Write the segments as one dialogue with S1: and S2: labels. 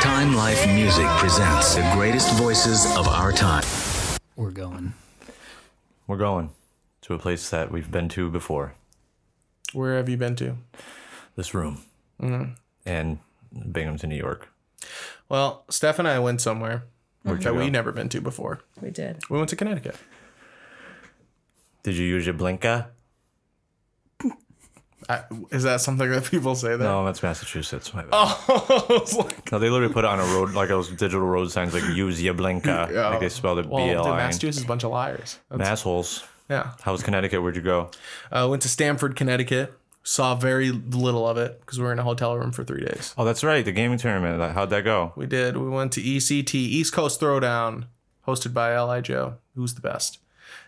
S1: Time Life Music presents the greatest voices of our time.
S2: We're going.
S3: We're going to a place that we've been to before.
S4: Where have you been to?
S3: This room.
S4: Mm-hmm.
S3: And Binghamton, New York.
S4: Well, Steph and I went somewhere
S3: Where'd
S4: that
S3: you go?
S4: we never been to before.
S5: We did.
S4: We went to Connecticut.
S3: Did you use your blinka?
S4: I, is that something that people say that?
S3: No, that's Massachusetts. My bad.
S4: Oh. I was like,
S3: No, they literally put it on a road, like those digital road signs, like use your blinka.
S4: Yeah.
S3: Like they spelled it
S4: well,
S3: B L
S4: dude,
S3: I.
S4: Massachusetts is a bunch of liars. That's-
S3: Assholes.
S4: yeah.
S3: How was Connecticut? Where'd you go?
S4: Uh, went to Stamford, Connecticut. Saw very little of it because we were in a hotel room for three days.
S3: Oh, that's right. The gaming tournament. Like, How'd that go?
S4: We did. We went to ECT, East Coast Throwdown, hosted by L.I. Joe, who's the best.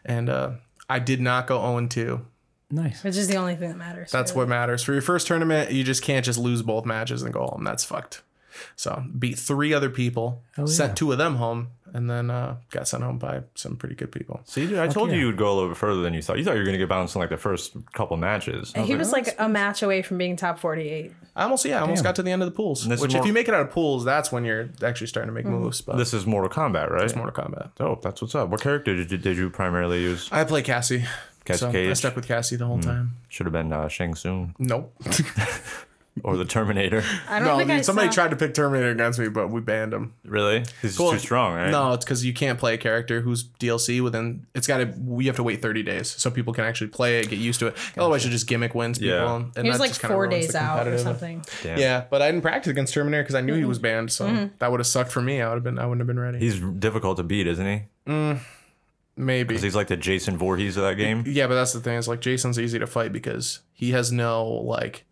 S4: And uh, I did not go 0 2.
S2: Nice.
S5: Which is the only thing that matters.
S4: That's what matters. For your first tournament, you just can't just lose both matches and go home. That's fucked. So beat three other people, sent two of them home, and then uh, got sent home by some pretty good people.
S3: See, dude, I told you you'd go a little bit further than you thought. You thought you were going to get bounced in like the first couple matches.
S5: He was like a match away from being top 48.
S4: I almost yeah, I almost got to the end of the pools.
S3: this is
S4: Which
S3: more-
S4: if you make it out of pools, that's when you're actually starting to make moves. But this
S3: This is Mortal Kombat, right?
S4: is Mortal Kombat.
S3: Dope. That's what's up. What character did you, did you primarily use?
S4: I play Cassie.
S3: Cassie
S4: so I
S3: Cage? Mm.
S4: stuck with Cassie the whole time.
S3: Should have been uh, Shang Tsung
S4: Nope.
S3: or the Terminator.
S5: I don't
S4: no,
S5: think
S4: dude,
S5: I
S4: somebody
S5: saw-
S4: tried to pick Terminator against me, but we banned him.
S3: Really? He's too strong, right?
S4: No, it's because you can't play a character who's DLC within. It's got to. You have to wait 30 days so people can actually play it, get used to it. Otherwise, you just gimmick wins people.
S3: Yeah.
S4: And
S5: He was
S4: that
S5: like
S4: just kinda
S5: four
S4: ruins
S5: days
S4: the
S5: out or
S4: competitive-
S5: something. Mm-hmm.
S3: Damn.
S4: Yeah, but I didn't practice against Terminator because I knew he was banned, so that would have sucked for me. I would have been. I wouldn't have been ready.
S3: He's difficult to beat, isn't he?
S4: Maybe.
S3: 'Cause he's like the Jason Voorhees of that game.
S4: Yeah, but that's the thing. It's like Jason's easy to fight because he has no like,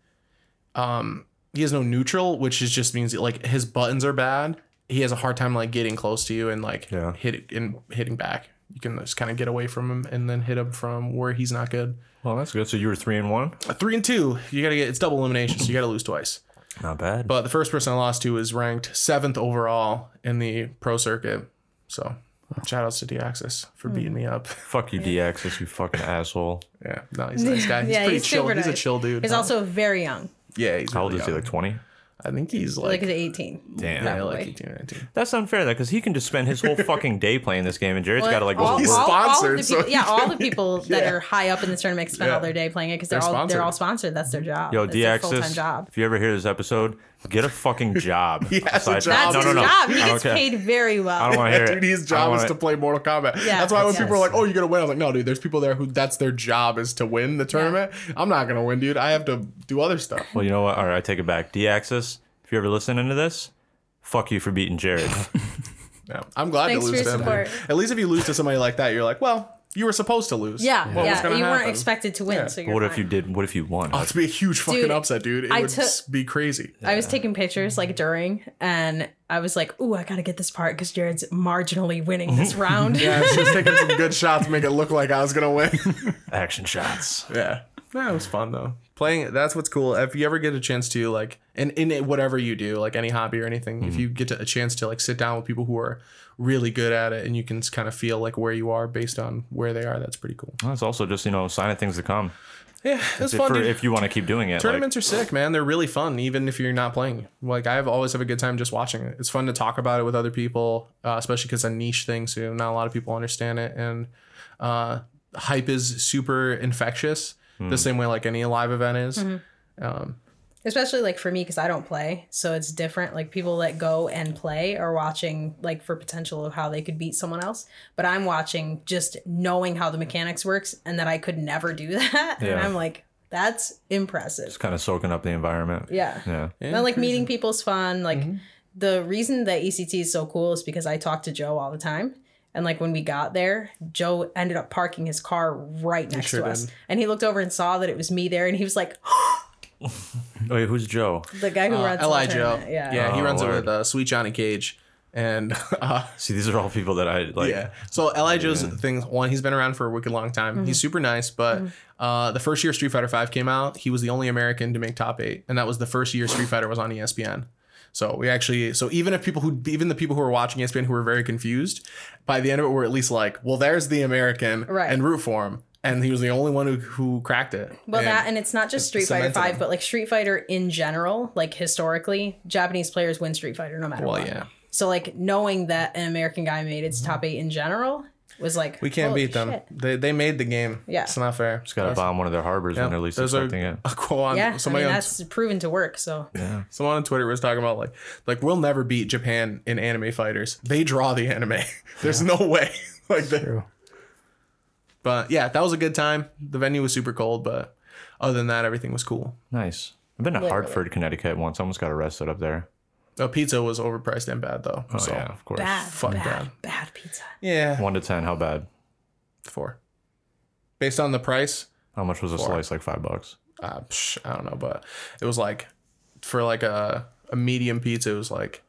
S4: um, he has no neutral, which is just means like his buttons are bad. He has a hard time like getting close to you and like
S3: Yeah.
S4: hit and hitting back. You can just kind of get away from him and then hit him from where he's not good.
S3: Well, that's good. So you were three and one.
S4: A three and two, you gotta get it's double elimination, so you gotta lose twice.
S3: Not bad.
S4: But the first person I lost to is ranked seventh overall in the pro circuit. So shout outs to Deoxys for
S5: Hmm.
S4: beating me up.
S3: Fuck you, DX, you fucking asshole.
S4: Yeah, no, he's a nice guy. He's pretty chill.
S5: super
S4: He's a
S5: nice.
S4: chill dude.
S5: He's
S4: Huh?
S5: also very young,
S4: Yeah, he's
S3: How old
S4: really
S3: is he?
S4: young.
S3: Like twenty.
S4: I think he's like,
S5: like he's 18.
S3: Damn.
S4: yeah, like
S5: probably.
S4: 18, 19.
S3: That's unfair though, because he can just spend his whole fucking day playing this game, and Jared's got to like go
S5: all,
S3: to
S4: He's
S5: all-
S3: work.
S5: all of
S4: sponsored,
S5: the
S4: so
S5: people, yeah, all the people that are high up in this tournament spend all
S4: Yeah.
S5: their day playing it because they're,
S4: They're
S5: all
S4: sponsored.
S5: they're all sponsored. That's their job.
S3: Yo,
S5: It's their full-time
S3: DX,
S5: job.
S3: if you ever hear this episode, get a fucking job. he
S4: has a job.
S5: That's
S4: No, no,
S5: his
S4: no.
S5: job. He
S3: I don't
S5: gets
S3: care.
S5: paid very well.
S3: I don't want to hear it.
S4: Dude, his
S3: I don't
S4: job is
S3: wanna-
S4: to play Mortal Kombat.
S5: Yeah,
S4: that's why when
S5: yes.
S4: people are like, "Oh, you're gonna win," I was like, "No, dude. There's people there who that's their job is to win the tournament. I'm not gonna win, dude. I have to do other stuff."
S3: Well, you know what? All right, I take it back. DXs, if you're ever listening to this, fuck you for beating Jared.
S4: Yeah, I'm glad
S5: Thanks
S4: to
S5: for
S4: lose
S5: your
S4: to him. dude.
S5: support.
S4: At least if you lose to somebody like that, you're like, "Well, you were supposed to lose."
S5: Yeah,
S4: What was
S5: yeah.
S4: gonna
S5: You weren't
S4: happen?
S5: expected to win,
S4: Yeah.
S5: so you're
S3: what if
S5: fine.
S3: you did? What if you won?
S4: Oh, it'd be a huge fucking
S5: Dude,
S4: upset, dude. It
S5: I
S4: would
S5: took-
S4: s- be crazy.
S5: I was taking pictures like during, and I was like, "Ooh, I gotta get this part because Jared's marginally winning this round."
S4: Yeah, she was taking some good shots, to make it look like I was gonna win.
S3: Action shots.
S4: Yeah. No, it was fun though. Playing that's what's cool. If you ever get a chance to like and in it, whatever you do, like any hobby or anything, if you get to, a chance to like sit down with people who are really good at it and you can kind of feel like where you are based on where they are, that's pretty cool.
S3: Well, it's also just you know a sign of things to come.
S4: Yeah, it's
S3: If,
S4: fun.
S3: for-
S4: dude.
S3: if you want to keep doing it, like-
S4: Tournaments are sick, man. They're really fun, even if you're not playing. Like I've always have a good time just watching it. It's fun to talk about it with other people, uh, especially because it's a niche thing, so not a lot of people understand it. And uh, hype is super infectious,
S3: Hmm.
S4: the same way like any live event is.
S5: Especially like for me because I don't play, so it's different. Like people that go and play are watching like for potential of how they could beat someone else, but I'm watching just knowing how the mechanics works and that I could never do that, and
S3: Yeah.
S5: I'm like, "That's impressive."
S3: kind of soaking up the environment.
S5: Yeah.
S3: Yeah.
S5: And like meeting people's fun. Like
S4: Mm-hmm.
S5: the reason that ECT is so cool is because I talk to Joe all the time. And like when we got there, Joe ended up parking his car right next
S4: sure
S5: to us.
S4: did.
S5: And he looked over and saw that it was me there and he was like,
S3: Wait, Oh, who's Joe?
S5: the guy who runs the
S4: Eli Uh, Joe.
S5: tournament.
S4: Yeah,
S5: Yeah.
S4: he
S3: Oh,
S4: runs it
S3: Lord.
S4: with uh, Sweet Johnny Cage. And uh,
S3: See, these are all people that I like.
S4: yeah, so Li Joe's thing. One, he's been around for a wicked long time. He's
S5: Mhm.
S4: super nice, but uh, the first year Street Fighter Five came out, he was the only American to make top eight, and that was the first year Street Fighter was on E ESPN. So we actually, so even if people who, even the people who were watching E ESPN who were very confused, by the end of it, were at least like, well, there's the American,
S5: Right.
S4: and root for him. and he was the only one who, who cracked it.
S5: Well, that and it's not just Street Fighter
S4: cemented
S5: Five,
S4: them.
S5: but like Street Fighter in general, like historically, Japanese players win Street Fighter no matter
S4: well,
S5: what.
S4: yeah,
S5: So like knowing that an American guy made its top eight in general was like
S4: we can't
S5: holy
S4: beat them.
S5: shit.
S4: They, they made the game.
S5: Yeah.
S4: it's not fair.
S3: Just gotta bomb one of their harbors when
S4: Yeah,
S3: they're leasing
S4: There's a,
S3: something in.
S4: a quote on
S5: Yeah,
S4: somebody
S5: I mean
S4: on
S5: that's proven to work. So
S4: Someone on Twitter was talking about like like we'll never beat Japan in anime fighters. They draw the anime. There's no way. like they-
S2: True.
S4: But yeah, that was a good time. The venue was super cold, but other than that, everything was cool.
S3: Nice. I've been to Hartford, Connecticut once. Almost got arrested up there.
S4: The Oh, pizza was overpriced and bad though.
S3: Oh
S4: so
S3: yeah, of course.
S5: bad,
S4: fuck
S5: bad,
S4: that.
S5: bad pizza.
S4: yeah,
S3: One to ten, how bad?
S4: four. Based on the price,
S3: How much was a slice? Like five bucks.
S4: uh, psh, I don't know, but it was like for like a a medium pizza, it was like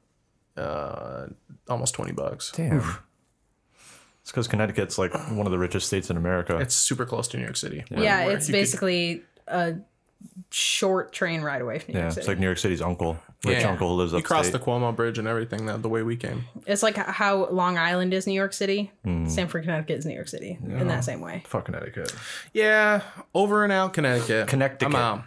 S4: uh almost twenty bucks.
S3: Damn. It's because Connecticut's like one of the richest states in America.
S4: It's super close to New York City.
S5: Yeah,
S4: Where
S5: it's
S4: you could-
S5: basically a short train ride away from New
S3: yeah,
S5: York
S3: it's
S5: City.
S3: like New York City's uncle. Rich
S4: Yeah.
S3: uncle who lives
S4: You crossed
S3: upstate.
S4: the Cuomo Bridge and everything that the way we came.
S5: It's like how Long Island is New York City,
S4: Hmm.
S5: Stamford, Connecticut is New York City in that same way.
S3: Fuck Connecticut.
S4: Yeah, over and out, Connecticut.
S3: Connecticut.
S4: I'm out.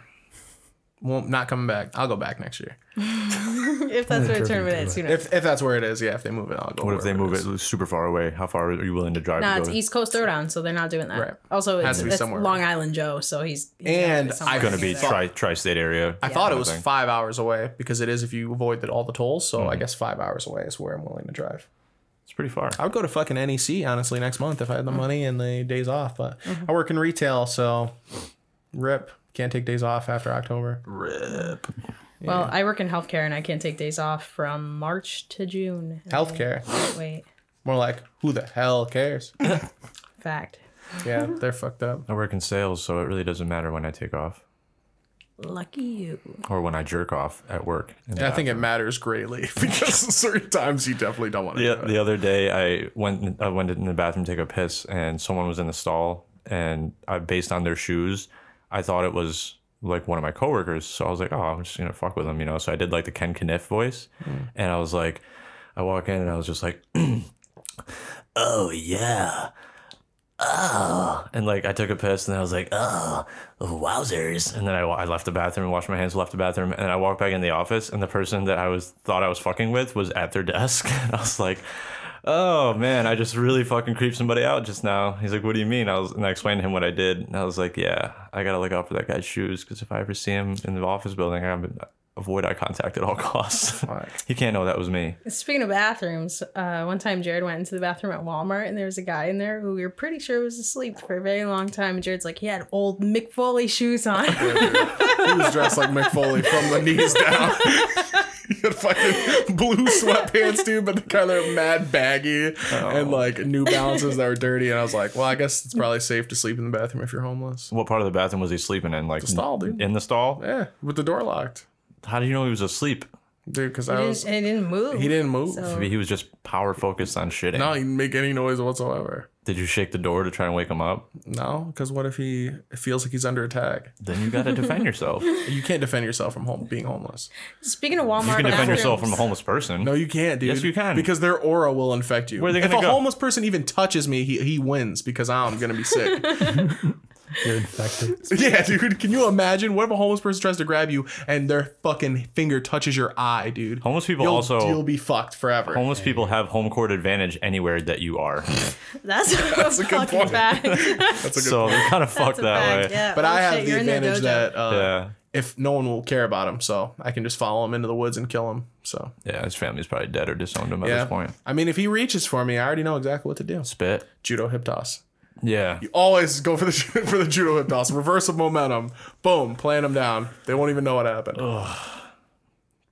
S4: Well, not coming back. I'll go back next year.
S5: if that's where
S2: driven
S5: tournament
S2: to
S5: is,
S2: it.
S5: you know.
S4: If, if that's where it is, yeah. If they move it, I'll go.
S3: What if they move
S4: wherever
S3: it super far away? How far are you willing to drive?
S5: No,
S3: to
S5: it's
S3: go?
S5: East Coast Throwdown, so they're not doing that.
S4: Right.
S5: Also,
S4: Has
S5: it's,
S4: to be
S5: it's
S4: somewhere.
S5: Long Island Joe, so he's, he's
S4: And
S5: I
S4: I've
S3: Gonna be
S4: Yeah.
S3: tri tri-state area.
S4: I thought it was
S3: Nothing.
S4: five hours away because it is if you avoid the, all the tolls. So
S3: Mm-hmm.
S4: I guess five hours away is where I'm willing to drive.
S3: It's pretty far.
S4: I would go to fucking NEC honestly next month if I had
S3: Mm-hmm.
S4: the money and the days off. But I work in retail, so rip can't take days off after October.
S3: Rip.
S5: Well, I work in healthcare and I can't take days off from March to June.
S4: Healthcare,
S5: Wait,
S4: more like who the hell cares?
S5: fact.
S4: Yeah, they're fucked up.
S3: I work in sales, so it really doesn't matter when I take off
S5: Lucky you.
S3: or when I jerk off at work. in the
S4: I think it matters greatly because certain times you definitely don't want to.
S3: the,
S4: do it.
S3: the other day I went I went in the bathroom to take a piss and someone was in the stall and I based on their shoes I thought it was like one of my coworkers so I was like oh I'm just gonna fuck with them you know so I did like the Ken Kniff voice and I was like I walk in and I was just like oh yeah oh and like I took a piss and then I was like oh wowzers and then I, wa- I left the bathroom and washed my hands left the bathroom and I walked back in the office and the person that I was thought I was fucking with was at their desk and I was like oh man I just really fucking creeped somebody out just now he's like what do you mean I was and I explained to him what I did and I was like yeah I gotta look out for that guy's shoes because if I ever see him in the office building I gotta avoid eye contact at all costs he can't know that was me
S5: Speaking of bathrooms, uh, one time Jared went into the bathroom at Walmart and there was a guy in there who we were pretty sure was asleep for a very long time. And Jared's like, he had old Mick Foley shoes on.
S4: He was dressed like Mick Foley from the knees down. he had fucking blue sweatpants, dude, but the kind of mad baggy and like New Balances that were dirty. And I was like, well, I guess it's probably safe to sleep in the bathroom if you're homeless.
S3: what part of the bathroom was he sleeping in like the
S4: stall, dude.
S3: in the stall
S4: Yeah, with the door locked,
S3: how do you know he was asleep
S4: dude, because
S5: He
S4: I
S5: didn't,
S4: was
S5: and he didn't move.
S4: he didn't move.
S5: So-
S3: Maybe he was just power focused on shitting.
S4: No, he didn't make any noise whatsoever.
S3: Did you shake the door to try and wake him up?
S4: No, because what if he feels like he's under attack?
S3: Then you got to defend yourself. You
S4: You can't defend yourself from home being homeless.
S5: Speaking of Walmart,
S3: can defend yourself from a
S5: bathrooms-
S3: homeless person.
S4: No, you can't, dude.
S3: Yes, you can.
S4: Because their aura will infect you.
S3: Where are they
S4: if
S3: gonna
S4: a
S3: go?
S4: homeless person even touches me, he, he wins because I'm gonna be sick.
S2: You're infected.
S4: yeah, dude. Can you imagine? What if a homeless person tries to grab you and their fucking finger touches your eye, dude?
S3: Homeless people
S4: You'll-
S3: also-
S4: you'll be fucked forever.
S3: Homeless people have home court advantage anywhere that you are.
S5: That's, a,
S4: good
S5: fucking
S4: point.
S5: fact.
S4: That's a good
S3: so
S4: point.
S3: they're kind of fucked
S5: That's a
S3: that
S5: fact,
S3: way.
S5: yeah.
S4: But
S5: Oh,
S4: I have
S5: shit,
S4: the
S5: you're in their
S4: advantage
S5: dojo.
S4: that uh,
S3: Yeah.
S4: if no one will care about him, so I can just follow him into the woods and kill him. So
S3: Yeah, his family's probably dead or disowned him at
S4: yeah,
S3: this point.
S4: I mean, if he reaches for me, I already know exactly what to do.
S3: Spit.
S4: Judo hip toss.
S3: Yeah.
S4: Always go for the for the judo hip toss. Reverse of momentum. Boom, plant him down. They won't even know what happened.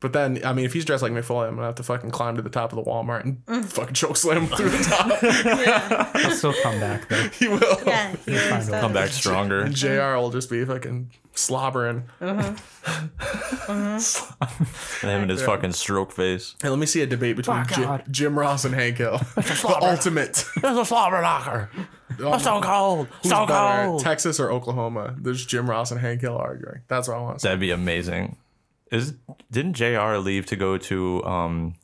S4: But then, I mean, if he's dressed like Mick Foley, I'm gonna have to fucking climb to the top of the Walmart and
S3: Mm.
S4: fucking choke slam him through the top.
S2: I'll still come back though.
S4: he will.
S5: Yeah, you're in stuff.
S3: Come back stronger.
S4: And Jr. will just be fucking slobbering.
S3: And him and his fucking stroke face.
S4: Hey, let me see a debate between
S2: Fuck
S4: Jim,
S2: God.
S4: Jim Ross and Hank Hill. the ultimate.
S3: There's a slobber knocker.
S4: Oh,
S3: cold.
S4: who's better, Texas or Oklahoma? There's Jim Ross and Hank Hill arguing. That's what I want. to see.
S3: That'd be amazing. Is didn't Jr. leave to go to um,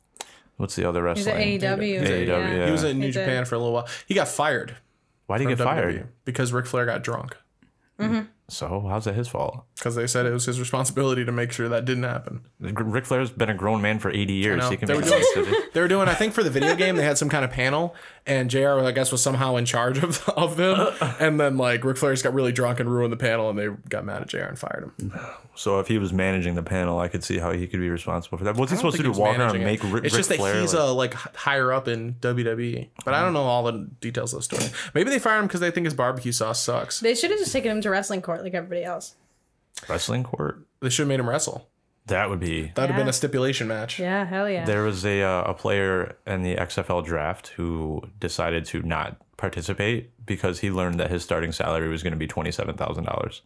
S3: what's the other
S5: He's at E
S3: wrestling?
S5: AEW.
S3: AEW, E yeah.
S4: He was in New
S5: He did.
S4: Japan for a little while. He got fired.
S3: Why did he
S4: from
S3: get
S4: WWE
S3: fired?
S4: E. because Ric Flair got drunk.
S3: So how's that his fault?
S4: Because they said it was his responsibility to make sure that didn't happen.
S3: Ric Flair's been a grown man for 80 years.
S4: know.
S3: He can
S4: They
S3: make
S4: were
S3: that
S4: doing-
S3: decision.
S4: They were doing, I think, for the video game, they had some kind of panel, and JR, I guess, was somehow in charge of, of them. And then, like, Ric Flair just got really drunk and ruined the panel, and they got mad at JR and fired him.
S3: So if he was managing the panel, I could see how he could be responsible for that. What's he
S4: I don't
S3: supposed to
S4: think
S3: do?
S4: he was
S3: Walk around and
S4: managing
S3: make
S4: it.
S3: Ric,
S4: It's just
S3: Ric
S4: that
S3: Flair?
S4: he's
S3: like-
S4: uh, like h- higher up in WWE, but I don't know all the details of the story. Maybe they fired him because they think his barbecue sauce sucks.
S5: They should have just taken him to wrestling court like everybody else.
S3: wrestling court?
S4: They should have made him wrestle.
S3: That would be.
S4: That'd have been
S5: Yeah.
S4: a stipulation match.
S5: Yeah, hell yeah.
S3: There was a uh, a player in the XFL draft who decided to not participate because he learned that his starting salary was going to be twenty seven thousand dollars.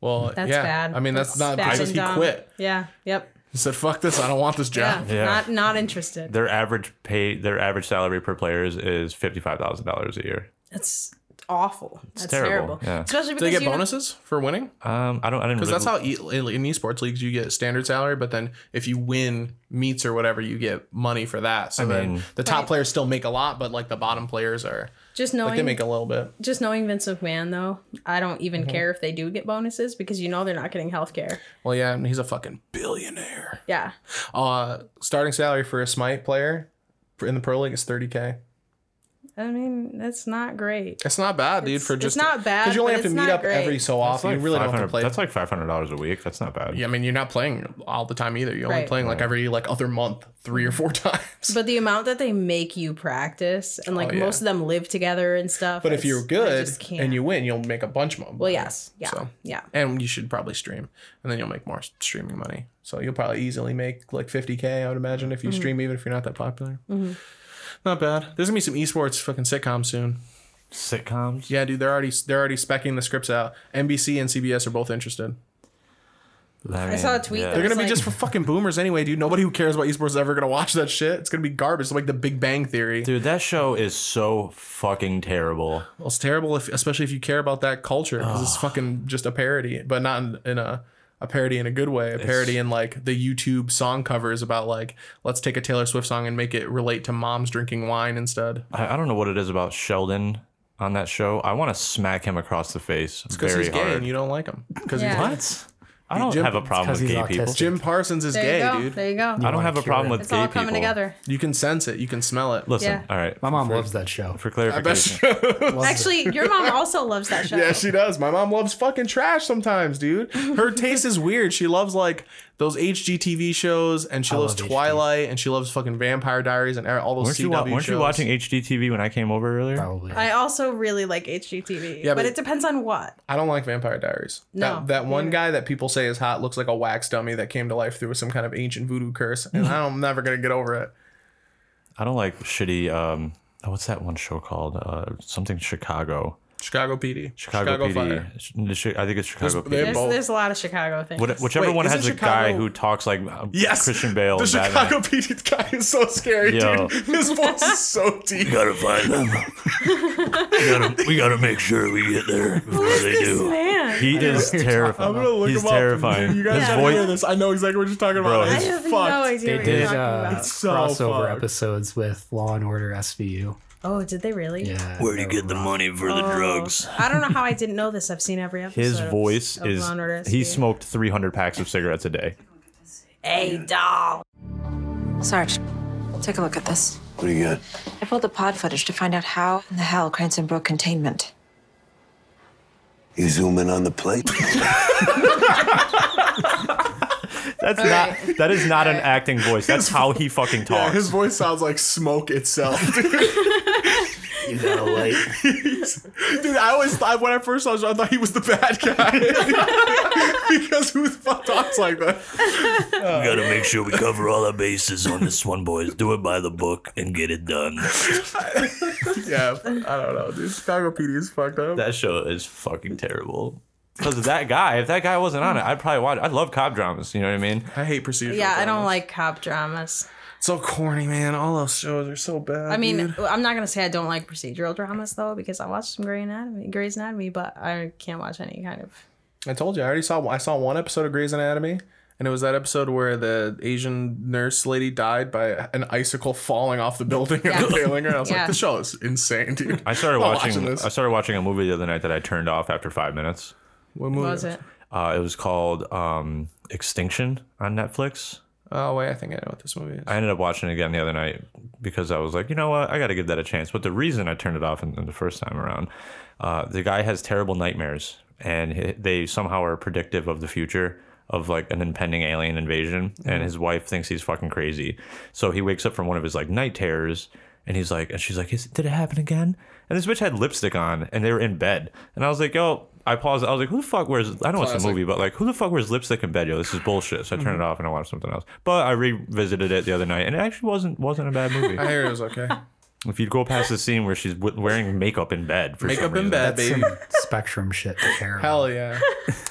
S4: Well,
S5: that's
S4: yeah.
S5: bad.
S4: I mean, that's, not
S5: bad
S4: because
S5: and
S4: he
S5: dumb.
S4: quit.
S5: Yeah. Yep.
S4: He said, "Fuck this! I don't want this
S5: Yeah.
S4: job."
S3: Yeah.
S5: Not not interested.
S3: Their average pay, their average salary per player is, is fifty five thousand dollars a year.
S5: That's awful. that's
S3: terrible.
S5: terrible.
S3: Yeah.
S5: Especially because
S4: Do they get
S5: you know-
S4: bonuses for winning?
S3: Um, I don't, I didn't.
S4: Because
S3: Really,
S4: that's how e- in esports leagues you get standard salary, but then if you win meets or whatever, you get money for that. So
S3: mean-
S4: then the top
S5: Right.
S4: players still make a lot, but like the bottom players are
S5: just
S4: like
S5: knowing
S4: they make Mm-hmm. a little bit.
S5: just knowing Vince McMahon though, I don't even care if they do get bonuses because you know they're not getting health care.
S4: Well, yeah, and he's a fucking billionaire.
S5: Yeah.
S4: Uh, starting salary for a Smite player in the pro league is thirty k.
S5: I mean, that's not great.
S4: It's not bad, dude.
S5: It's-
S4: For
S5: it's
S4: just
S5: not bad,
S4: you only
S5: but
S4: have to
S5: it's
S4: meet
S5: not
S4: up
S5: great.
S4: every so
S3: that's
S4: often. you really don't have to
S3: 500
S4: play.
S3: That's like five hundred dollars a week. That's not bad.
S4: yeah, I mean, you're not playing all the time either. You're only
S5: Right.
S4: playing like every like other month, three or four times.
S5: But the amount that they make you practice and like
S4: Oh, yeah.
S5: most of them live together and stuff.
S4: But if
S5: it's-
S4: you're
S5: I
S4: good
S5: just can't.
S4: and you win, you'll make a bunch more.
S5: Well, yes. Yeah.
S4: So.
S5: Yeah.
S4: and you should probably stream and then you'll make more streaming money so you'll probably easily make like 50k i would imagine
S5: Mm-hmm.
S4: if you stream even if you're not that popular not bad there's gonna be some esports fucking sitcom soon
S3: Sitcoms.
S4: yeah dude they're already they're already specking the scripts out nbc and cbs are both interested
S3: I,
S5: saw a tweet that
S4: they're
S5: was
S4: gonna be
S5: like-
S4: just for fucking boomers anyway dude nobody who cares about esports is ever gonna watch that shit it's gonna be garbage It's like the big bang theory
S3: Dude, that show is so fucking terrible.
S4: well, it's terrible if especially if you care about that culture because it's fucking just a parody but not in, in a a parody in a good way a parody in like the youtube song covers about like let's take a taylor swift song and make it relate to moms drinking wine instead
S3: I, I don't know what it is about Sheldon on that show. I want to smack him across the face
S4: because
S3: very
S4: he's gay
S3: hard.
S4: and you don't like him because
S5: Yeah.
S3: what? I don't
S4: Jim-
S3: have a problem with
S2: It's
S3: gay
S2: 'cause he's
S3: people.
S2: autistic.
S4: jim parsons is
S5: there you
S4: gay
S5: go.
S4: dude
S5: There you go.
S3: I don't have a
S2: wanna
S3: problem
S2: cure it.
S3: with
S5: it's
S3: gay
S5: all
S3: people.
S5: coming together.
S4: you can sense it you can smell it
S3: Listen,
S5: Yeah.
S3: all right.
S2: My mom loves that show.
S3: For
S4: I bet
S3: clarification,
S4: she,
S2: Loves it.
S5: Actually, your mom also loves that show.
S4: yeah, she does. My mom loves fucking trash sometimes, dude. Her taste is weird. She loves like those HGTV shows, and she loves
S2: love HGTV.
S4: Twilight, and she loves fucking Vampire Diaries and all those
S3: weren't
S4: CW
S3: you, wa- weren't
S4: shows. Oh.
S3: you watching HGTV when I came over earlier?
S2: probably.
S5: I also really like HGTV.
S4: Yeah,
S5: but,
S4: but-
S5: it depends on what.
S4: I don't like Vampire Diaries.
S5: No,
S4: that, that one
S5: neither.
S4: guy that people say is hot looks like a wax dummy that came to life through some kind of ancient voodoo curse, and I'm never gonna get over it.
S3: I don't like shitty. Um, oh, what's that one show called? Uh, something Chicago.
S4: Chicago PD,
S3: Chicago, PD. Sh- the Chi- I think it's Chicago
S4: they
S3: PD.
S5: There's,
S4: both-
S5: there's a lot of Chicago things.
S3: What, whichever
S4: Wait,
S3: one
S4: isn't
S3: has a guy
S4: Chicago-
S3: who talks like uh,
S4: Yes,
S3: Christian Bale.
S4: The
S3: and Batman.
S4: Chicago PD guy is so scary,
S3: Yo.
S4: dude. His voice is so deep.
S6: gotta find them. we, gotta, we gotta make sure we get there before
S5: Who is
S6: they
S5: this
S6: do.
S5: man?
S3: He is terrifying.
S4: I'm gonna look
S3: He's
S4: him up.
S3: terrifying.
S4: You guys
S3: His
S4: gotta hear
S3: voice.
S4: this. I know exactly what you're talking
S3: Bro,
S4: about.
S3: his-
S5: I
S4: It's
S5: have no
S4: fucked.
S5: idea
S2: they
S5: what you're
S2: did
S5: talking
S2: uh,
S5: about.
S4: so
S2: crossover
S4: fucked.
S2: episodes with Law and Order SVU.
S5: Oh, did they really?
S2: Yeah.
S6: Where do you get the money for the drugs?
S5: I don't know how I didn't know this. I've seen every episode.
S3: His
S5: of-
S3: voice
S5: of Law and Order
S3: is.
S5: SVU.
S3: He smoked 300 packs of cigarettes a day.
S5: Hey, doll.
S7: Sarge, take a look at this.
S6: What do you got?
S7: I pulled the pod footage to find out how in the hell Cranston broke containment.
S6: You zoom in on the plate?
S3: That's not. That is not an acting voice. That's how he fucking talks.
S4: Yeah, his voice sounds like smoke itself.
S6: you gotta light.
S4: Dude, I always I, when I first saw him, I thought he was the bad guy because who the fuck talks like that?
S6: We gotta make sure we cover all our bases on this one, boys. Do it by the book and get it done.
S4: Yeah, I don't know, dude. Chicago PD is fucked up.
S3: that show is fucking terrible. Because of that guy. If that guy wasn't on it, I'd probably watch. I love cop dramas. You know what I mean?
S4: I hate procedural.
S5: Yeah, I don't
S4: dramas.
S5: like cop dramas.
S4: So corny, man. All those shows are so bad.
S5: I mean,
S4: dude.
S5: I'm not gonna say I don't like procedural dramas though, because I watched some Grey Anatomy, Grey's Anatomy, but I can't watch any kind of.
S4: I told you, I already saw. I saw one episode of Grey's Anatomy, and it was that episode where the Asian nurse lady died by an icicle falling off the building and impaling her. I was
S5: Yeah.
S4: like, this show is insane, dude.
S3: I started
S4: I'm not
S3: watching.
S4: this.
S3: I started watching a movie the other night that I turned off after five minutes.
S4: What movie
S5: What was it?
S3: Uh, it was called um, Extinction on Netflix.
S4: Oh wait, I think I know what this movie is.
S3: I ended up watching it again the other night because I was like, you know what, I got to give that a chance. But the reason I turned it off in, in the first time around, uh, the guy has terrible nightmares, and he- they somehow are predictive of the future of like an impending alien invasion. And his wife thinks he's fucking crazy, so he wakes up from one of his like night terrors, and he's like, and she's like, Is, did it happen again? And this bitch had lipstick on, and they were in bed, and I was like, yo. I paused. I was like, "Who the fuck wears?" I know it's a
S4: Classic.
S3: movie, but like, who the fuck wears lipstick in bed? Yo, this is bullshit. So I turned it off and I watched something else. But I revisited it the other night, and it actually wasn't wasn't a bad movie.
S4: I hear it was okay.
S3: if you go past the scene where she's w- wearing makeup in bed, for
S4: Makeup
S3: some
S4: in
S3: reason,
S4: bed,
S2: That's
S4: baby.
S2: some spectrum shit to care about.
S4: Hell yeah.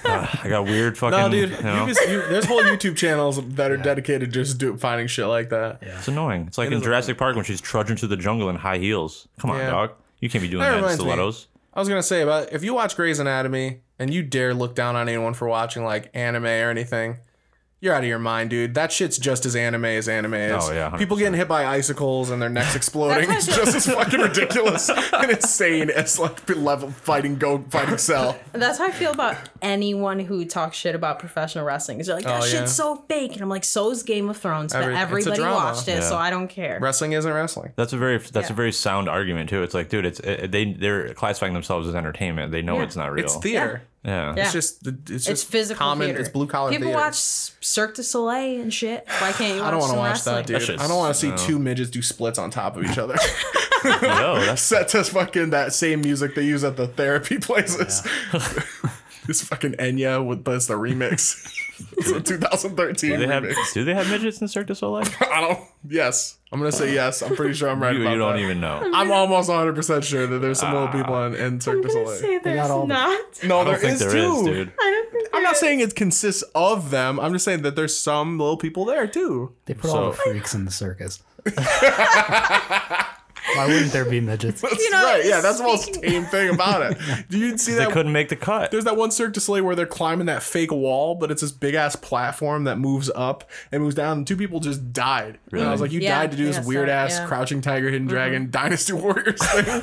S3: I got weird fucking.
S4: No, dude,
S3: you
S4: you
S3: know,
S4: just- you- there's whole YouTube channels that are dedicated just do finding shit like that.
S3: it's annoying. It's like in Jurassic Park when she's trudging through the jungle in high heels. Come on,
S4: Yeah.
S3: dog. You can't be doing
S4: That
S3: that, in
S4: reminds me.
S3: stilettos.
S4: I was gonna say about if you watch Grey's Anatomy and you dare look down on anyone for watching like anime or anything, you're out of your mind, dude. That shit's just as anime as anime is.
S3: Oh, yeah, 100%.
S4: People getting hit by icicles and their necks exploding
S5: That's
S4: is
S5: how I
S4: just as fucking ridiculous and insane as like the level fighting go fighting cell.
S5: That's how I feel about anyone who talks shit about professional wrestling. It's like that
S4: Oh, yeah.
S5: shit's so fake, and I'm like, so's Game of Thrones,
S4: Every- it's
S5: but
S4: a
S5: everybody
S4: drama.
S5: watched it, so
S3: Yeah.
S5: I don't care.
S4: Wrestling isn't wrestling.
S3: That's a very that's a
S5: Yeah.
S3: very sound argument too. It's like, dude, it's it, they they're classifying themselves as entertainment. They know it's not real.
S4: It's theater.
S3: yeah.
S5: Yeah.
S4: It's just it's just
S5: it's physical
S4: common.
S5: theater.
S4: It's blue collar.
S5: People
S4: theater.
S5: watch Cirque du Soleil and shit. Why can't you? Watch
S4: I don't want to
S5: some
S4: watch
S5: wrestling?
S4: that, dude.
S3: That shit's-
S4: I don't want to see two midgets do splits on top of each other.
S3: Yo, that's
S4: Set to fucking that same music they use at the therapy places. this fucking Enya with but it's the remix. it's a 2013
S3: do they have
S4: remix.
S3: do they have midgets in Cirque du Soleil?
S4: I don't. Yes, I'm gonna say yes. I'm pretty sure I'm right
S3: you,
S4: about
S3: you don't
S4: that.
S3: even know.
S4: I'm almost 100 percent sure that there's some little people in, in Cirque du Soleil.
S2: got all the-
S4: no,
S3: I don't
S4: there
S3: think
S4: is
S3: there is,
S4: too.
S3: dude.
S5: I don't think
S4: I'm not saying it consists of them. I'm just saying that there's some little people there too.
S2: They put all the freaks in the circus. Why wouldn't there be midgets?
S4: That's
S5: know,
S4: right. Yeah, that's the most
S5: speaking-
S4: tame thing about it. Do you see
S3: They
S4: that?
S3: couldn't make the cut.
S4: There's that one Cirque du Soleil where they're climbing that fake wall, but it's this big ass platform that moves up and moves down. And two people just died. And I was like, you
S5: Yeah,
S4: died to do
S5: yeah,
S4: this
S5: so-
S4: weird ass
S5: yeah. Mm-hmm.
S4: crouching tiger, hidden dragon, dynasty warriors thing.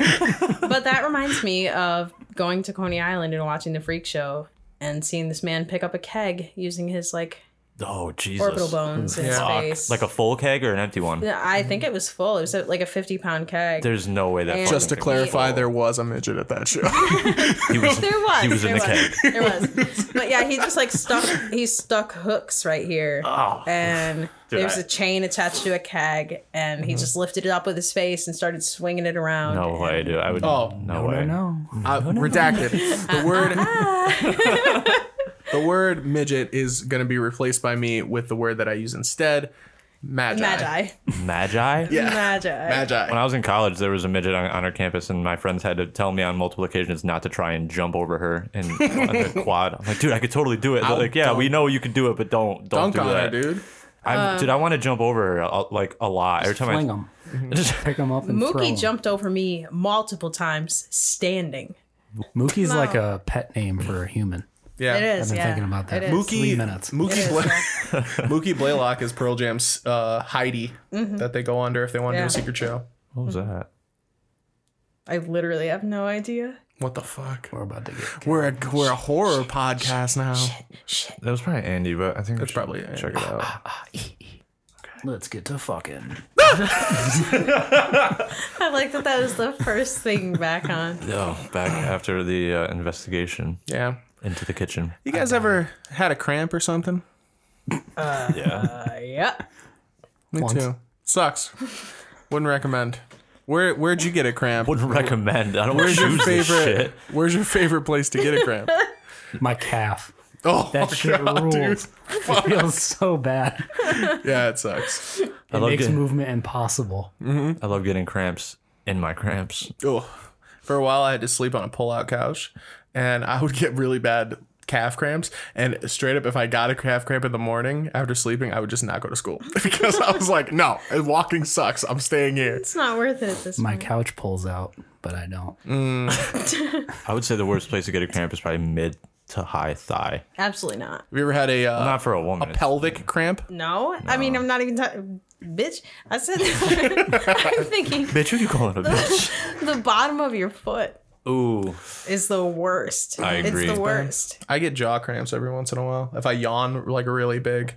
S5: But that reminds me of going to Coney Island and watching the freak show and seeing this man pick up a keg using his like
S3: Oh Jesus!
S5: orbital bones in his
S4: Fuck.
S5: face.
S3: Like a full keg or an empty one?
S5: Yeah, I think it was full. It was like a 50 pound keg.
S3: There's no way that.
S5: And-
S3: fucking
S4: just to
S3: thing was
S4: clarify,
S3: full.
S4: there was a midget at that show.
S3: he was,
S5: there was.
S3: He was in
S5: there
S3: the keg.
S5: was. There was. But yeah, he just like stuck. He stuck hooks right here, and there was
S3: Oh. I- Mm-hmm.
S5: a chain attached to a keg, and he just lifted it up with his face and started swinging it around.
S3: No way, dude. I would.
S4: Oh,
S3: no, way.
S2: No.
S4: Uh, redacted. The word. the word midget is going to be replaced by me with the word that I use instead, magi.
S5: Magi.
S3: Magi.
S4: Yeah.
S5: Magi.
S4: Magi.
S3: When I was in college, there was a midget on, on our campus, and my friends had to tell me on multiple occasions not to try and jump over her in on the quad. I'm like, dude, I could totally do it. They're
S4: I'll
S3: like, yeah,
S4: dunk-
S3: we know you could do it, but don't don't
S4: Dunk
S3: do
S4: on
S3: that,
S4: her, dude.
S3: I,
S5: Uh,
S3: dude, I want to jump over her uh, like a lot every time
S2: Fling
S3: I.
S2: them. Pick them up and throw
S5: Mookie
S2: 'em.
S5: jumped over me multiple times standing.
S2: Mookie's like a pet name for a human.
S4: Yeah.
S5: is.
S2: I've been thinking about that.
S5: It is.
S2: Three
S4: Mookie,
S2: minutes.
S4: Mookie, Bla- Mookie Blaylock is Pearl Jam's uh, Heidi that they go under if they want to do
S5: Yeah.
S4: a secret show.
S3: What was that?
S5: I literally have no idea.
S4: What the fuck?
S2: We're about to get.
S4: We're a we're a horror podcast now.
S3: That was probably Andy, but I think
S4: That's probably it.
S3: check it out.
S2: Let's get to fucking.
S5: I like that that was the first thing back on.
S3: No, back after the uh, investigation
S4: Yeah.
S3: into the kitchen.
S4: You guys ever had a cramp or something?
S3: Yeah.
S5: Uh, yeah.
S4: Me
S2: Once.
S4: too. Sucks. Wouldn't recommend. Where where'd you get a cramp?
S3: Wouldn't recommend. I don't
S4: Where's your
S3: choose this shit.
S4: favorite? Where's your favorite place to get a cramp?
S2: My calf.
S4: Oh,
S2: That shit
S4: dude.
S2: rules. It feels so bad.
S4: yeah, it sucks.
S3: I
S2: It
S3: love,
S2: makes
S3: getting,
S2: movement impossible.
S3: I love getting cramps in my cramps.
S4: Oh, for a while I had to sleep on a pull-out couch, and I would get really bad calf cramps. And straight up, if I got a calf cramp in the morning after sleeping, I would just not go to school because I was like, no, walking sucks. I'm staying here.
S5: It's not worth it at this
S2: My
S5: point.
S2: couch pulls out, but I don't.
S3: Mm. I would say the worst place to get a cramp is probably mid to high thigh.
S5: Absolutely not.
S4: Have you ever had a uh,
S3: Not for a woman.
S4: a
S3: it's-
S4: pelvic cramp?
S5: No, I mean, I'm not even talking. Bitch, I said I'm thinking
S3: bitch, who you calling a bitch?
S5: the bottom of your foot
S3: Ooh,
S5: is the worst.
S3: I agree.
S5: It's the worst.
S4: I get jaw cramps every once in a while if I yawn like really big,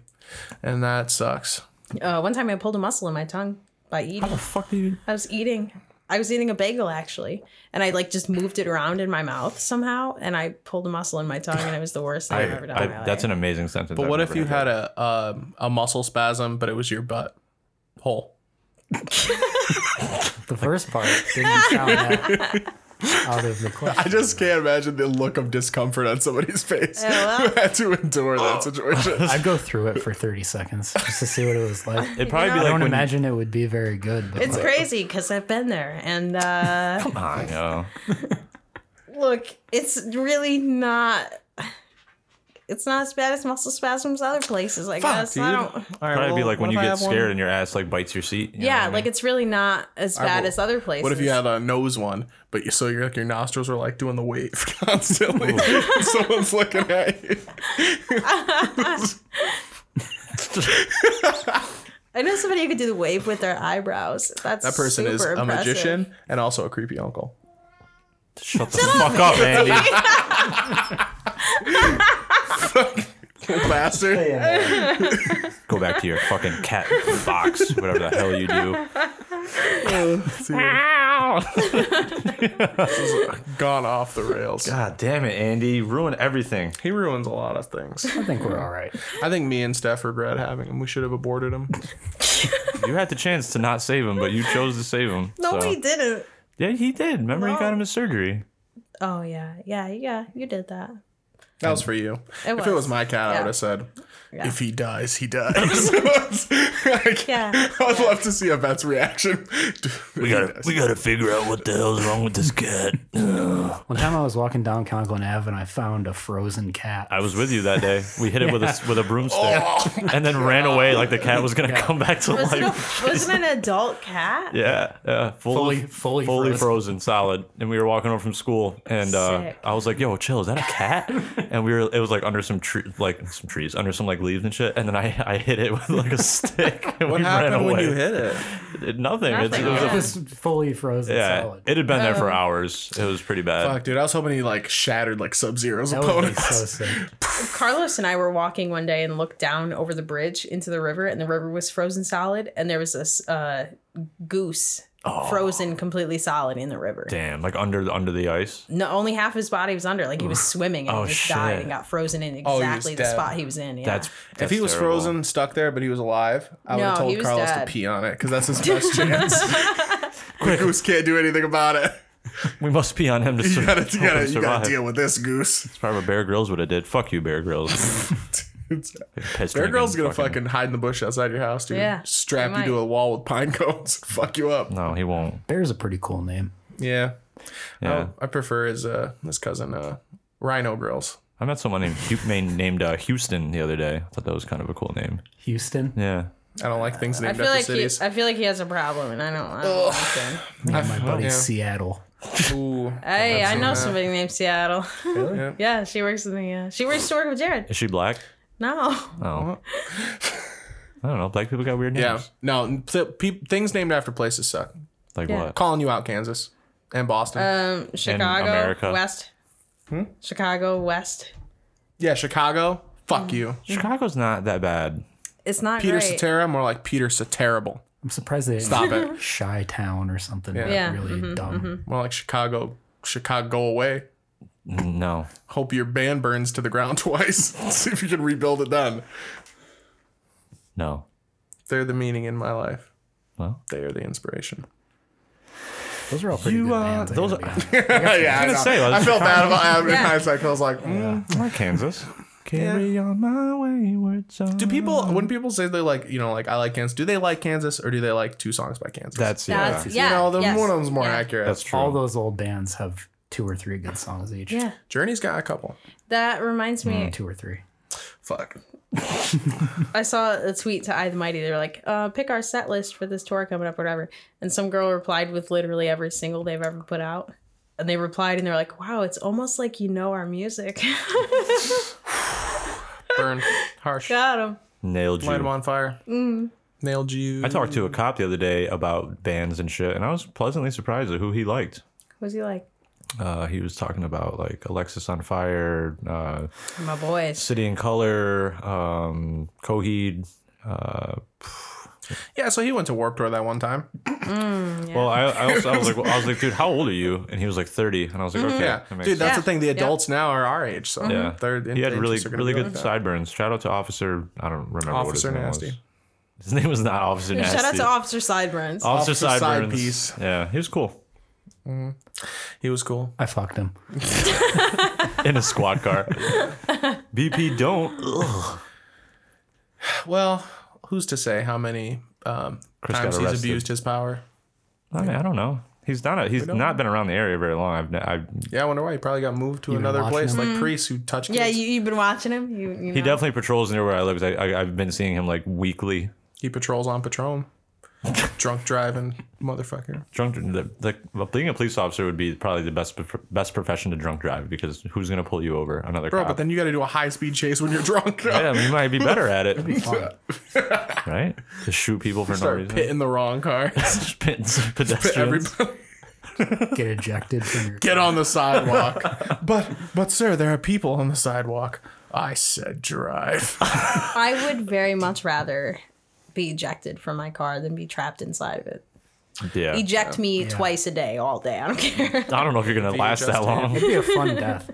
S4: and that sucks.
S5: Uh, one time I pulled a muscle in my tongue by eating.
S3: fuck you.
S5: I was eating. I was eating a bagel actually, and I like just moved it around in my mouth somehow, and I pulled a muscle in my tongue, and it was the worst thing
S3: I,
S5: I, have ever done. in my
S3: I,
S5: life.
S3: that's an amazing sentence.
S4: But
S3: I've
S4: what
S3: never
S4: if you
S3: heard.
S4: had a um, a muscle spasm, but it was your butt hole?
S2: The first part didn't sound that out of the question.
S4: I just can't imagine the look of discomfort on somebody's face
S5: well.
S4: who had to endure that situation.
S2: I'd go through it for 30 seconds just to see what it was like.
S3: It'd probably
S5: know-
S3: be
S2: I
S3: like
S2: don't
S3: when
S2: imagine it would be very good. But
S5: it's
S2: like,
S5: crazy because I've been there, and uh,
S3: You, I know.
S5: look, it's really not. It's not as bad as muscle spasms other places. I guess I
S4: All
S5: don't.
S4: right,
S3: Probably be
S4: well,
S3: like when
S4: what
S3: you
S4: if I
S3: get
S4: have one-
S3: scared and your ass like bites your seat. you know
S5: Yeah,
S3: what I
S5: like
S3: mean?
S5: it's really not as bad
S4: will-
S5: as other places.
S4: What if you had a nose one, but you so you're like your nostrils are like doing the wave constantly? and Someone's looking at you.
S5: I know somebody who could do the wave with their eyebrows. That's
S4: That person is
S5: super
S4: a
S5: impressive.
S4: magician and also a creepy uncle.
S3: shut the fuck up, Andy.
S4: Bastard.
S3: Go back to your fucking cat box, whatever the hell you do.
S4: Gone off the rails.
S3: God damn it, Andy, you ruin everything.
S4: He ruins a lot of things.
S2: I think we're all right.
S4: I think me and Steph regret having him. We should have aborted him.
S3: You had the chance to not save him, but you chose to save him.
S5: No,
S3: so.
S5: he didn't.
S3: Yeah, he did. Remember, he got
S5: No.
S3: him his surgery.
S5: Oh yeah, yeah, yeah. You did that.
S4: That was for you.
S5: It
S4: If it was
S5: was.
S4: my cat, I
S5: Yeah.
S4: would have said,
S5: Yeah.
S4: if he dies, he dies. Like,
S5: Yeah.
S4: I would love to see a vet's reaction.
S6: We gotta, we gotta figure out what the hell's wrong with this cat.
S2: One time I was walking down Conklin Ave and I found a frozen cat.
S3: I was with you that day. We hit it with a with a broomstick,
S6: Oh.
S3: and then ran away like the cat was gonna come back to
S5: Was it a,
S3: life.
S5: wasn't an adult cat?
S3: Yeah, yeah, fully,
S2: Fully- fully
S3: fully
S2: frozen.
S3: frozen. solid. And we were walking home from school, and uh,
S5: Sick.
S3: I was like, "Yo, chill, is that a cat?" and we were, it was like under some tree, like some trees, under some like leaves and shit. And then I, I hit it with like a stick, and
S4: What
S3: we ran
S4: happened
S3: away.
S4: when you hit it?
S3: It- nothing. It's,
S5: Nothing,
S3: it was
S2: it
S3: a,
S2: was fully frozen
S3: yeah,
S2: solid. Oh.
S3: it had been there for hours. It was pretty bad.
S4: Fuck, dude. I was hoping he like shattered like Sub Zero's
S2: that would be
S4: opponent.
S2: so sick.
S5: Carlos and I were walking one day and looked down over the bridge into the river, and the river was frozen solid, and there was this uh, goose
S4: Oh.
S5: frozen completely solid in the river.
S3: Damn, like under the under the ice.
S5: No, only half his body was under. Like he was swimming and
S3: Oh,
S5: he just died
S3: shit.
S5: and got frozen in
S4: Oh, was
S5: exactly the
S4: dead.
S5: spot he was in. Yeah.
S3: That's,
S4: If
S3: that's
S4: he was
S3: terrible.
S4: frozen, stuck there, but he was alive, I would have
S5: No, he
S4: told
S5: was
S4: Carlos
S5: dead.
S4: to pee on it because that's his best chance. the goose can't do anything about it.
S3: we must pee on him to, sur-
S4: You gotta, you
S3: help him
S4: gotta, you
S3: survive.
S4: gotta deal with this goose.
S3: It's probably what Bear Grylls would have did. Fuck you, Bear Grylls. Pissed
S4: Bear
S3: drinking
S4: Girl's gonna fucking hide in the bush outside your house, dude.
S5: Yeah,
S4: Strap
S5: he
S4: you to
S5: might.
S4: a wall with pine cones, fuck you up.
S3: No, he won't.
S2: Bear's a pretty cool name.
S4: Yeah. Oh,
S3: Yeah.
S4: I, I prefer his uh his cousin uh Rhino Grills.
S3: I met someone named Hu- main- named uh, Houston the other day. I thought that was kind of a cool name.
S2: Houston.
S3: Yeah.
S4: I don't like things
S5: I
S4: named
S5: feel
S4: after
S5: like he,
S4: cities.
S5: I feel like he has a problem, and I don't. I don't like him.
S2: Yeah, my
S3: Oh,
S2: buddy
S4: yeah.
S2: Seattle.
S4: Ooh.
S5: Hey, I know somebody named Seattle.
S4: Yeah.
S5: yeah, she works with me. Yeah, she works to work with Jared.
S3: Is she black?
S5: No,
S3: Oh. I don't know. Black people got weird names.
S4: Yeah. No, th- pe- things named after places suck.
S3: Like
S5: Yeah.
S3: what?
S4: Calling you out, Kansas and Boston.
S5: um, Chicago
S3: America.
S5: West.
S4: Hmm?
S5: Chicago West.
S4: yeah, Chicago. Fuck you.
S3: Chicago's not that bad.
S5: It's not
S4: Peter
S5: great.
S4: Cetera, more like Peter Ceterable.
S2: I'm surprised they didn't
S4: Stop it.
S2: Shy Town or something. like,
S5: Yeah.
S2: Really dumb.
S4: More like Chicago, Chicago away.
S3: No.
S4: Hope your band burns to the ground twice. See if you can rebuild it then.
S3: No.
S4: They're the meaning in my life.
S3: Well.
S4: They are the inspiration.
S2: Those are all pretty
S3: You,
S2: good
S3: uh,
S2: bands. I
S3: those
S2: gotta
S3: are-
S2: be honest.
S4: yeah, I, know.
S3: say, well,
S4: I felt bad about I, in
S5: Yeah.
S4: hindsight. 'cause I was like, mm.
S3: Or Kansas. Carry on my wayward song.
S4: do people when people say they like you know like I like Kansas? Do they like Kansas or do they like two songs by Kansas?
S3: That's yeah.
S5: That's
S3: That's,
S5: yeah.
S4: you know, the,
S5: yes.
S4: one of them's more
S5: yeah.
S4: accurate.
S3: true.
S2: all those old bands have two or three good songs each.
S5: Yeah,
S4: Journey's got a couple.
S5: that reminds me.
S2: Two or three.
S4: Fuck.
S3: Hmm.
S5: I saw a tweet to I the Mighty. They were like, uh, pick our set list for this tour coming up, or whatever. And some girl replied with literally every single they've ever put out. And they replied and they're like, wow, it's almost like you know our music.
S4: Burn. Harsh.
S5: Got him.
S3: Nailed you.
S4: Light him on fire.
S5: Mm.
S4: Nailed you.
S3: I talked to a cop the other day about bands and shit, and I was pleasantly surprised at who he liked.
S5: What's he like?
S3: Uh, he was talking about like Alexis on Fire, uh,
S5: My boys.
S3: City in Color, um, Coheed. Uh,
S4: Yeah, so he went to Warped Tour that one time.
S3: Well, I, I also I was like I was like, dude, how old are you? And he was like thirty, and I was like, okay,
S4: Mm-hmm. Yeah,
S3: that makes
S4: dude, that's
S5: sense.
S4: the thing. The
S5: Yeah. Mm-hmm.
S4: adults now are our age, so
S3: Yeah,
S4: they're
S3: he had
S4: they're
S3: really
S4: just gonna
S3: really
S4: be
S3: good
S4: like that.
S3: sideburns. Shout out to Officer. I don't remember
S4: Officer
S3: what his name
S4: Nasty.
S3: was. His name was not Officer Nasty.
S5: Shout out to Officer Sideburns.
S3: Officer,
S4: Officer
S3: Sideburns.
S4: Sidepiece.
S3: Yeah, he was cool
S4: He was cool.
S2: I fucked him.
S3: in a squad car. BP, don't.
S4: Well, who's to say how many um,
S3: Chris got
S4: times he's
S3: arrested.
S4: abused his power?
S3: I, mean, I don't know. He's not. A, he's not been around the area very long. I've, ne- I've
S4: Yeah, I wonder why he probably got moved to
S2: been
S4: another
S2: watching
S4: place,
S2: him?
S4: like priests who touch kids.
S5: Mm. yeah, you, you've been watching him. You, you
S3: he
S5: know.
S3: definitely patrols near where I live. 'cause I, I I've been seeing him like weekly.
S4: he patrols on Patron, drunk driving motherfucker.
S3: Drunk. The, the, well, being a police officer would be probably the best prof- best profession to drunk drive because who's gonna pull you over? Another
S4: Bro,
S3: cop.
S4: but then you got to do a high speed chase when you're drunk.
S3: yeah, you might be better at it. right? To shoot people for no
S4: Start
S3: reason.
S4: pitting the wrong car.
S3: Just pit some pedestrians.
S4: Everybody
S2: Get ejected from your.
S4: get on the sidewalk. but but sir, there are people on the sidewalk. I said drive.
S5: I would very much rather be ejected from my car than be trapped inside of it.
S3: yeah.
S5: Eject me twice a day, all day. I don't care.
S3: I don't know if you're gonna last that
S4: adjusted.
S3: long.
S2: It'd be a fun death.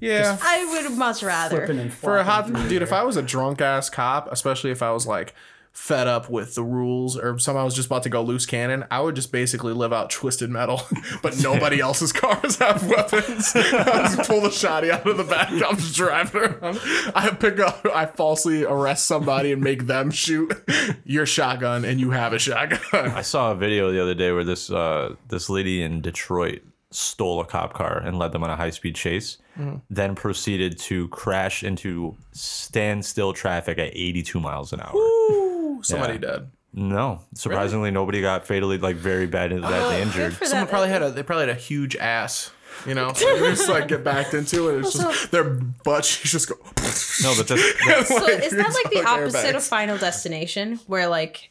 S4: Yeah.
S5: I would much rather.
S4: For a hot dude, if I was a drunk ass cop, especially if I was like fed up with the rules or somehow I was just about to go loose cannon, I would just basically live out twisted metal, but nobody else's cars have weapons. I just pull the shotty out of the back, I'm just driving around. I pick up I falsely arrest somebody and make them shoot your shotgun and you have a shotgun.
S3: I saw a video the other day where this uh, this lady in Detroit stole a cop car and led them on a high speed chase,
S4: Mm-hmm.
S3: then proceeded to crash into standstill traffic at 82 miles an hour.
S4: Ooh, somebody
S3: Yeah.
S4: dead.
S3: No, surprisingly, nobody got fatally like very bad badly
S5: Good
S3: injured.
S5: for
S4: Someone
S5: that.
S4: probably had a they probably had a huge ass. You know, so they just like get backed into it. It's just their butt cheeks just go.
S3: No, but that's,
S5: So is that like the
S4: Like
S5: opposite
S4: airbags.
S5: of Final Destination, where like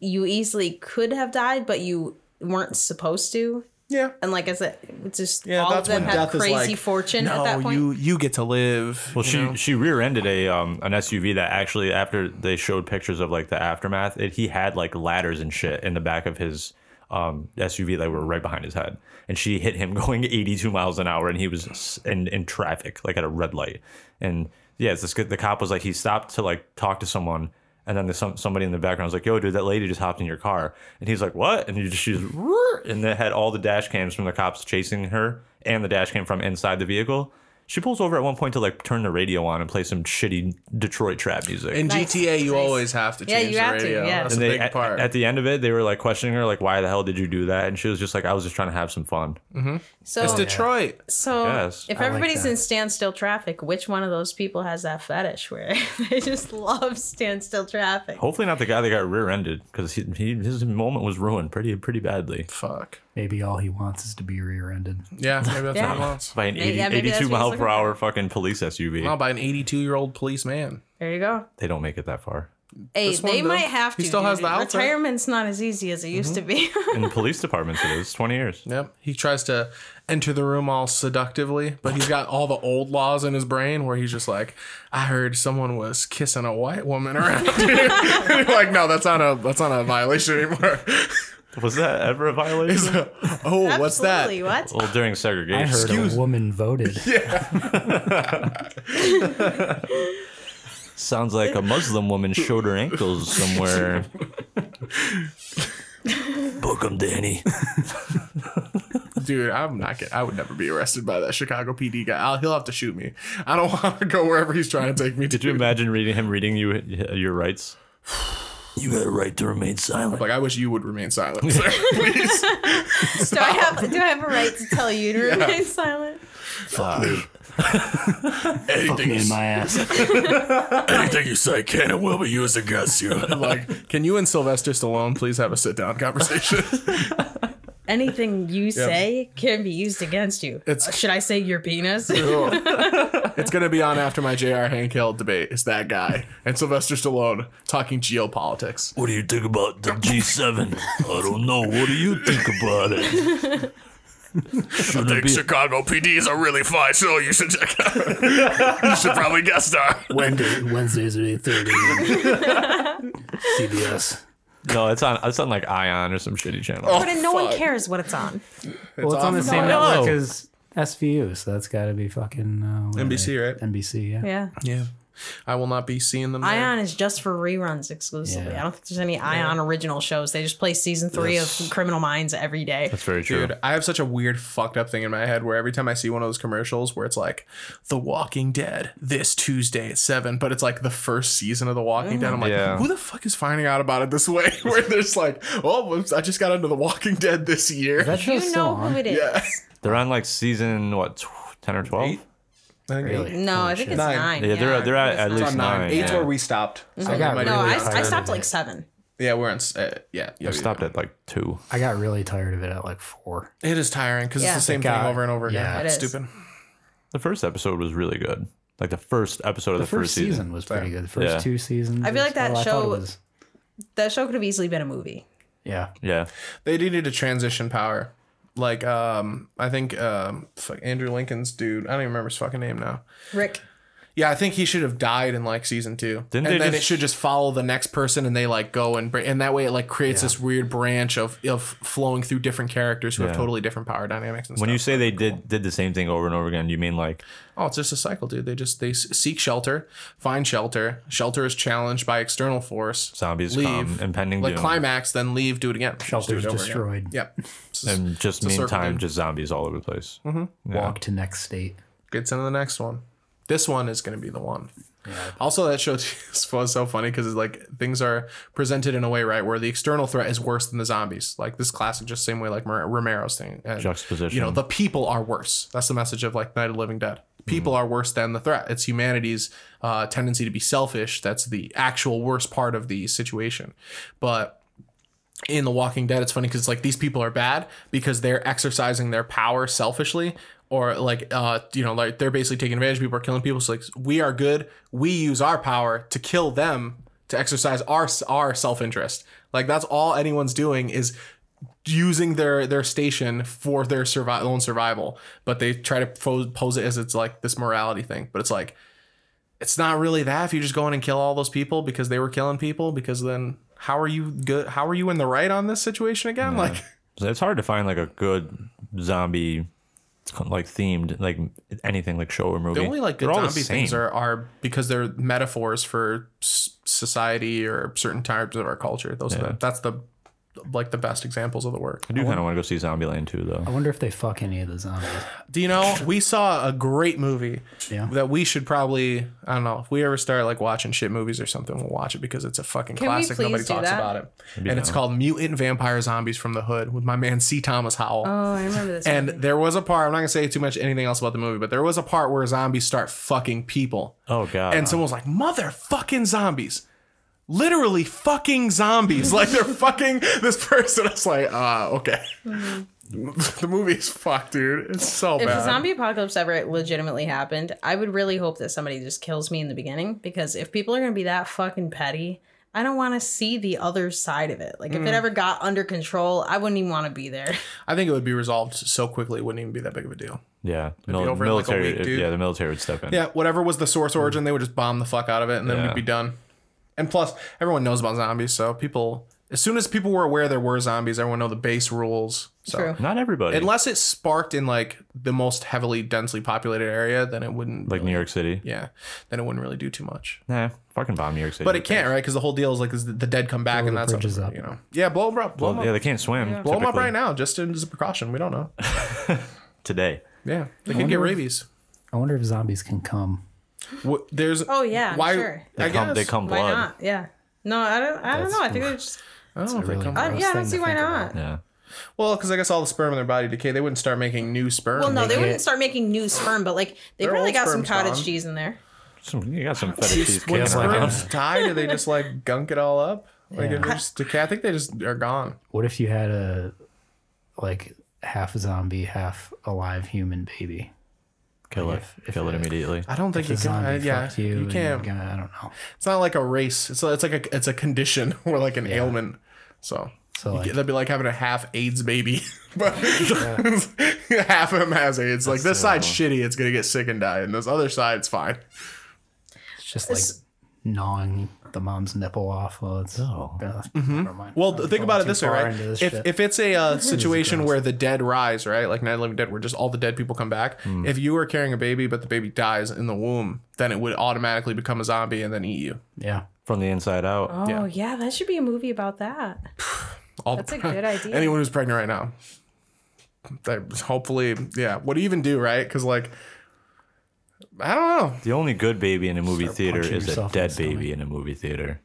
S5: you easily could have died, but you weren't supposed to?
S4: Yeah.
S5: And like I said, it's just
S4: Yeah,
S5: all
S4: that's
S5: of them
S4: when
S5: have
S4: death is
S5: crazy
S4: like,
S5: fortune
S4: no,
S5: at that point.
S4: you you get to live.
S3: Well, she she rear-ended a um an SUV that actually after they showed pictures of like the aftermath, it, he had like ladders and shit in the back of his um SUV that were right behind his head, and she hit him going 82 miles an hour, and he was s- in in traffic like at a red light, and yeah, it's this good. The cop was like he stopped to like talk to someone. And then there's some, somebody in the background was like, "Yo, dude, that lady just hopped in your car." And he's like, "What?" And you just, she's, "Roar," and they had all the dash cams from the cops chasing her, and the dash cam from inside the vehicle. She pulls over at one point to like turn the radio on and play some shitty Detroit trap music.
S4: in
S5: Nice.
S4: GTA, you always have to
S5: Yeah,
S4: change
S5: you
S4: the
S5: have to,
S4: radio.
S5: yeah.
S4: That's
S3: and
S4: a
S3: they
S4: big
S3: at,
S4: part.
S3: at the end of it, they were like questioning her, like, "Why the hell did you do that?" And she was just like, "I was just trying to have some fun."
S5: so
S4: it's Detroit.
S5: so
S3: Yes.
S5: if
S2: like
S5: everybody's
S2: that.
S5: in standstill traffic, which one of those people has that fetish where they just love standstill traffic?
S3: Hopefully, not the guy that got rear-ended because he, he his moment was ruined pretty pretty badly
S4: Fuck.
S2: Maybe all he wants is to be rear-ended.
S4: Yeah, maybe that's
S5: Yeah.
S4: what he wants.
S3: by an 80,
S5: Maybe- yeah, maybe that's
S3: 82
S5: what he's
S3: mile
S5: looking
S3: per hour fucking police SUV.
S4: Well, by an 82 year old policeman.
S5: There you go.
S3: they don't make it that far.
S5: Hey,
S4: one,
S5: they
S4: though,
S5: might have
S4: he
S5: to.
S4: still has
S5: dude.
S4: the outfit.
S5: Retirement's not as easy as it used to
S2: Mm-hmm.
S5: be.
S3: In the police departments, it is 20 years.
S4: Yep. He tries to enter the room all seductively, but he's got all the old laws in his brain where he's just like, I heard someone was kissing a white woman around here. And you're like, no, that's not a that's not a violation anymore.
S3: Was that ever a violation?
S4: oh, what's that?
S5: Absolutely. What?
S3: well, during
S2: I
S3: segregation,
S2: heard a woman voted.
S3: sounds like a Muslim woman showed her ankles somewhere.
S6: Book 'em, Danny.
S4: Dude, I'm not getting, I would never be arrested by that Chicago PD guy. I'll, he'll have to shoot me. I don't want to go wherever he's trying to take me to.
S3: Did you imagine reading him reading you uh, your rights?
S6: You got a right to remain silent.
S4: Like, I wish you would remain silent, sir. Please.
S5: Do I have do I have a right to tell you to remain silent?
S6: Anything
S2: Me
S6: you,
S2: in my ass.
S6: anything you say can and will be used against you.
S4: like, can you and Sylvester Stallone please have a sit down conversation?
S5: anything you say can be used against you.
S4: It's-
S5: Uh, Should I say your penis?
S4: it's gonna be on after my J.R. Hankill debate. Is that guy and Sylvester Stallone talking geopolitics?
S6: What do you think about the G7? I don't know. What do you think about it? Shouldn't it be.
S4: Chicago PDs are really fine, so you should check out. you should probably guest star.
S2: Wednesday, Wednesdays at eight thirty. CBS.
S3: No, it's on. It's on like Ion or some shitty channel.
S5: but no one cares what it's on.
S2: well, it's on the
S4: awesome.
S2: same
S3: No.
S2: network as SVU, so that's got to be fucking uh, what are
S4: NBC,
S2: they?
S4: right?
S2: NBC, yeah.
S5: Yeah.
S4: Yeah, I will not be seeing them. there.
S5: Ion is just for reruns exclusively.
S2: Yeah.
S5: I don't think there's any Ion original shows. They just play season three of Criminal Minds every day.
S3: That's very true.
S4: Dude, I have such a weird fucked up thing in my head where every time I see one of those commercials where it's like The Walking Dead this Tuesday at 7, but it's like the first season of The Walking Dead. I'm like,
S3: Yeah.
S4: who the fuck is finding out about it this way? where there's like, oh, I just got into The Walking Dead this year.
S2: That
S5: You
S2: show's still
S5: know who
S2: on.
S5: it is.
S4: Yeah.
S3: They're on like season what, tw- ten or twelve?
S4: Eight? I think
S2: Really?
S5: No,
S2: Holy
S5: I think
S2: Oh, shit.
S5: it's
S4: Nine.
S5: nine.
S3: Yeah, they're they're at, at
S4: It's
S3: least
S4: on
S3: nine.
S4: nine. Eight's
S3: yeah.
S4: where we stopped. So
S2: I got
S4: we might-
S5: No,
S2: really
S5: I,
S2: tired
S5: I
S2: of
S5: stopped
S2: it.
S5: like seven.
S4: yeah, we're on. s- Uh, yeah, yeah.
S3: I stopped at like two.
S2: I got really tired of it at like four.
S4: It is tiring because
S5: Yeah.
S4: it's the same
S2: God.
S4: thing over and over again.
S2: Yeah.
S5: It
S4: it's
S5: is.
S4: stupid.
S3: The first episode was really good. Like the first episode of
S2: The,
S3: the,
S2: first, season, was pretty good. The first
S3: Yeah.
S2: two seasons.
S5: I feel
S2: was-
S5: like that
S2: well, I thought it
S5: show-
S2: was-
S5: That show could have easily been a movie.
S2: yeah.
S3: Yeah,
S4: They needed a transition power. Like, um, I think um, fuck, Andrew Lincoln's dude, I don't even remember his fucking name now.
S5: Rick.
S4: Yeah, I think he should have died in like season two.
S3: Didn't
S4: and
S3: they
S4: then
S3: just-
S4: it should just follow the next person, and they like go and bring, and that way it like creates this weird branch of of flowing through different characters who have
S3: Yeah.
S4: totally different power dynamics. And
S3: When you
S4: stuff.
S3: say they did did the same thing over and over again, you mean like
S4: oh, it's just a cycle, dude. They just they s- seek shelter, find shelter. Shelter is challenged by external force.
S3: zombies
S4: leave,
S3: come, impending
S4: like
S3: doom,
S4: climax, then leave, do it again. Just
S2: Shelter's
S4: do it over
S2: destroyed.
S4: Again. Yep. It's just-
S3: and just
S4: a circle
S3: meantime,
S4: thing.
S3: just zombies all over the place.
S2: Walk to next state.
S4: gets into the next one. This one is going to be the one. Also, that show too is- was so funny because like things are presented in a way right where the external threat is worse than the zombies. Like this classic, just same way like Mar- Romero's thing. And,
S3: Juxtaposition.
S4: You know, the people are worse. That's the message of like Night of the Living Dead. People are worse than the threat. It's humanity's uh, tendency to be selfish. That's the actual worst part of the situation. But in The Walking Dead, it's funny because like these people are bad because they're exercising their power selfishly, or like uh you know like they're basically taking advantage of people or killing people. So like we are good, we use our power to kill them to exercise our our self interest. Like that's all anyone's doing is using their their station for their survi- own survival. But they try to pose, pose it as it's like this morality thing, but it's like it's not really that if you just go in and kill all those people because they were killing people because then how are you good how are you in the right on this situation again like
S3: So it's hard to find like a good zombie like themed like anything like show or movie.
S4: the only like good
S3: They're all the
S4: zombie things
S3: same.
S4: are are because they're metaphors for s- society or certain types of our culture those are the, that's the like the best examples of the work
S3: I do kind of want to go see Zombieland too, though.
S2: I wonder if they fuck any of the zombies.
S4: do you know we saw a great movie
S2: Yeah.
S4: that we should probably i don't know if we ever start like watching shit movies or something we'll watch it because it's a fucking
S5: Can we
S4: classic nobody
S5: please do
S4: talks
S5: that?
S4: about it and it's called mutant vampire zombies from the hood with my man c thomas howell
S5: Oh, I remember this.
S4: And there was a part, I'm not gonna say too much anything else about the movie, but there was a part where zombies start fucking people.
S3: Oh god.
S4: And someone was like, motherfucking zombies. Literally fucking zombies. like they're fucking this person. I was like, uh, okay. the movie is fucked, dude. It's so
S5: if
S4: bad.
S5: the zombie apocalypse ever legitimately happened, I would really hope that somebody just kills me in the beginning because if people are going to be that fucking petty, I don't want to see the other side of it. Like if
S2: Mm.
S5: it ever got under control, I wouldn't even want to be there.
S4: I think it would be resolved so quickly, it wouldn't even be that big of a deal.
S3: yeah, Mil-
S4: over in, like, a
S3: military.
S4: week, dude.
S3: yeah, the military would step in.
S4: Yeah, whatever was the source origin, they would just bomb the fuck out of it and then
S3: Yeah.
S4: we'd be done. And plus, everyone knows about zombies, so people as soon as people were aware there were zombies, everyone know the base rules. So
S5: True.
S3: Not everybody.
S4: unless it sparked in like the most heavily densely populated area then it wouldn't
S3: like New York City.
S4: yeah then it wouldn't really do too much
S3: Nah, fucking bomb New York City.
S4: but it can't right because the whole deal is like is the the dead come back and
S2: the
S4: that's
S2: bridges
S4: what,
S2: up.
S4: you know yeah blow them up blow
S3: Well,
S4: them
S3: yeah,
S4: up
S3: they can't swim.
S4: blow them up
S3: typically,
S4: right now just as a precaution we don't know
S3: today.
S4: yeah they could get rabies
S2: I wonder if zombies can come.
S4: Wh- there's
S5: Oh yeah, I'm
S4: why
S5: sure.
S3: They
S4: I
S3: come.
S4: guess.
S3: They come
S5: Why
S3: blood.
S5: not? Yeah. No, I don't. I don't know. I think they're just.
S4: I don't know if Oh, they
S2: really
S4: come
S2: gross.
S5: I, yeah, I
S2: thing
S5: don't
S2: to
S5: see why
S2: think
S5: not.
S3: Yeah.
S4: well because I guess all the sperm in their body decay they wouldn't start making new sperm
S5: Well, no, they
S4: They-
S5: wouldn't start making new sperm, but like they
S4: Their
S5: probably
S4: old
S5: got some
S4: sperm's
S5: cottage
S4: gone.
S5: cheese in there.
S3: Some you got some feta cheese
S4: when
S3: kicking around.
S4: sperms die do they just like gunk it all up like it just decay I think they just are gone
S2: What if you had a like half zombie, half alive human baby.
S3: Kill it. Kill it immediately.
S4: I don't think you
S2: The
S4: can.
S2: zombie
S4: I- yeah,
S2: fucked
S4: you,
S2: and
S4: can't.
S2: you're gonna- I don't know.
S4: It's not like a race. It's it's like a it's a condition or like an ailment. So.
S2: So,
S4: you
S2: like-
S4: get- that'd be like having a half AIDS baby, but half of him has AIDS. like this side's shitty; it's gonna get sick and die, and this other side's fine.
S2: It's just like gnawing the mom's nipple off. Well, it's oh. never mind.
S4: Well,
S2: I'm
S4: th-
S2: going
S4: think about it
S2: too
S4: this way,
S2: far
S4: right?
S2: into this
S4: If,
S2: shit.
S4: if it's a uh, situation where the dead rise, right, like Night of the Living Dead, where just all the dead people come back,
S2: Hmm.
S4: if you were carrying a baby but the baby dies in the womb, then it would automatically become a zombie and then eat you.
S2: yeah,
S3: From the inside out.
S5: Oh yeah. that should be a movie about that.
S4: All
S5: That's
S4: the
S5: a good idea.
S4: Anyone who's pregnant right now, that hopefully, yeah. What do you even do, right? Because like, I don't know.
S3: The only good baby in a movie theater
S2: punching
S3: is a
S2: yourself in
S3: dead
S2: the
S3: baby in a movie theater.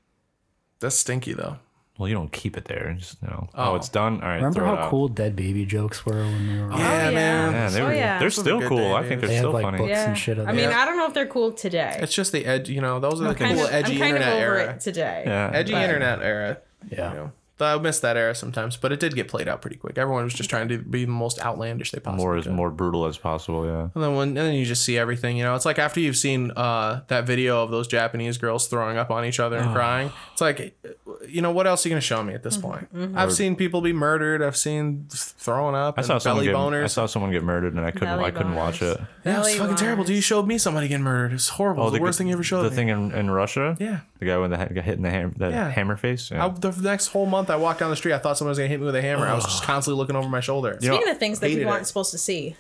S4: That's stinky though.
S3: Well, you don't keep it there. Just, you know. Oh, it's done. All right.
S2: remember
S3: throw it
S2: how
S3: out.
S2: cool dead baby jokes were when we were.
S5: Oh, yeah.
S4: man.
S3: Yeah, they
S5: Oh,
S3: were,
S5: yeah.
S3: They're
S5: Those
S4: were
S3: still
S4: good
S3: cool.
S4: day,
S3: I think
S4: dude.
S3: they're
S2: They had,
S3: still
S2: like,
S3: funny.
S2: books.
S5: Yeah.
S2: Some shit up
S5: I mean,
S2: there.
S5: I don't know if they're cool today.
S4: It's just the edge. You know, those are the
S5: kind
S4: cool
S5: of,
S4: edgy
S5: I'm kind
S4: internet
S5: of over
S4: era.
S5: it today.
S3: Yeah.
S4: Edgy internet era.
S2: Yeah.
S4: you know. Though I miss that era sometimes, but it did get played out pretty quick. Everyone was just trying to be the most outlandish they possibly
S3: More as
S4: could.
S3: more brutal as possible. Yeah.
S4: And then when and then you just see everything, you know. It's like after you've seen uh, that video of those Japanese girls throwing up on each other
S3: Oh.
S4: and crying. It's like, you know, what else are you gonna show me at
S5: Mm-hmm.
S4: this point? I've seen people be murdered. I've seen throwing up.
S3: I
S4: and
S3: saw someone
S4: belly
S3: get, I
S4: boners.
S3: saw someone get murdered and I couldn't
S5: Belly
S3: I couldn't watch
S5: boners.
S3: it.
S4: yeah, it's
S5: Belly
S4: fucking terrible.
S5: boners.
S4: Dude, you showed me somebody getting murdered. It's horrible. It's the, worst thing you ever showed
S3: Oh, The
S4: me.
S3: thing in, in Russia.
S4: Yeah.
S3: The guy with the ha- got hit in the ham, that
S4: Yeah.
S3: hammer face. Yeah.
S4: I, the next whole month, I walked down the street. I thought someone was gonna hit me with a hammer. I was just constantly looking over my shoulder.
S3: know,
S5: Speaking of things that
S4: hated
S5: people
S4: it.
S5: aren't supposed to see,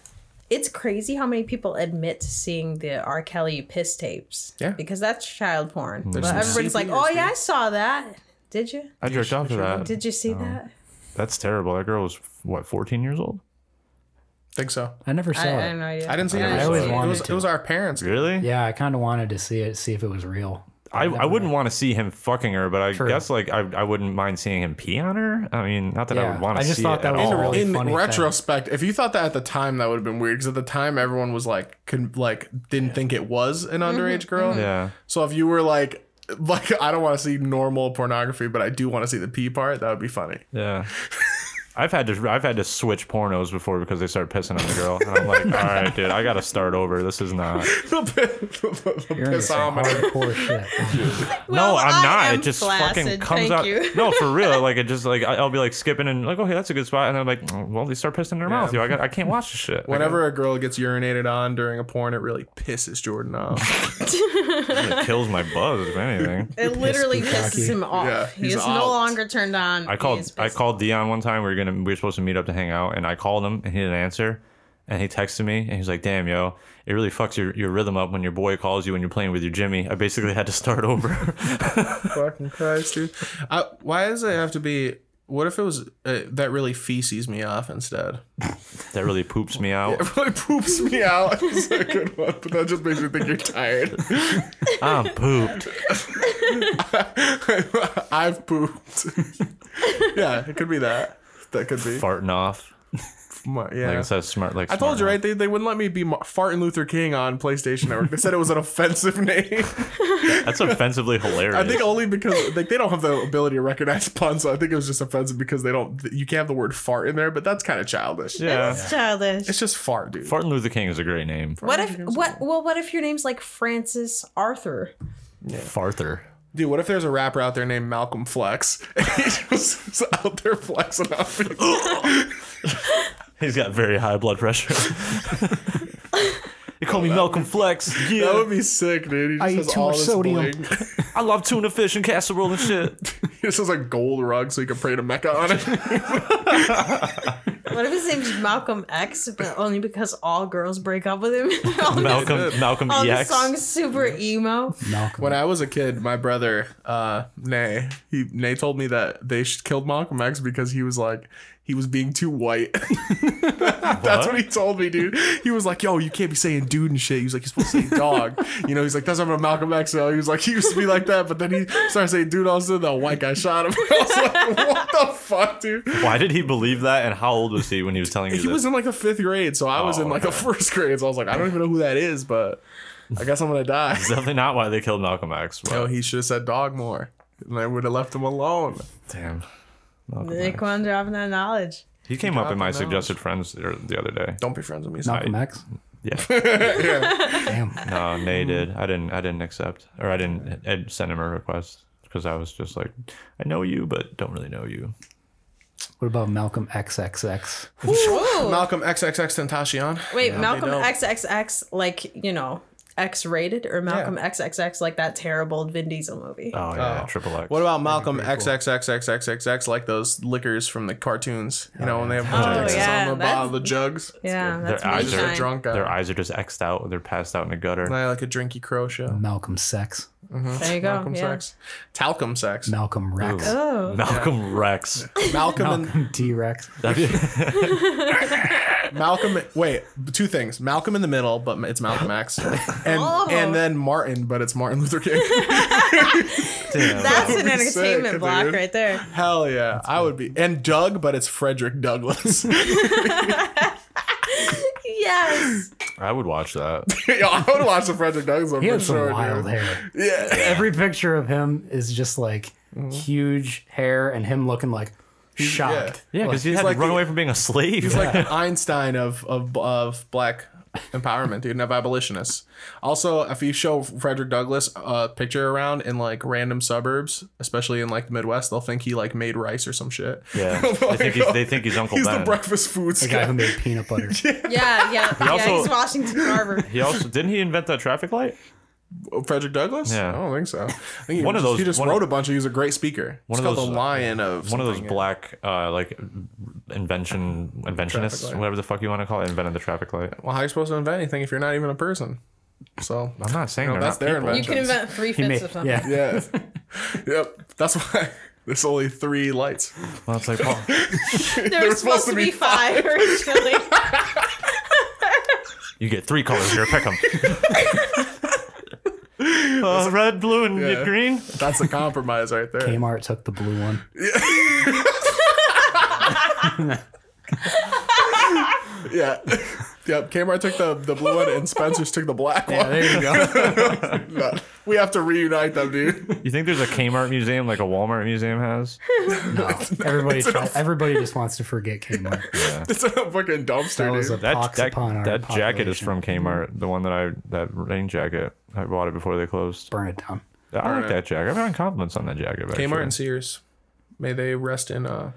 S5: it's crazy how many people admit to seeing the R. Kelly piss tapes.
S4: Yeah.
S5: Because that's child porn. But
S4: some
S5: everybody's like,
S4: CPs,
S5: oh, yeah,
S4: dude.
S5: I saw that. Did you?
S3: I jerked off to that.
S5: Did you see that?
S3: That's terrible. That girl was what 14 years old.
S4: think so.
S2: I never saw
S5: I, I
S2: it.
S5: have no idea.
S4: I didn't see
S5: I
S4: it.
S5: never
S4: It was,
S5: saw
S2: always
S5: it.
S4: it
S2: wanted
S4: was,
S2: to.
S4: it was our parents.
S3: Really?
S2: yeah, I kind of wanted to see it, see if it was real.
S3: I, I wouldn't want to see him fucking her, but I
S2: True.
S3: guess like I, I wouldn't mind seeing him pee on her. I mean, not that I
S2: Yeah,
S3: would want to
S2: I just
S3: see
S2: thought
S3: it
S2: that
S3: at
S2: was
S3: all.
S2: a really
S4: in
S2: funny
S4: retrospect, if you thought that at the time, that would have been weird because at the time everyone was like, con- like didn't think it was an underage girl.
S3: Yeah.
S4: So if you were like, like I don't want to see normal pornography, but I do want to see the pee part, that would be funny.
S3: Yeah. I've had to I've had to switch pornos before because they start pissing on the girl, and I'm like, all right, dude, I gotta start over. This is not.
S4: The pi- the
S2: You're into
S4: piss
S2: some
S4: ometer.
S2: hardcore shit.
S5: Well,
S3: no, I'm
S5: I
S3: not.
S5: am
S3: it just fucking
S5: flaccid,
S3: comes
S5: thank
S3: out.
S5: you.
S3: no, for real. Like it just like I- I'll be like skipping and like, okay, that's a good spot, and I'm like, mm, well, they start pissing in her mouth. Yo, I got I can't watch this shit.
S4: Whenever a girl gets urinated on during a porn, it really pisses Jordan off.
S3: it kills my buzz if anything.
S5: It literally pisses him off.
S4: Yeah,
S5: he
S4: he's
S5: is
S4: out.
S5: no longer turned on.
S3: I
S5: He
S3: called
S5: is
S3: I
S5: pissed.
S3: called Dion one time. We were gonna we were supposed to meet up to hang out, and I called him and he didn't answer. And he texted me and he's like, "Damn, yo, it really fucks your, your rhythm up when your boy calls you when you're playing with your Jimmy." I basically had to start over.
S4: Fucking Christ, dude. I, why does it have to be? What if it was uh, that really feces me off instead?
S3: that really poops me out.
S4: It really poops me out. It's a good one, but that just makes me think you're tired.
S3: I'm pooped.
S4: I've pooped. yeah, it could be that. That could be.
S3: Farting off.
S4: My- yeah.
S3: Like I said, smart. Like
S4: I told
S3: smart
S4: you,
S3: mouth.
S4: right? They, they wouldn't let me be Mar- Fartin' Luther King on PlayStation Network. They said it was an offensive name.
S3: That's offensively hilarious.
S4: I think only because like they don't have the ability to recognize puns, so I think it was just offensive because they don't. You can't have the word fart in there, but that's kind of childish.
S3: yeah.
S5: It's childish.
S4: It's just fart, dude.
S3: Farting Luther King is a great name.
S5: what if what? Well, what if your name's like Francis Arthur?
S3: Farther.
S4: Dude, what if there's a rapper out there named Malcolm Flex? And He's just out there flexing on people.
S3: He's got very high blood pressure. they call me Malcolm Flex.
S4: Oh, That
S3: Yeah.
S4: would be sick, dude. He just
S2: I eat
S4: has
S2: too
S4: all
S2: much
S4: this
S2: sodium.
S4: bling.
S3: I love tuna fish and casserole and shit.
S4: He just has a gold rug so you can pray to Mecca on it.
S5: What if his name's Malcolm X, but only because all girls break up with him? all the-
S3: Malcolm Malcolm E
S5: all the
S3: EX.
S5: songs super emo.
S2: Malcolm.
S4: When I was a kid, my brother, uh, Nay, he Nay told me that they sh- killed Malcolm X because he was like he was being too white. that's what he told me, dude. He was like, "Yo, you can't be saying dude and shit." He was like, "You're supposed to say dog." you know, he's like, "That's not what Malcolm X." said." He was like, "He used to be like that," but then he started saying dude. All of a sudden, the white guy shot him. I was like, "What the fuck, dude?"
S3: Why did he believe that? And how old was he when he was telling you
S4: He
S3: this?
S4: was in like the fifth grade, so I was
S3: Oh,
S4: in like the first grade. So I was like, "I don't even know who that is," but I guess I'm gonna die.
S3: Definitely not why they killed Malcolm X. But
S4: Oh, he should have said dog more. And I would have left him alone.
S3: damn.
S5: Naquan dropping that knowledge.
S3: He came up in my
S4: Dropping those.
S3: suggested friends the the other day.
S4: Don't be friends with me.
S2: Malcolm X.
S3: Yeah,
S2: Damn.
S3: no, Nay did. Uh, I didn't. I didn't accept, or I didn't I send him a request because I was just like, I know you, but don't really know you.
S2: What about Malcolm XXX?
S5: Ooh.
S4: Malcolm XXX Tentacion.
S5: Wait, Malcolm
S4: don't.
S5: XXX, like, you know, X rated or Malcolm XXX, like that terrible Vin Diesel movie.
S3: Oh yeah, triple X.
S4: What about Malcolm XXXXXXX like those liquors from the cartoons? You know, when they have
S5: Oh,
S4: the X's
S5: yeah,
S4: on the
S5: that's-
S4: bottom, the jugs.
S5: yeah, that's
S3: Their eyes
S5: moonshine.
S3: are
S4: They're drunk.
S3: Their
S4: uh,
S3: eyes are just X'd out. They're passed out in a gutter.
S4: I like a drinky crow show.
S2: Malcolm Sex.
S5: There you go.
S4: Malcolm
S5: yeah.
S4: sex. Talcum sex.
S2: Malcolm Rex.
S5: Oh,
S6: Malcolm Rex.
S4: Malcolm and
S2: Malcolm T Rex.
S4: Malcolm. Wait, two things. Malcolm in the middle, but it's Malcolm X, and
S5: Oh.
S4: and then Martin, but it's Martin Luther King.
S5: that's an
S4: be sick,
S5: entertainment block
S4: dude.
S5: right there.
S4: Hell yeah, I would be. And Doug, but it's Frederick Douglass.
S5: Yes.
S3: I would watch that.
S4: Yo, I would watch the Frederick Douglass one
S2: He
S4: for
S2: had some
S4: sure.
S2: wild
S4: dude.
S2: hair.
S4: Yeah,
S2: Every picture of him is just like
S3: Mm-hmm.
S2: huge hair and him looking like shocked.
S3: Yeah, because he had
S4: like
S3: to run
S4: the-
S3: away from being a slave.
S4: he's like the Einstein of of of black empowerment, dude, and of abolitionists. Also, if you show Frederick Douglass a picture around in like random suburbs, especially in like the Midwest, they'll think he like made rice or some shit.
S3: yeah, they think he's, they think he's Uncle
S4: Oh He's
S3: Ben.
S4: the breakfast foods
S2: The guy who
S4: guy.
S2: made peanut butter.
S5: Yeah, yeah. yeah,
S3: also-
S5: he's Washington Carver.
S3: he also didn't he invent that traffic light?
S4: Oh, Frederick Douglass?
S3: Yeah.
S4: I don't think so. I think he
S3: One of
S4: just-
S3: those-
S4: He just
S3: one of-
S4: wrote a bunch. He was a great speaker.
S3: One
S4: One
S3: of
S4: called
S3: those,
S4: the
S3: uh,
S4: Lion of
S3: One of those
S4: something.
S3: black, uh, like invention, inventionists,
S4: light.
S3: whatever the fuck you want to call it, invented the traffic light.
S4: Well, how are you supposed to invent anything if you're not even a person? So
S3: I'm not saying
S4: No,
S3: they're
S4: that's
S3: not
S4: their
S3: people.
S5: You
S4: invention.
S5: can invent three
S2: He
S5: fifths
S2: made,
S5: of something.
S2: yeah.
S4: yeah, yep. That's why there's only three lights.
S3: Well, it's like, well,
S5: There was supposed, to be five originally.
S3: you get three colors here, pick them. uh, red, blue, and
S4: Yeah.
S3: green.
S4: That's a compromise right there.
S2: Kmart took the blue one.
S4: Yeah. Yep, Kmart took the, the blue one and Spencer's took the black one.
S2: There you go.
S4: No, we have to reunite them, dude.
S3: You think there's a Kmart museum like a Walmart museum has?
S2: Everybody, try, everybody just wants to forget Kmart.
S4: It's a fucking
S2: That
S4: dumpster,
S2: was a
S4: dude.
S3: That
S2: pox
S3: that,
S2: upon our
S3: that jacket is
S2: population.
S3: from Kmart. The one that I that rain jacket I bought it before they closed.
S2: Burn it down.
S3: I like that jacket. I've gotten compliments on that jacket. Actually.
S4: Kmart and Sears. May they rest in uh,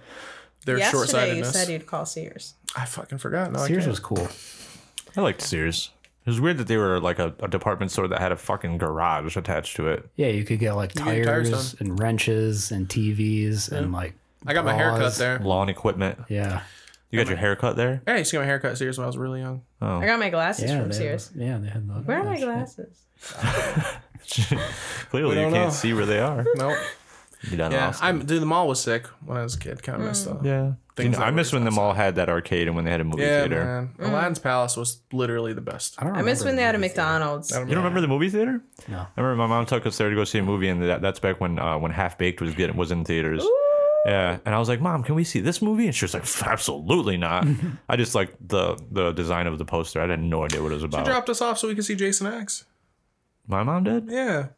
S4: their short
S5: Yesterday you
S4: sightedness.
S5: said you'd call Sears.
S4: I fucking forgot. No, I
S2: Sears
S4: can't.
S2: was cool.
S3: I liked Sears. It was weird that they were like a, a department store that had a fucking garage attached to it.
S2: Yeah, you could get like
S4: could get tires
S2: tires, and wrenches and TVs and like.
S4: I got my hair cut
S2: bras.
S4: there.
S3: Lawn equipment.
S2: Yeah.
S3: You got your haircut there.
S4: Yeah, I used to get my hair cut at Sears when I was really young.
S5: I got my glasses
S2: Oh. Yeah,
S5: from
S2: they
S5: Sears.
S2: Had, yeah, they had the.
S5: Where are my glasses?
S3: Clearly, you
S4: don't
S3: can't
S4: know.
S3: see where they are.
S4: Nope.
S3: You done
S4: Yeah,
S3: lost.
S4: I'm dude. The mall was sick when I was a kid. Kind of messed
S5: Mm.
S4: up.
S3: yeah. You
S4: Things
S3: know, I
S4: that
S3: miss
S4: were
S3: when the mall had that arcade and when they had a movie
S4: Yeah,
S3: theater.
S4: man.
S5: Mm.
S4: Aladdin's Palace was literally the best.
S2: I don't
S5: I miss
S2: remember
S5: when they
S2: the
S5: had a
S2: movie.
S5: McDonald's.
S3: You don't remember the movie theater?
S2: No.
S3: I remember my mom took us there to go see a movie, and that, that's back when uh, when Half Baked was getting was in theaters. Yeah, and I was like, "Mom, can we see this movie?" And she was like, "Absolutely not." I just like the the design of the poster. I had no idea what it was
S4: She
S3: about.
S4: dropped us off so we could see Jason X.
S3: my mom did.
S4: Yeah.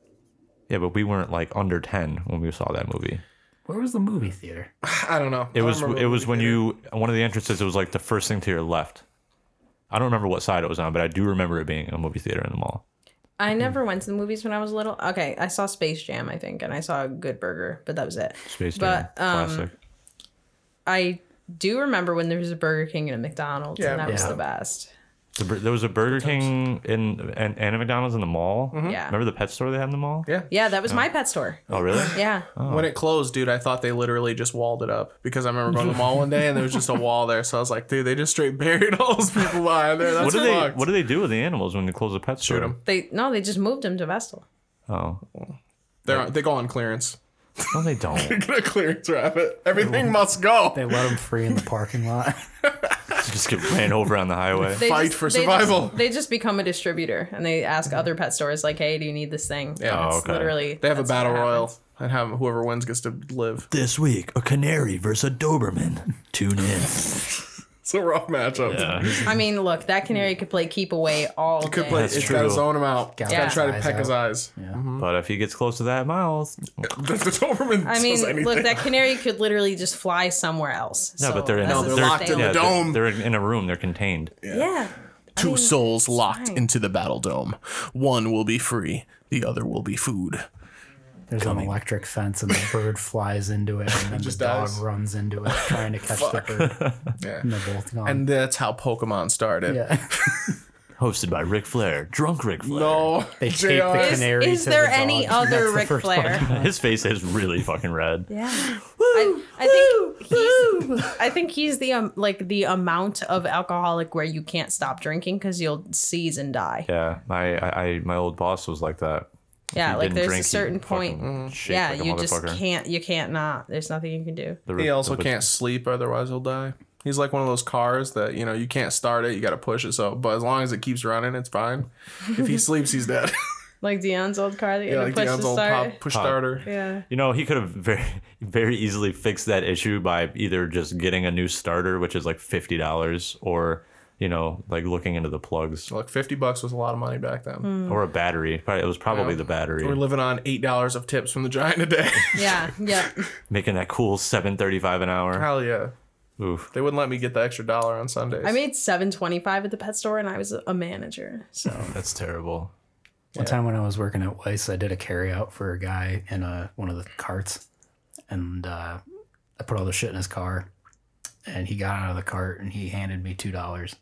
S3: Yeah, but we weren't like under ten when we saw that movie.
S2: Where was the movie theater?
S4: I don't know.
S3: It was it was when you one of the entrances. It was like the first thing to your left. I don't remember what side it was on, but I do remember it being a movie theater in the mall.
S5: I never went to the movies when I was little. Okay, I saw Space Jam, I think, and I saw Good Burger, but that was it.
S3: Space Jam,
S5: But, um,
S3: classic.
S5: I do remember when there was a Burger King and a McDonald's,
S4: Yeah,
S5: and that was
S2: yeah.
S5: the best.
S3: The bur- there was a Burger King in and, and a McDonald's in the mall.
S5: Yeah.
S3: Remember the pet store they had in the mall?
S4: Mm-hmm. Yeah.
S5: Yeah, that was my pet store.
S3: Oh, really?
S5: Yeah.
S3: Oh.
S4: When it closed, dude, I thought they literally just walled it up because I remember going to the mall one day and there was just a wall there. So I was like, dude, they just straight buried all those people behind there. That's
S3: What do they
S4: fucked.
S3: What do they do with the animals when they close the pet store?
S4: Shoot 'em.
S5: They no, they just moved him to Vestal.
S3: Oh,
S4: They're, they go on clearance.
S3: no, they don't.
S4: Get a clearance rabbit. Everything must go.
S2: They let him free in the parking lot.
S3: just get ran over on the highway.
S5: They
S4: Fight
S5: just-
S4: for
S5: they just-
S4: survival.
S5: they just become a distributor and they ask other pet stores like, "Hey, do you need this thing?"
S4: Yeah. Oh,
S5: It's
S3: okay.
S5: Literally,
S4: They have a
S5: that's what
S4: battle royal
S5: happens.
S4: and have whoever wins gets to live.
S6: This week, a canary versus a Doberman. Tune in.
S4: It's a rough matchup.
S5: I mean, look, that canary could play keep away all
S4: Could
S5: day.
S4: play.
S3: That's
S4: it's got to
S3: true.
S4: zone him out. It's got
S5: Yeah.
S4: to try to
S2: Eyes
S4: peck his eyes.
S3: But if he gets close to that miles,
S4: The, the Doberman
S5: I
S4: says
S5: mean,
S4: anything.
S5: look, that canary could literally just fly somewhere else.
S3: no,
S5: So
S3: but they're in
S5: that's
S4: No,
S5: a
S4: they're
S5: safe
S4: locked in
S5: day.
S4: the
S3: they're-
S4: dome.
S3: They're, in, in a room. They're contained.
S5: Yeah.
S4: Two souls locked
S5: fine.
S4: into the battle dome. One will be free. The other will be food.
S2: There's an electric fence, and the bird flies into it, and then the
S4: Just
S2: dog
S4: dies.
S2: runs into it, trying to catch the bird.
S4: Yeah.
S2: And they're both gone.
S4: And that's how Pokemon started.
S2: yeah,
S6: Hosted by Ric Flair, drunk Ric Flair.
S4: No,
S2: they take the
S4: JR.
S2: canary.
S5: Is
S2: to
S5: there
S2: the dog,
S5: any
S2: and
S5: other
S2: that's the
S5: Ric
S2: first
S5: Flair?
S2: one.
S3: His face is really fucking red.
S5: Yeah. I, I think he's, I think he's the um, like the amount of alcoholic where you can't stop drinking because you'll seize and die.
S3: Yeah, my I, I my old boss was like that.
S5: Yeah,
S3: He
S5: like
S3: didn't
S5: there's
S3: drink,
S5: a
S3: he
S5: certain point. Mm-hmm.
S3: fucking shake
S5: Yeah,
S3: like a
S5: you just
S3: motherfucker.
S5: can't. You can't not. There's nothing you can do.
S3: The-
S4: He also
S3: the-
S4: can't sleep, otherwise he'll die. He's like one of those cars that you know you can't start it, you got to push it. So, but as long as it keeps running, it's fine. If he sleeps, he's dead.
S5: Like Dion's old car that you
S4: yeah,
S5: had
S4: like
S5: to push
S4: Dion's
S5: to
S4: old
S5: start.
S4: pop push starter.
S5: Yeah.
S3: You know, he could have very very easily fixed that issue by either just getting a new starter, which is like fifty dollars, or you know, like looking into the plugs
S4: Look, fifty bucks was a lot of money back then.
S5: Hmm. Mm.
S3: or a battery. Probably, it was probably the battery.
S4: We're living on eight dollars of tips from the giant a day.
S5: Yeah. Yeah.
S3: Making that cool seven thirty five an hour.
S4: Hell yeah,
S3: Oof.
S4: they wouldn't let me get the extra dollar on Sundays.
S5: I made seven twenty five at the pet store, and I was a- a manager. So
S3: That's terrible.
S2: One time when I was working at Weiss, I did a carryout for a guy in a, one of the carts, and uh, I put all the shit in his car, and he got out of the cart and he handed me two dollars,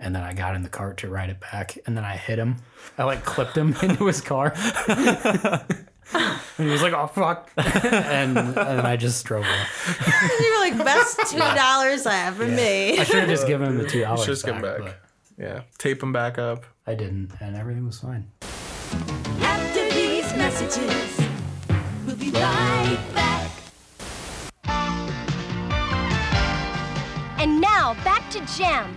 S2: and then I got in the cart to ride it back, and then I hit him. I like clipped him into his car. and he was like, "Oh fuck!" and and I just drove off.
S5: you were like best two dollars I ever made.
S2: I should have just given him the two dollars.
S4: just give him
S2: back,
S4: back. yeah, tape them back up.
S2: but I didn't, and everything was fine.
S8: After these messages, we'll be right back. And now back to Jam.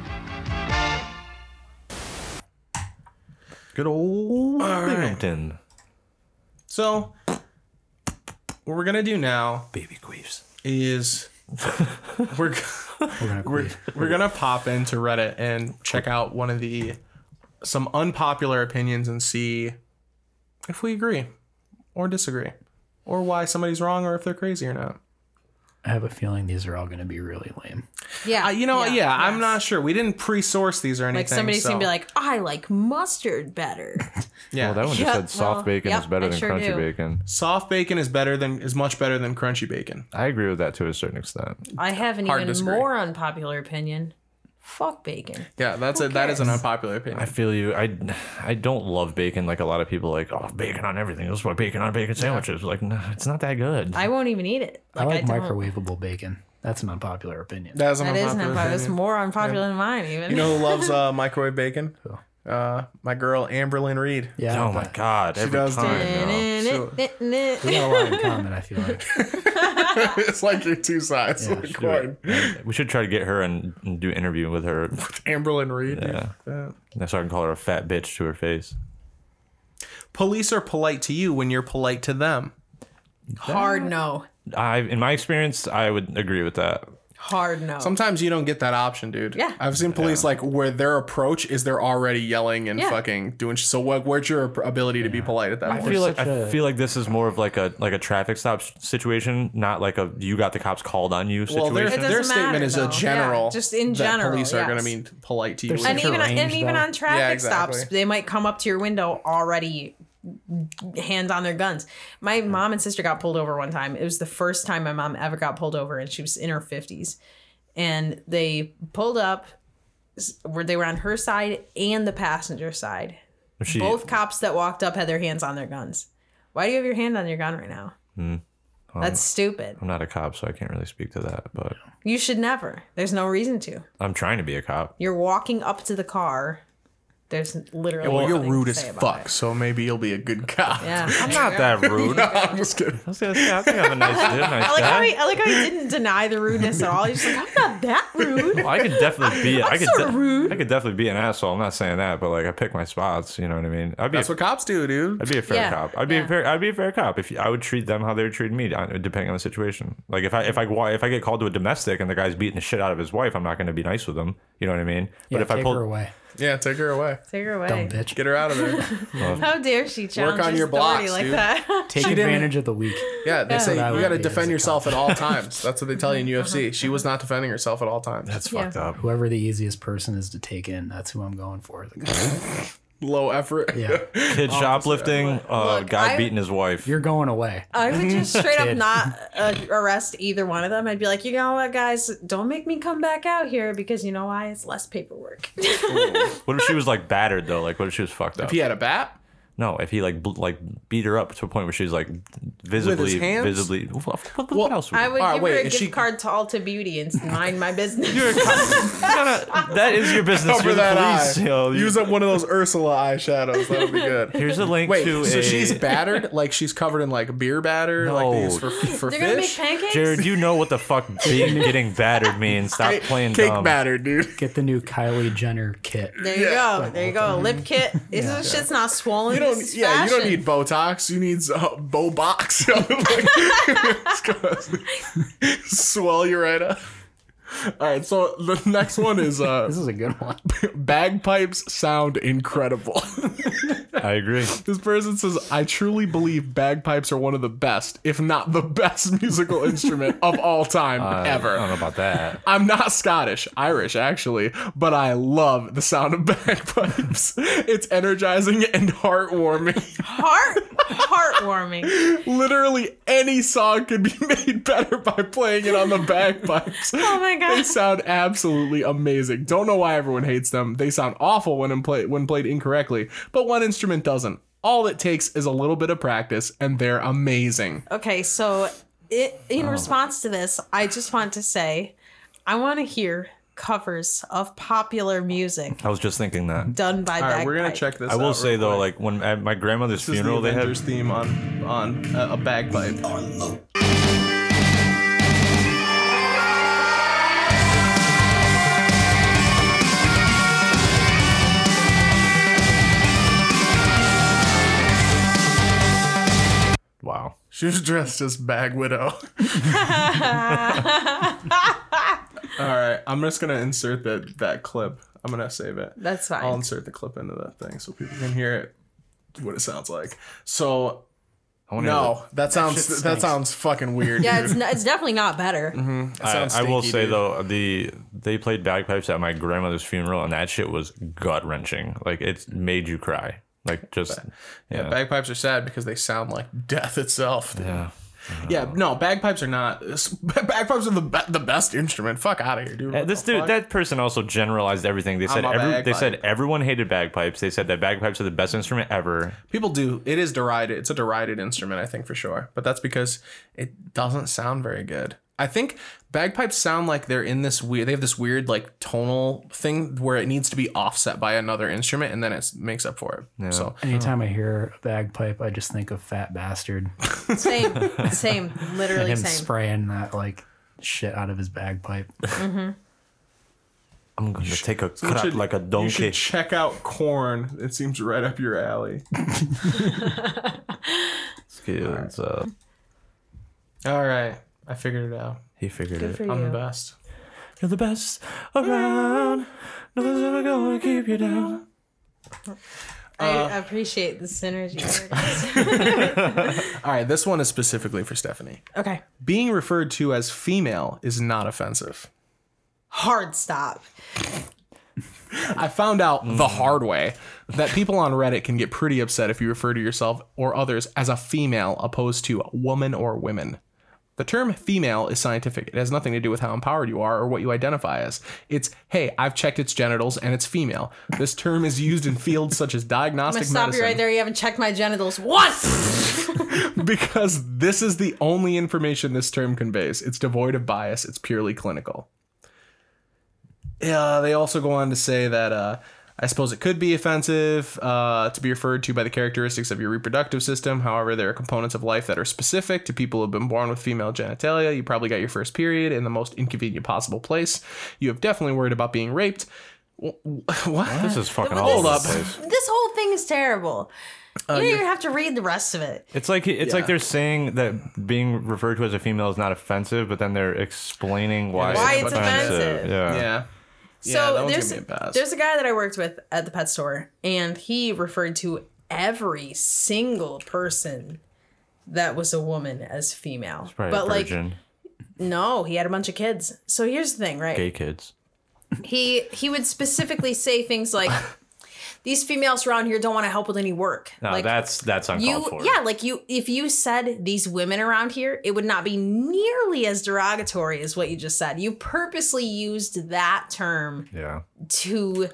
S3: Good old Binghamton.
S4: So, what we're gonna do now
S3: Baby queefs.
S4: is we're g-
S2: We're gonna
S4: we're,
S2: quit.
S4: we're gonna pop into Reddit and check out one of the some unpopular opinions and see if we agree or disagree or why somebody's wrong or if they're crazy or not.
S2: I have a feeling these are all gonna be really lame.
S5: Yeah.
S4: Uh, you know, yeah, I'm
S5: yes.
S4: not sure. We didn't pre-source these or anything.
S5: Like somebody's
S4: so-
S5: gonna be like, I like mustard better.
S4: yeah,
S3: Well, that one just
S5: Yeah,
S3: said soft
S5: well,
S3: bacon
S5: yep,
S3: is better
S5: I
S3: than
S5: sure
S3: crunchy
S5: do.
S3: bacon.
S4: soft bacon is better than is much better than crunchy bacon.
S3: I agree with that to a certain extent.
S5: I have an
S4: Hard
S5: even
S4: disagree.
S5: more unpopular opinion. Fuck bacon.
S4: Yeah, that's it. That is an unpopular
S3: I
S4: opinion.
S3: feel you. I, I don't love bacon like a lot of people like, oh, bacon on everything. This is why bacon on bacon sandwiches. Like, no, it's not that good.
S5: I won't even eat it.
S2: I like
S5: don't-
S2: microwavable bacon. That's an unpopular opinion.
S4: That is an
S5: That is an
S4: unpopular
S5: unpopular. It's
S4: opinion.
S5: more unpopular than mine, even.
S4: You know who loves uh, microwave bacon? Uh, my girl Amberlyn Reed.
S2: yeah.
S3: oh my God. Every
S4: does do
S3: time. you know.
S2: We got a lot in common, I feel like.
S4: it's like your two sides of the
S3: We should do
S4: coin.
S3: it. And We should try to get her and, and do an interview with her
S4: Amberlyn Reed.
S3: Yeah. so I can call her a fat bitch to her face.
S4: Police are polite to you when you're polite to them.
S5: Hard no.
S3: I, in my experience, I would agree with that.
S5: Hard no.
S4: Sometimes you don't get that option, dude.
S5: Yeah.
S4: I've seen police like where their approach is they're already yelling and
S5: Yeah.
S4: fucking doing. sh- So what? Where's your ability to be polite at that
S3: I
S4: point?
S3: feel like
S2: such
S3: I
S2: a-
S3: feel like this is more of like a like a traffic stop s- situation, not like a you got the cops called on you
S4: well,
S3: situation.
S4: their,
S5: doesn't
S4: their statement
S5: matter,
S4: is
S5: though.
S4: a
S5: Yeah,
S4: general.
S5: just in
S4: that
S5: general,
S4: police are going to
S5: yes.
S4: be polite to you.
S2: There's
S4: when
S5: and
S2: such a
S4: you're-
S5: even and
S2: range,
S5: even
S2: though.
S5: on traffic
S4: Yeah, exactly.
S5: stops, they might come up to your window already hands on their guns. My mom and sister got pulled over one time. It was the first time my mom ever got pulled over, and she was in her fifties. And they pulled up s- where they were on her side and the passenger side.
S3: She-
S5: Both cops that walked up had their hands on their guns. Why do you have your hand on your gun right now? That's stupid.
S3: I'm not a cop, so I can't really speak to that. But
S5: You should never. There's no reason to.
S3: I'm trying to be a cop.
S5: You're walking up to the car There's literally.
S4: Well, you're
S5: nothing
S4: rude
S5: to
S4: as
S5: say about
S4: fuck,
S5: it.
S4: so maybe you'll be a good cop.
S5: Yeah,
S6: I'm not that rude.
S4: I'm just kidding.
S3: I was gonna say, I think I'm a nice dude, nice
S5: I like how
S3: guy.
S5: he, I like how he didn't deny the rudeness at all. He's just like, I'm not that rude.
S3: Well, I could definitely be.
S5: I'm
S3: I could.
S5: sorta
S3: de-
S5: rude.
S3: I could definitely be an asshole. I'm not saying that, but like I pick my spots. You know what I mean? I'd be.
S4: That's
S3: a,
S4: what cops do, dude.
S3: I'd be a fair
S5: Yeah,
S3: cop. I'd be
S5: yeah.
S3: a fair. I'd be a fair cop. If you- I would treat them how they would treat me, uh, depending on the situation. Like if I if I wa- if I get called to a domestic and the guy's beating the shit out of his wife, I'm not going to be nice with him. You know what I mean?
S2: Yeah,
S3: but if I
S2: take
S3: pull,
S2: her away,
S4: Yeah, take her away.
S5: Take her away.
S2: dumb bitch.
S4: Get her out of there.
S5: How dare she challenge
S4: on
S5: his
S4: your
S5: authority
S4: blocks,
S5: like
S4: dude.
S5: that?
S2: Take
S4: didn't-
S2: advantage of the weak.
S4: Yeah, they say
S2: what I
S4: you
S2: would
S4: got to
S2: be as
S4: defend
S2: a
S4: yourself at all times. That's what they tell you in UFC. She was not defending herself at all times.
S3: that's
S5: Uh-huh. Yeah.
S3: fucked up.
S2: Whoever the easiest person is to take in, that's who I'm going for.
S4: Low effort.
S2: Yeah,
S3: Kid shoplifting, uh,
S5: Look,
S3: guy
S5: I-
S3: beating his wife.
S2: you're going away.
S5: I would just straight up
S2: Kid.
S5: not uh, arrest either one of them. I'd be like, you know what, guys, don't make me come back out here because you know why? It's less paperwork.
S3: What if she was like battered though? Like what if she was fucked up?
S4: If he had a bat,
S3: no, if he like bl- like beat her up to a point where she's like visibly
S4: hands?
S3: visibly. What, what, what
S4: Well,
S3: else?
S5: I would
S4: All right,
S5: give
S4: wait,
S5: her a
S4: and
S5: gift
S4: she-
S5: card to Alta Beauty and mind my business.
S3: You're a cop. You're gonna- that is your business.
S4: cover
S3: You're the
S4: that
S3: police.
S4: eye.
S3: you know, you-
S4: Use up one of those Ursula eye shadows. That would be good.
S3: Here's a link
S4: Wait,
S3: to
S4: so
S3: a.
S4: she's battered? Like she's covered in like beer batter? Like they use for, for
S5: They're gonna make
S4: fish?
S5: pancakes.
S3: Jared, you know what the fuck being getting battered means. Stop playing
S4: Cake
S3: dumb.
S4: batter, dude.
S2: Get the new Kylie Jenner kit.
S5: there you go. There you go. Lip kit. This is- shit's not swollen.
S4: You don't,
S5: This is
S4: yeah, you don't
S5: fashion.
S4: need Botox. You need uh, Bobox. It's gonna Swell you right up. All right, so the next one is uh,
S2: This is a good one.
S4: bagpipes sound incredible.
S3: I agree.
S4: This person says, I truly believe bagpipes are one of the best, if not the best musical instrument of all time
S3: I don't
S4: ever.
S3: know about that.
S4: I'm not Scottish, Irish actually, but I love the sound of bagpipes. it's energizing and heartwarming.
S5: heart heartwarming.
S4: Literally any song could be made better by playing it on the bagpipes.
S5: Oh my
S4: They
S5: god.
S4: sound absolutely amazing. Don't know why everyone hates them. They sound awful when in play, when played incorrectly, but one instrument doesn't. All it takes is a little bit of practice, and they're amazing.
S5: Okay, so it, in
S4: Oh.
S5: response to this, I just want to say, I want to hear covers of popular music
S3: I was just thinking that.
S5: done by.
S4: All right, we're gonna
S5: bagpipe.
S4: check this.
S3: I will say though, like when at my grandmother's
S4: this is the
S3: funeral, they had
S4: Avengers theme on on uh, a, a bagpipe.
S3: wow.
S4: She was dressed as Bag Widow. All right, I'm just gonna insert that that clip. I'm gonna save it.
S5: That's fine.
S4: I'll insert the clip into that thing so people can hear it, what it sounds like. So
S3: I wanna hear
S4: no, that sounds
S2: shit
S4: that,
S2: stinks.
S4: sounds fucking weird.
S5: Yeah,
S4: dude.
S5: it's, n- it's definitely not better.
S4: That
S3: I,
S4: sounds
S3: I will
S4: stinky,
S3: say
S4: dude.
S3: though the they played bagpipes at my grandmother's funeral and that shit was gut wrenching. Like it made you cry. Like just yeah,
S4: Yeah, bagpipes are sad because they sound like death itself. dude.
S3: yeah.
S4: Yeah, no, bagpipes are not. Bagpipes are the be- the best instrument. Fuck out of here, dude.
S3: Uh,
S4: What
S3: This
S4: the
S3: dude,
S4: fuck?
S3: that person also generalized everything. They said
S4: a
S3: every, they
S4: bagpipe.
S3: said everyone hated bagpipes. They said that bagpipes are the best instrument ever.
S4: People do. It is derided. It's a derided instrument, I think, for sure. But that's because it doesn't sound very good. I think bagpipes sound like they're in this weird. They have this weird like tonal thing where it needs to be offset by another instrument, and then it makes up for it. So
S2: Anytime I hear a bagpipe, I just think of Fat Bastard
S5: Same, same, literally
S2: him
S5: same.
S2: spraying that like shit out of his bagpipe.
S3: I'm gonna take a
S4: You
S3: crap
S4: should-
S3: like a
S4: You
S3: donkey.
S4: should check out corn. It seems right up your alley.
S3: Kids, uh,
S4: All right, I figured it out.
S3: he figured it.
S4: I'm the best.
S3: You're the best around. Nothing's ever gonna keep you down.
S5: I appreciate the synergy.
S4: All right, this one is specifically for Stephanie.
S5: okay,
S4: Being referred to as female is not offensive.
S5: hard stop.
S4: I found out the hard way that people on Reddit can get pretty upset if you refer to yourself or others as a female opposed to woman or women. The term female is scientific. It has nothing to do with how empowered you are or what you identify as. It's, hey, I've checked its genitals and it's female. This term is used in fields such as
S5: I'm
S4: diagnostic
S5: gonna stop you
S4: medicine
S5: right there. You haven't checked my genitals once.
S4: because this is the only information this term conveys. It's devoid of bias. It's purely clinical. Yeah, they also go on to say that uh, I suppose it could be offensive uh, to be referred to by the characteristics of your reproductive system. However, there are components of life that are specific to people who have been born with female genitalia. You probably got your first period in the most inconvenient possible place. You have definitely worried about being raped. Wh- wh- What?
S3: This is fucking
S5: Well,
S3: all
S5: this
S3: over the
S5: is-
S3: place.
S5: This whole thing is terrible.
S4: Oh,
S5: you don't even have to read the rest of it.
S3: It's like it's like they're saying that being referred to as a female is not offensive, but then they're explaining why,
S5: Why it's offensive.
S3: Yeah.
S4: Yeah. Yeah,
S5: so
S4: that one's
S5: there's
S4: gonna be a pass.
S5: there's a guy that I worked with at the pet store, and he referred to every single person that was a woman as female.
S3: Probably
S5: But
S3: a
S5: like,
S3: virgin,
S5: no, he had a bunch of kids. So here's the thing, right?
S3: gay kids.
S5: He he would specifically say things like, "These females around here don't want to help with any work."
S3: No,
S5: like,
S3: that's that's uncalled
S5: you
S3: for.
S5: yeah like you if you said these women around here it would not be nearly as derogatory as what you just said you purposely used that term
S3: Yeah.
S5: to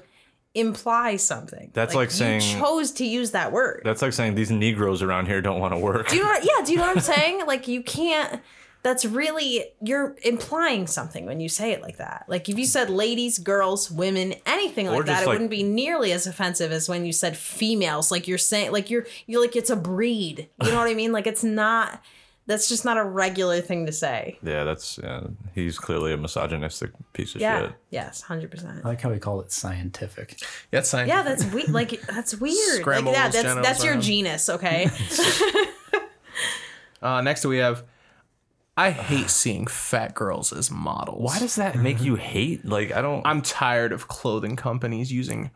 S5: imply something
S3: That's like saying-
S5: you chose to use that word
S3: That's like saying these Negroes around here don't want to work.
S5: do you know what, yeah do you know what i'm saying like you can't that's really you're implying something when you say it like that like if you said ladies girls women anything
S3: Or
S5: like that
S3: just
S5: it
S3: like-
S5: wouldn't be nearly as offensive as when you said females like you're saying like you're you're like it's a breed you know what i mean like it's not that's just not a regular thing to say
S3: yeah, that's yeah, he's clearly a misogynistic piece of
S5: yeah
S3: shit.
S5: yes 100%
S2: I like how we call it scientific.
S4: Yeah, it's scientific.
S5: yeah, that's we- like that's weird.
S4: Scrambles,
S5: like that, that's
S4: genitals,
S5: that's your
S4: um,
S5: genus, okay?
S4: Uh, next we have, I hate seeing fat girls as models.
S3: Why does that make you hate? Like I don't.
S4: I'm tired of clothing companies using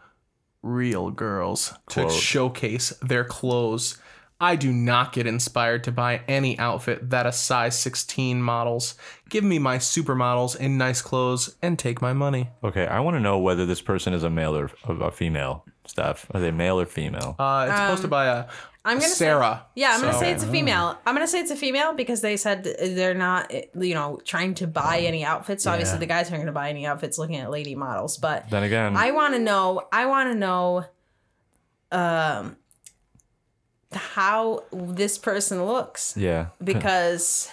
S4: real girls
S3: Quote.
S4: to showcase their clothes. I do not get inspired to buy any outfit that a size 16 models. Give me my supermodels in nice clothes and take my money.
S3: okay, I want to know whether this person is a male or a, a female. Stuff are they male or female?
S4: Uh, it's supposed to buy a
S5: Um, I'm gonna say-
S4: Sarah.
S5: Yeah, I'm gonna
S4: So-
S5: say
S3: mm.
S5: it's a female. I'm gonna say it's a female because they said uh, they're not, you know, trying to buy
S3: Um,
S5: any outfits. So obviously the guys aren't gonna buy any outfits looking at lady models. But
S3: then again,
S5: I want to know. I want to know, um, how this person looks
S3: yeah.
S5: because,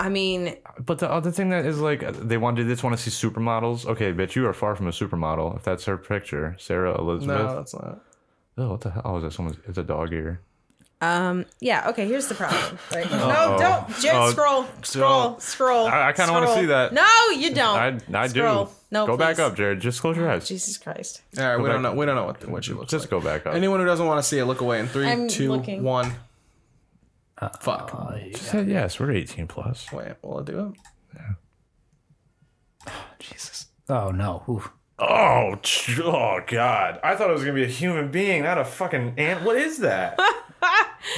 S5: I mean,
S3: But the other thing that is like they want to just want to see supermodels. Okay, bitch, you are far from a supermodel. If that's her picture, Sarah Elizabeth.
S4: No, that's not.
S3: Oh, what the hell? Oh, is that someone's? It's a dog ear.
S5: um, yeah. Okay, here's the problem. Right? No, don't just
S3: Oh,
S5: scroll, scroll, scroll.
S3: I- I kinda wanna
S5: scroll.
S3: see that.
S5: No, you don't.
S3: I, I do.
S5: Oh, Scroll. No,
S3: go back
S5: please. Oh,
S3: up, Jared. Just close your eyes.
S5: Jesus Christ.
S4: All right, we
S3: back. Mm-hmm.
S4: don't know. We don't know what what she looks
S3: Just
S4: like.
S3: go back up.
S4: Anyone who doesn't want to see it, look away. In three, two, one.
S5: I'm looking.
S3: Uh,
S4: Fuck.
S3: She said yes. We're 18 plus.
S4: Wait, will it do it?
S2: Jesus. Oh no. Oof.
S3: Oh, ch- oh God! I thought it was gonna be a human being, not a fucking ant. What is that?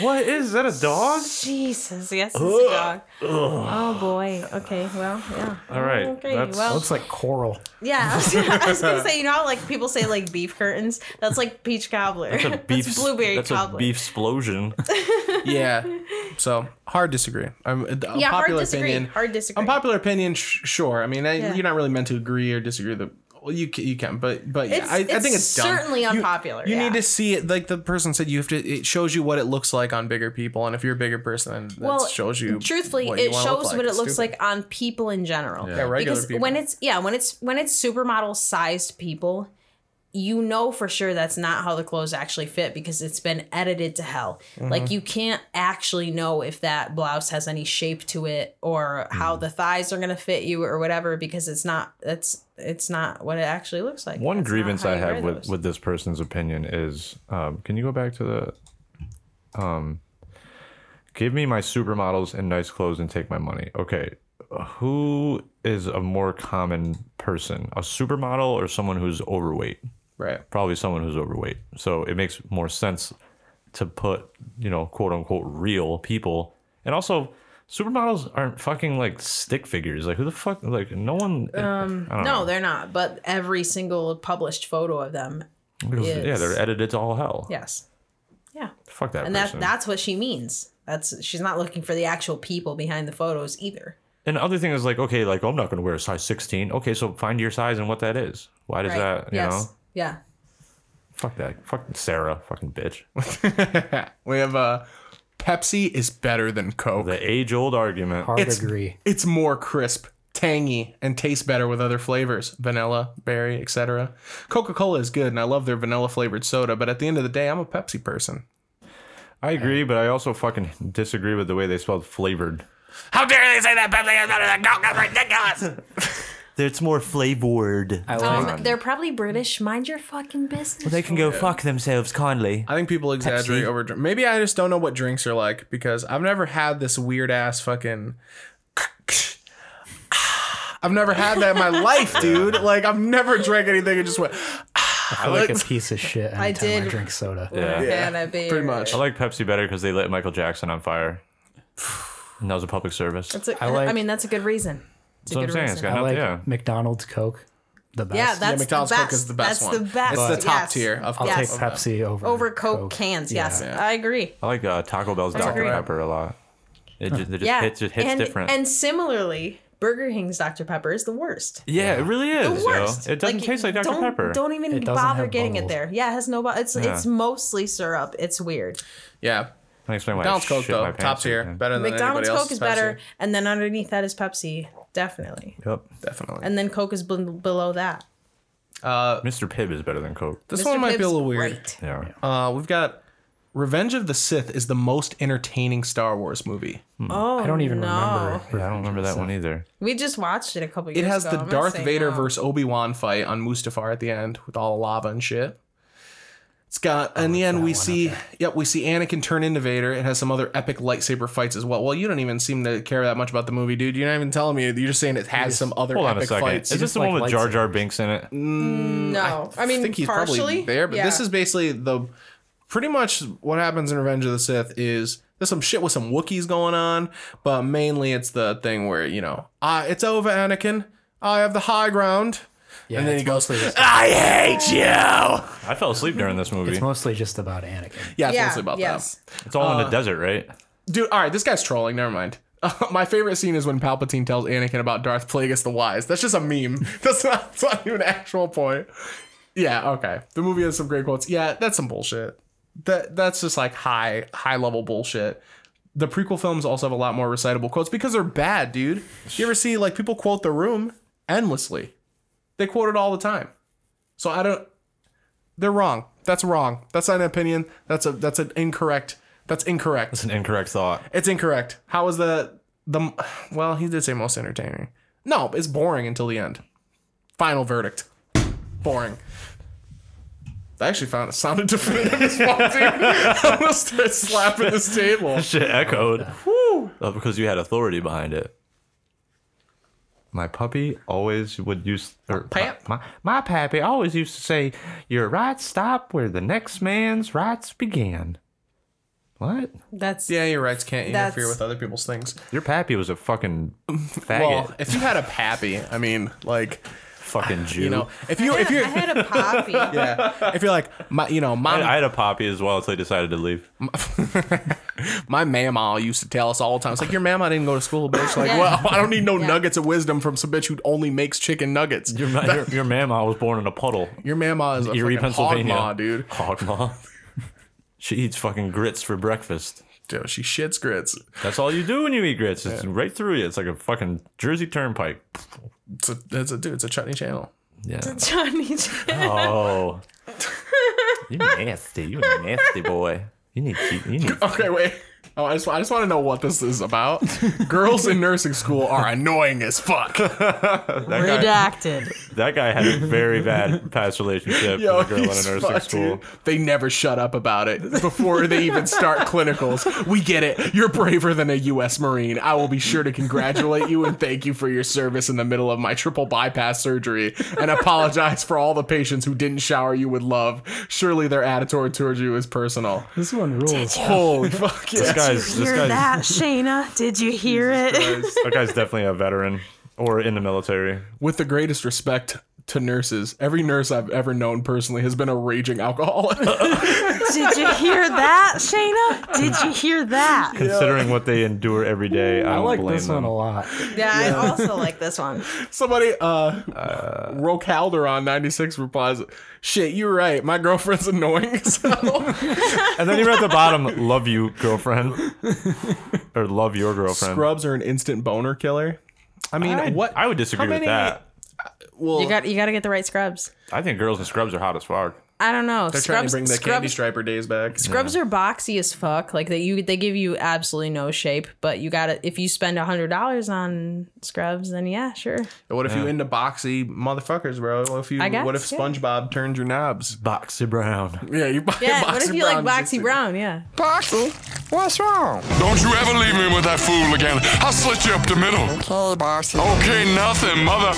S3: what is that? A dog?
S5: Jesus, yes, it's a dog. Oh boy. Okay. Well, yeah.
S3: All right.
S5: Okay.
S3: that's-
S5: well,
S2: Looks like coral.
S5: yeah. I was, I was gonna say, you know, how, like people say, like beef curtains. That's like peach cobbler.
S3: That's a beef.
S5: blueberry
S3: That's
S5: cobbler.
S3: a beef explosion.
S4: yeah. So hard disagree. I'm,
S5: Yeah,
S4: popular
S5: hard disagree.
S4: opinion.
S5: Hard disagree.
S4: Unpopular opinion, sh- sure. I mean, I,
S5: Yeah.
S4: you're not really meant to agree or disagree. The well, you can, you can, but but yeah,
S5: It's-
S4: I, I
S5: it's
S4: think it's dumb.
S5: certainly
S4: You-
S5: unpopular,
S4: You,
S5: yeah.
S4: need to see it, like the person said. You have to. It shows you what it looks like on bigger people, and if you're a bigger person, then that
S5: well,
S4: shows you.
S5: Truthfully,
S4: what you
S5: it
S4: wanna
S5: shows
S4: look like.
S5: what it
S4: It's
S5: looks
S4: stupid.
S5: like on people in general.
S4: Yeah, regular
S5: because
S4: people.
S5: when it's yeah when it's when it's supermodel sized people you know for sure that's not how the clothes actually fit because it's been edited to hell
S3: Mm-hmm.
S5: like you can't actually know if that blouse has any shape to it or how
S3: Mm.
S5: the thighs are going to fit you or whatever because it's not that's it's not what it actually looks like
S3: One
S5: That's not
S3: grievance
S5: how
S3: I
S5: you wear
S3: have with,
S5: those.
S3: with this person's opinion is um, can you go back to the um give me my supermodels and nice clothes and take my money. Okay. Who is a more common person? A supermodel or someone who's overweight?
S4: right.
S3: Probably someone who's overweight. So it makes more sense to put, you know, quote unquote real people. And also supermodels aren't fucking like stick figures. Like who the fuck like no one
S5: Um,
S3: I don't
S5: no they're not but every single published photo of them
S3: know. yeah,
S5: is-
S3: they're edited to all hell.
S5: yes yeah
S3: Fuck that
S5: and that
S3: person.
S5: that's what she means that's she's not looking for the actual people behind the photos either
S3: and the other thing is like, okay, like I'm not going to wear a size 16. Okay, so find your size and what that is. Why does that, you know?
S5: yeah
S3: Fuck that. Fuck Sarah, fucking bitch.
S4: We have uh, Pepsi is better than Coke.
S3: The age old argument.
S2: Hard
S4: It's-
S2: agree.
S4: It's more crisp, tangy and tastes better with other flavors, vanilla, berry, etc. Coca-Cola is good and I love their vanilla flavored soda, but at the end of the day, I'm a Pepsi person.
S3: I agree, but I also fucking disagree with the way they spelled flavored.
S4: How dare they say that Pepsi is better than Coke? That's ridiculous.
S9: It's more flavored.
S2: I like
S5: Um, they're probably British. Mind your fucking business.
S9: They can go fuck themselves kindly.
S4: I think people exaggerate over drink. Maybe I just don't know what drinks are like because I've never had this weird ass fucking. I've never had that in my life, dude. Like I've never drank anything and just went.
S2: I feel like a piece of shit. Anytime I
S5: did-
S2: drink soda.
S3: Yeah.
S5: Yeah, that'd be
S4: Pretty much.
S3: I like Pepsi better because they lit Michael Jackson on fire. And that was a public service.
S5: That's a,
S2: I
S5: I
S2: like-
S5: mean, that's a good reason. It's
S3: That's what I'm saying. It's
S5: reason.
S3: got
S2: I
S3: nothing.
S2: like
S3: yeah.
S2: McDonald's Coke the best.
S5: Yeah, that's
S4: McDonald's
S5: the
S4: Coke
S5: best.
S4: is the best
S5: That's
S4: one.
S5: the best.
S4: It's the top
S5: yes.
S4: tier of
S2: I'll
S5: Yes.
S2: take Pepsi over
S5: over Coke, cans.
S2: Yeah.
S5: Yes, I agree.
S3: I like uh, Taco Bell's Dr.
S5: agree.
S3: Pepper a lot. It just, it just
S5: Yeah,
S3: hits, just hits
S5: and,
S3: different.
S5: And similarly, Burger King's Dr Pepper is the worst.
S3: yeah, it really
S5: The
S3: is. yo.
S5: worst.
S3: It doesn't taste like Dr.
S5: don't-
S3: Pepper.
S5: Don't even
S2: It doesn't
S5: bother
S2: have
S5: getting
S2: bubbles.
S5: it there. Yeah, it has no. bu- It's
S3: Yeah.
S5: it's mostly syrup. It's weird.
S4: Yeah,
S3: I explain why I
S4: McDonald's Coke
S3: shit my
S4: though,
S3: pants
S4: top tier,
S3: sometimes.
S4: better than anybody
S5: McDonald's Coke
S4: else's
S5: is
S4: Pepsi.
S5: better, and then underneath that is Pepsi, definitely.
S3: Yep.
S4: Definitely.
S5: And then Coke is bl- below that.
S3: Mr. Pibb is better than Coke.
S4: this
S5: Mr.
S4: one might be a
S5: Pibb's
S4: little weird.
S5: great.
S3: Yeah.
S4: Uh, we've got Revenge of the Sith is the most entertaining Star Wars movie.
S5: Oh,
S2: I don't even
S5: no.
S2: remember.
S3: yeah. I don't remember that one either.
S5: We just watched it a couple years
S4: It
S5: ago.
S4: has the
S5: I'm not
S4: Darth
S5: saying
S4: Vader
S5: no.
S4: versus Obi Wan fight on Mustafar at the end with all the lava and shit. It's got in the end we see yep we see Anakin turn into Vader. It has some other epic lightsaber fights as well. Well, you don't even seem to care that much about the movie, dude. You're not even telling me. You're just saying it has some other
S3: Hold on a
S4: epic
S3: second.
S4: fights.
S3: Is this the
S2: like
S3: one with Jar
S2: lightsabers.
S3: Jar Binks in it?
S5: No, I, mean
S4: I think he's
S5: partially
S4: probably there, but this
S5: yeah.
S4: is basically the pretty much what happens in Revenge of the Sith is there's some shit with some Wookiees going on, but mainly it's the thing where you know, I it's over, Anakin. I have the high ground.
S2: Yeah,
S4: and then
S2: it's
S4: he goes,
S2: mostly just-
S4: I hate you.
S3: I fell asleep during this movie.
S2: It's
S3: It's,
S2: mostly just about Anakin.
S4: Yeah, it's
S5: Yeah,
S4: mostly about
S5: yes.
S3: all
S4: uh,
S3: in the desert, right?
S4: that. Dude, all right, this guy's trolling. Never mind. my favorite scene is when Palpatine tells Anakin about Darth Plagueis the Wise. That's just a meme. That's not, that's not even an actual point. Yeah, okay. The movie has some great quotes. Yeah, that's some bullshit. That that's just like high high level bullshit. The prequel films also have a lot more recitable quotes because they're bad, dude. You ever see like people quote The Room endlessly? They quote it all the time. So I don't. They're wrong. That's wrong. That's not an opinion. That's a that's an incorrect. That's incorrect.
S3: It's an incorrect thought.
S4: It's incorrect. How is the the well? He did say most entertaining. No, it's boring until the end. Final verdict. Boring. I actually found it sounded definitive as well, dude. I'm gonna start slapping this table.
S3: Shit echoed. Oh, because you had authority behind it. My puppy always would use. Or
S4: pap.
S3: My, my pappy always used to say, Your rights stop where the next man's rights began. What?
S5: That's
S4: Yeah, your rights can't interfere
S5: That's-
S4: with other people's things.
S3: Your pappy was a fucking faggot.
S4: Well, if you had a pappy, I mean, like
S3: fucking Jew.
S4: you know, if you if you
S5: I had a poppy.
S4: yeah, if you're like my, you know,
S3: I,
S4: my
S3: I had a poppy as well until he decided to leave.
S4: my mamma used to tell us all the time. It's like your mamma didn't go to school, bitch. Like,
S5: Yeah.
S4: well, I don't need no nuggets of wisdom from some bitch who only makes chicken nuggets.
S3: Your, ma- your, your mamma was born in a puddle.
S4: Your mamma is a
S3: Erie,
S4: fucking hog
S3: Pennsylvania.
S4: ma, dude.
S3: Hog ma. she eats fucking grits for breakfast.
S4: Dude, she shits grits.
S3: That's all you do when you eat grits. It's right through you. It's like a fucking Jersey Turnpike.
S4: It's a, it's a dude. It's a chutney channel.
S3: Yeah.
S5: Johnny.
S3: Oh. you nasty. You a nasty boy. You need. You need.
S4: Okay, wait. Oh, I just, I just want to know what this is about. Girls in nursing school are annoying as fuck.
S5: Redacted.
S3: That guy had a very bad past relationship
S4: Yo,
S3: with a girl in a
S4: he's
S3: nursing
S4: fucked,
S3: school.
S4: dude. They never shut up about it before they even start clinicals. We get it. You're braver than a U.S. Marine. I will be sure to congratulate you and thank you for your service in the middle of my triple bypass surgery and apologize for all the patients who didn't shower you with love. Surely their attitude towards you is personal.
S2: This one rules.
S4: Holy fuck yeah.
S3: This guy's. This guy's.
S5: Shayna? Did you hear it?
S3: That guy's definitely a veteran or in the military.
S4: With the greatest respect to nurses, every nurse I've ever known personally has been a raging alcoholic.
S5: Did you hear that, Shayna? Did you hear that?
S3: Considering what they endure every day, I,
S2: I
S3: don't
S2: like
S3: blame
S2: this
S3: them.
S2: one a lot.
S5: Yeah, I also like this one.
S4: Somebody, uh, Ro Calderon 96 replies, Shit, you're right. My girlfriend's annoying as hell.
S3: And then you're at the bottom, love you, girlfriend. or love your girlfriend.
S4: Scrubs are an instant boner killer. I mean,
S3: I,
S4: what?
S3: I would disagree
S4: how
S3: with
S4: many-
S3: that.
S4: well,
S5: You got you got to get the right scrubs.
S3: I think girls in scrubs are hot as fuck.
S5: I don't know.
S4: they're trying to bring the candy striper days back.
S5: Scrubs are boxy as fuck. Like they you they give you absolutely no shape, but you got to if you spend a hundred dollars on scrubs, then yeah, sure.
S4: What if you into boxy motherfuckers, bro? What if you?
S5: I guess,
S4: what if
S5: yeah.
S4: SpongeBob turned your knobs?
S3: Boxy Brown.
S4: Yeah, you.
S5: Yeah. what if you like boxy brown? Yeah.
S10: Boxy, what's wrong?
S11: Don't you ever leave me with that fool again. I'll slit you up the middle.
S10: Okay, Boxy.
S11: Okay, nothing. Mother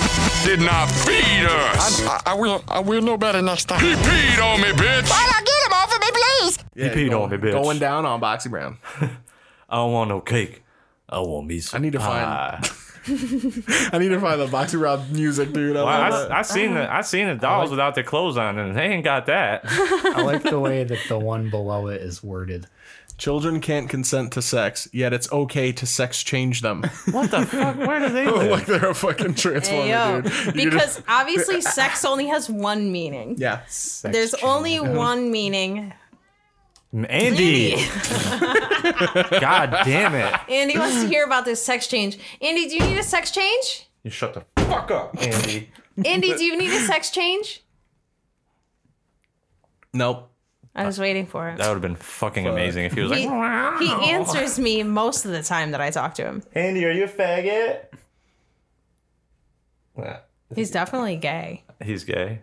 S11: did not feed us.
S10: I, I, I will. I will know better next time.
S11: He peed on me, bitch.
S8: Why not get him off of me, please?
S4: Yeah,
S3: peed
S4: going-
S3: on me, bitch.
S4: Going down on boxy brown.
S6: I don't want no cake. I want me
S4: I
S6: some.
S4: need to find. I need to find the boxy brown music, dude. I,
S3: Well, I,
S4: love
S3: I, seen the I seen the dolls without their clothes on, and they ain't got that.
S2: I like the way that the one below it is worded.
S4: it. Children can't consent to sex, yet it's okay to sex change them.
S3: What the fuck? Where do they live?
S4: like they're a fucking transformer,
S5: Ayo.
S4: dude. You
S5: Because
S4: just-
S5: obviously sex only has one meaning.
S4: yeah,
S5: There's only one meaning.
S3: Andy. God damn it!
S5: Andy wants to hear about this sex change. Andy, do you need a sex change?
S3: You shut the fuck up, Andy.
S5: Andy, do you need a sex change?
S4: nope.
S5: I was waiting for it.
S3: That would have been fucking amazing if he was
S5: He,
S3: like,
S5: he answers me most of the time that I talk to him.
S3: Andy, are you a faggot? Nah,
S5: He's definitely gay.
S3: He's gay.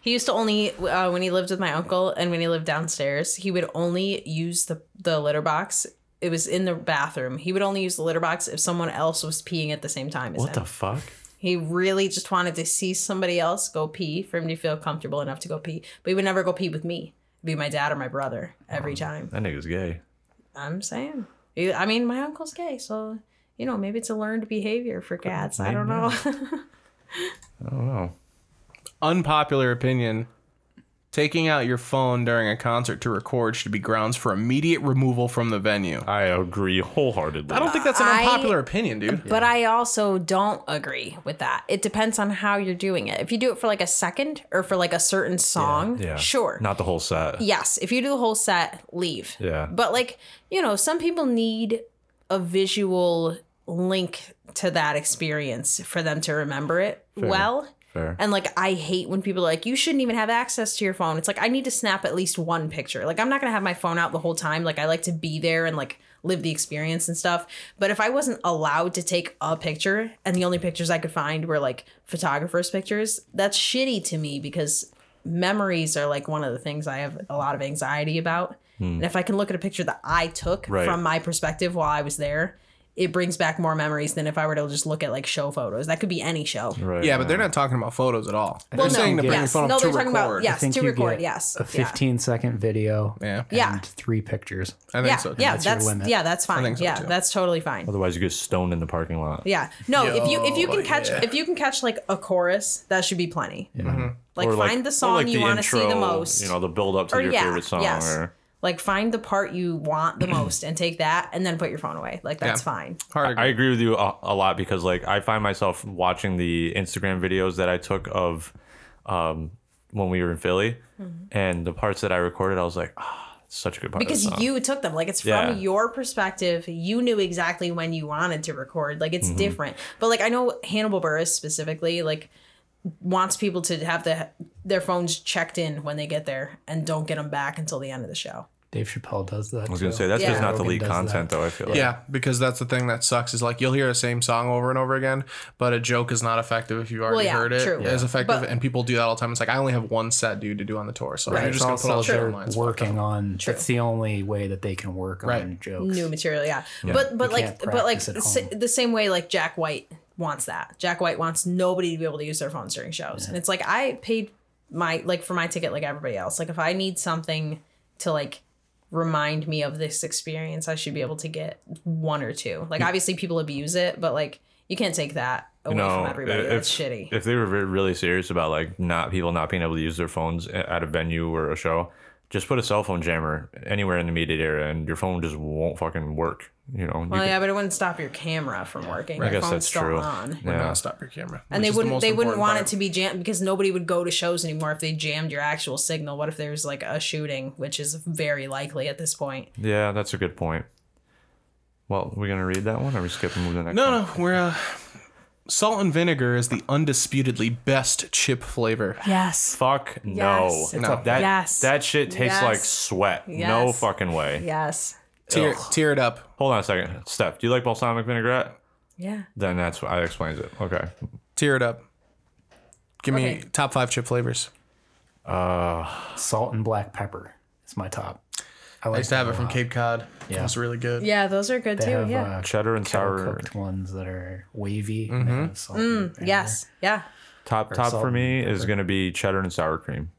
S5: He used to only uh, when he lived with my uncle and when he lived downstairs, he would only use the the litter box. It was in the bathroom. He would only use the litter box if someone else was peeing at the same time as
S3: What
S5: him.
S3: the fuck?
S5: he really just wanted to see somebody else go pee for him to feel comfortable enough to go pee. But he would never go pee with me. It'd be my dad or my brother every time.
S3: That nigga's gay.
S5: I'm saying. He- I mean, my uncle's gay, so you know maybe it's a learned behavior for cats. I don't know.
S4: Unpopular opinion. Taking out your phone during a concert to record should be grounds for immediate removal from the venue.
S3: I agree wholeheartedly.
S4: I don't think that's an
S5: I-
S4: unpopular opinion, dude.
S5: But I also don't agree with that. It depends on how you're doing it. If you do it for like a second or for like a certain song,
S3: Yeah.
S5: sure.
S3: Not the whole set.
S5: yes, if you do the whole set, leave.
S3: Yeah.
S5: But like, you know, some people need a visual link to that experience for them to remember it well.
S3: Fair.
S5: And like, I hate when people are like, you shouldn't even have access to your phone. It's like, I need to snap at least one picture. Like, I'm not going to have my phone out the whole time. Like, I like to be there and like live the experience and stuff. But if I wasn't allowed to take a picture and the only pictures I could find were like photographers' pictures, that's shitty to me because memories are like one of the things I have a lot of anxiety about. And if I can look at a picture that I took
S3: Hmm. Right.
S5: from my perspective while I was there, it brings back more memories than if I were to just look at like show photos. That could be any show.
S3: Right.
S4: yeah, but they're not talking about photos at all.
S5: Well,
S4: they're saying to bring your
S5: yes.
S4: phone up
S5: no,
S4: to
S5: they're talking
S4: record.
S5: about yes
S2: think
S5: to
S2: you
S5: record.
S2: get
S5: Yes,
S2: a
S5: yeah.
S2: 15 second video
S4: Yeah,
S5: Yeah,
S2: and three pictures.
S4: I think
S5: yeah,
S4: so. Too.
S5: yeah.
S2: That's your
S5: That's,
S2: limit.
S5: yeah, that's fine.
S4: think so,
S5: yeah,
S4: too.
S5: that's totally fine.
S3: Otherwise, you get stoned in the parking lot.
S5: Yeah, no. if you if you can catch if you can catch like a chorus, that should be plenty.
S4: Mm-hmm.
S5: Like
S3: Or
S5: find the song
S3: or like
S5: you
S3: the
S5: want to see
S3: intro,
S5: the most.
S3: You know, the build up to
S5: Or
S3: your
S5: yeah,
S3: favorite song.
S5: yes.
S3: Or,
S5: like find the part you want the most and take that and then put your phone away. Like that's
S4: Yeah.
S5: fine.
S4: Hard
S3: I agree with you a, a lot because like I find myself watching the Instagram videos that I took of um, when we were in Philly, and the parts that I recorded, I was like, ah, it's such a good part. of the
S5: Mm-hmm. because
S3: song."
S5: you took them like it's from
S3: Yeah.
S5: your perspective you knew exactly when you wanted to record like
S3: Mm-hmm.
S5: it's different but like i know hannibal burris specifically like wants people to have the, their phones checked in when they get there and don't get them back until the end of the show
S2: Dave Chappelle does that.
S3: I was gonna say that's just
S5: Yeah.
S3: not the
S2: Rogan
S3: lead
S2: does
S3: content
S2: that.
S3: though. I feel like.
S4: Yeah, because that's the thing that sucks is like you'll hear the same song over and over again, but a joke is not effective if you've already
S5: yeah,
S4: heard it.
S5: true.
S4: It's effective,
S5: But-
S4: and people do that all the time. It's like I only have one set, dude, to do on the tour, so you're
S2: It's
S4: just gonna put all
S2: also
S4: the
S2: they're
S4: short lines.
S2: working on. That's the only way that they can work on
S4: Right.
S2: jokes.
S5: new material yeah, but but
S2: You
S5: like
S2: can't
S5: but like
S2: practice at
S5: sa-
S2: home.
S5: the same way like jack white wants that jack white wants nobody to be able to use their phones during shows and it's like i paid my like for my ticket like everybody else like if i need something to like remind me of this experience i should be able to get one or two
S3: Hmm.
S5: like obviously people abuse it but like you can't take that away
S3: You know,
S5: from everybody
S3: if,
S5: that's shitty
S3: if they were re- really serious about like not people not being able to use their phones a- at a venue or a show, just put a cell phone jammer anywhere in the immediate area, and your phone just won't fucking work. You know, You
S5: well
S3: can-
S5: yeah but it wouldn't stop your camera from working
S3: I
S5: your
S3: guess
S5: phone's
S3: that's
S5: still
S3: true.
S5: on
S4: Would
S3: Yeah.
S4: not stop your camera.
S5: and
S4: which is
S5: they
S4: the
S5: wouldn't
S4: most
S5: they wouldn't
S4: important
S5: want
S4: part.
S5: it to be jammed because nobody would go to shows anymore if they jammed your actual signal what if there's like a shooting which is very likely at this point
S3: Yeah, that's a good point. Well, we're gonna read that one, or we skip and move to the next.
S4: No,
S3: one?
S4: no, we're uh, Salt and vinegar is the undisputedly best chip flavor.
S5: Yes.
S3: Fuck
S5: Yes.
S3: no.
S5: It's a-
S3: that
S5: Yes.
S3: that shit tastes
S5: Yes.
S3: like sweat. No
S5: Yes.
S3: fucking way.
S5: Yes.
S4: Tear, tear it up.
S3: Hold on a second. Steph, do you like balsamic vinaigrette?
S5: Yeah.
S3: Then that's what I explains it. Okay.
S4: Tear it up. Give me
S5: Okay.
S4: top five chip flavors.
S2: Salt and black pepper is my top.
S4: I used to have it from Cape Cod.
S2: Yeah.
S4: It was really good.
S5: Yeah, those are good
S2: They
S5: too.
S2: have
S5: yeah.
S2: uh,
S3: Cheddar and
S2: kettle
S3: sour.
S2: cooked ones that are wavy. and they
S4: Mm-hmm.
S2: have salt and vinegar.
S5: yes. Yeah.
S3: Top top
S2: salt
S3: for
S2: and
S3: me is gonna be cheddar and sour cream.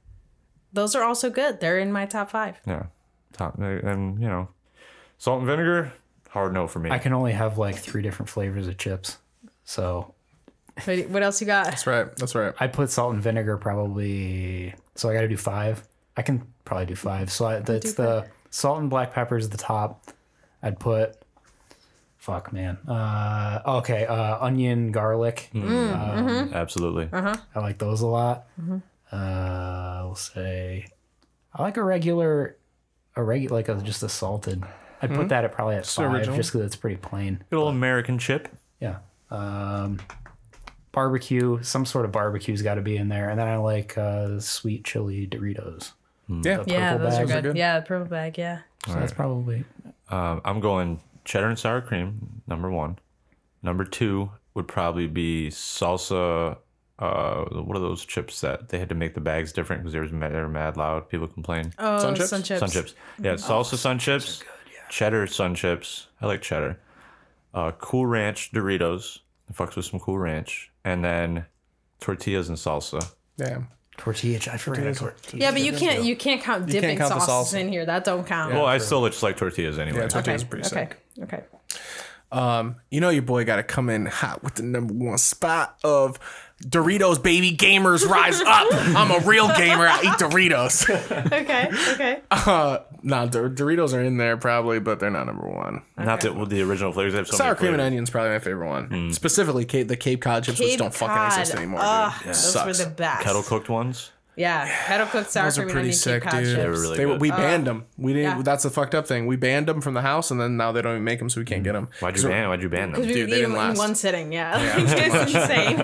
S5: Those are also good. They're in my top five.
S3: Yeah. Top and you know, salt and vinegar. Hard no for me.
S2: I can only have like three different flavors of chips, so
S5: What what else you got?
S4: That's right. That's right.
S2: I put salt and vinegar probably. So I got to do five. I can probably do five. So I, that's the salt and black pepper is the top. I'd put. Fuck man. Uh, okay. Uh, onion, garlic.
S4: Mm-hmm.
S5: Mm-hmm.
S3: Absolutely.
S5: Uh-huh.
S2: I like those a lot. Uh, I'll say. I like a regular, a regular like a, just a salted. I'd
S5: Hmm?
S2: put that at probably at five,
S4: original.
S2: just because it's pretty plain.
S3: Good old American chip.
S2: Yeah. Um, barbecue, some sort of barbecue's got to be in there. And then I like uh, sweet chili Doritos.
S4: Yeah.
S5: Yeah,
S2: Purple
S5: those are
S2: bags are
S5: good.
S4: good.
S5: Yeah, the purple bag. Yeah.
S2: So that's probably
S3: Um, I'm going cheddar and sour cream, number one. Number two would probably be salsa. Uh, what are those chips that they had to make the bags different because they were mad, they were mad loud? People complain.
S5: Oh, sun
S4: chips?
S5: chips. Sun chips. Mm-hmm. Oh,
S3: Sun chips. Yeah, salsa sun chips, cheddar sun chips. I like cheddar. Uh, cool ranch Doritos. It fucks with some cool ranch. And then tortillas and salsa.
S4: Yeah.
S2: tortilla. I forgot. Tor-
S5: Yeah, but you can't you can't count dipping
S4: can't count the
S5: sauces
S4: salsa.
S5: in here. That don't count.
S3: well, I still just like tortillas anyway.
S4: Yeah, tortillas are
S5: okay.
S4: pretty
S5: Okay.
S4: sick.
S5: Okay.
S4: You know your boy got to come in hot with the number one spot of Doritos, baby. Gamers rise up. I'm a real gamer. I eat Doritos.
S5: Okay. Okay.
S4: nah, Dor- Doritos are in there probably, but they're not number one.
S3: Not that well, the original flavors have so
S4: Sour
S3: many
S4: cream and
S3: flavors.
S4: onion's probably my favorite one.
S3: Hmm.
S4: Specifically, Cape, the Cape Cod chips, which
S5: Cape
S4: don't fucking exist
S5: Cod.
S4: anymore.
S5: Ugh,
S4: dude.
S5: Those were
S4: Sucks.
S5: the best.
S3: kettle cooked ones.
S5: Yeah, kettle cooked sour
S4: Those are
S5: cream and
S4: pretty
S5: onion
S4: sick,
S5: Cape Cod
S4: dude.
S5: chips.
S3: They were really
S4: They,
S3: good.
S4: we banned them. We didn't.
S5: yeah.
S4: That's the fucked up thing. We banned them from the house, and then now they don't even make them, so we can't get them.
S3: Hmm. Why'd you ban? Why'd you ban them?
S5: Because we
S4: Dude,
S5: would
S4: they
S5: eat
S4: didn't
S5: them in
S4: last.
S5: one sitting. Yeah, it's insane.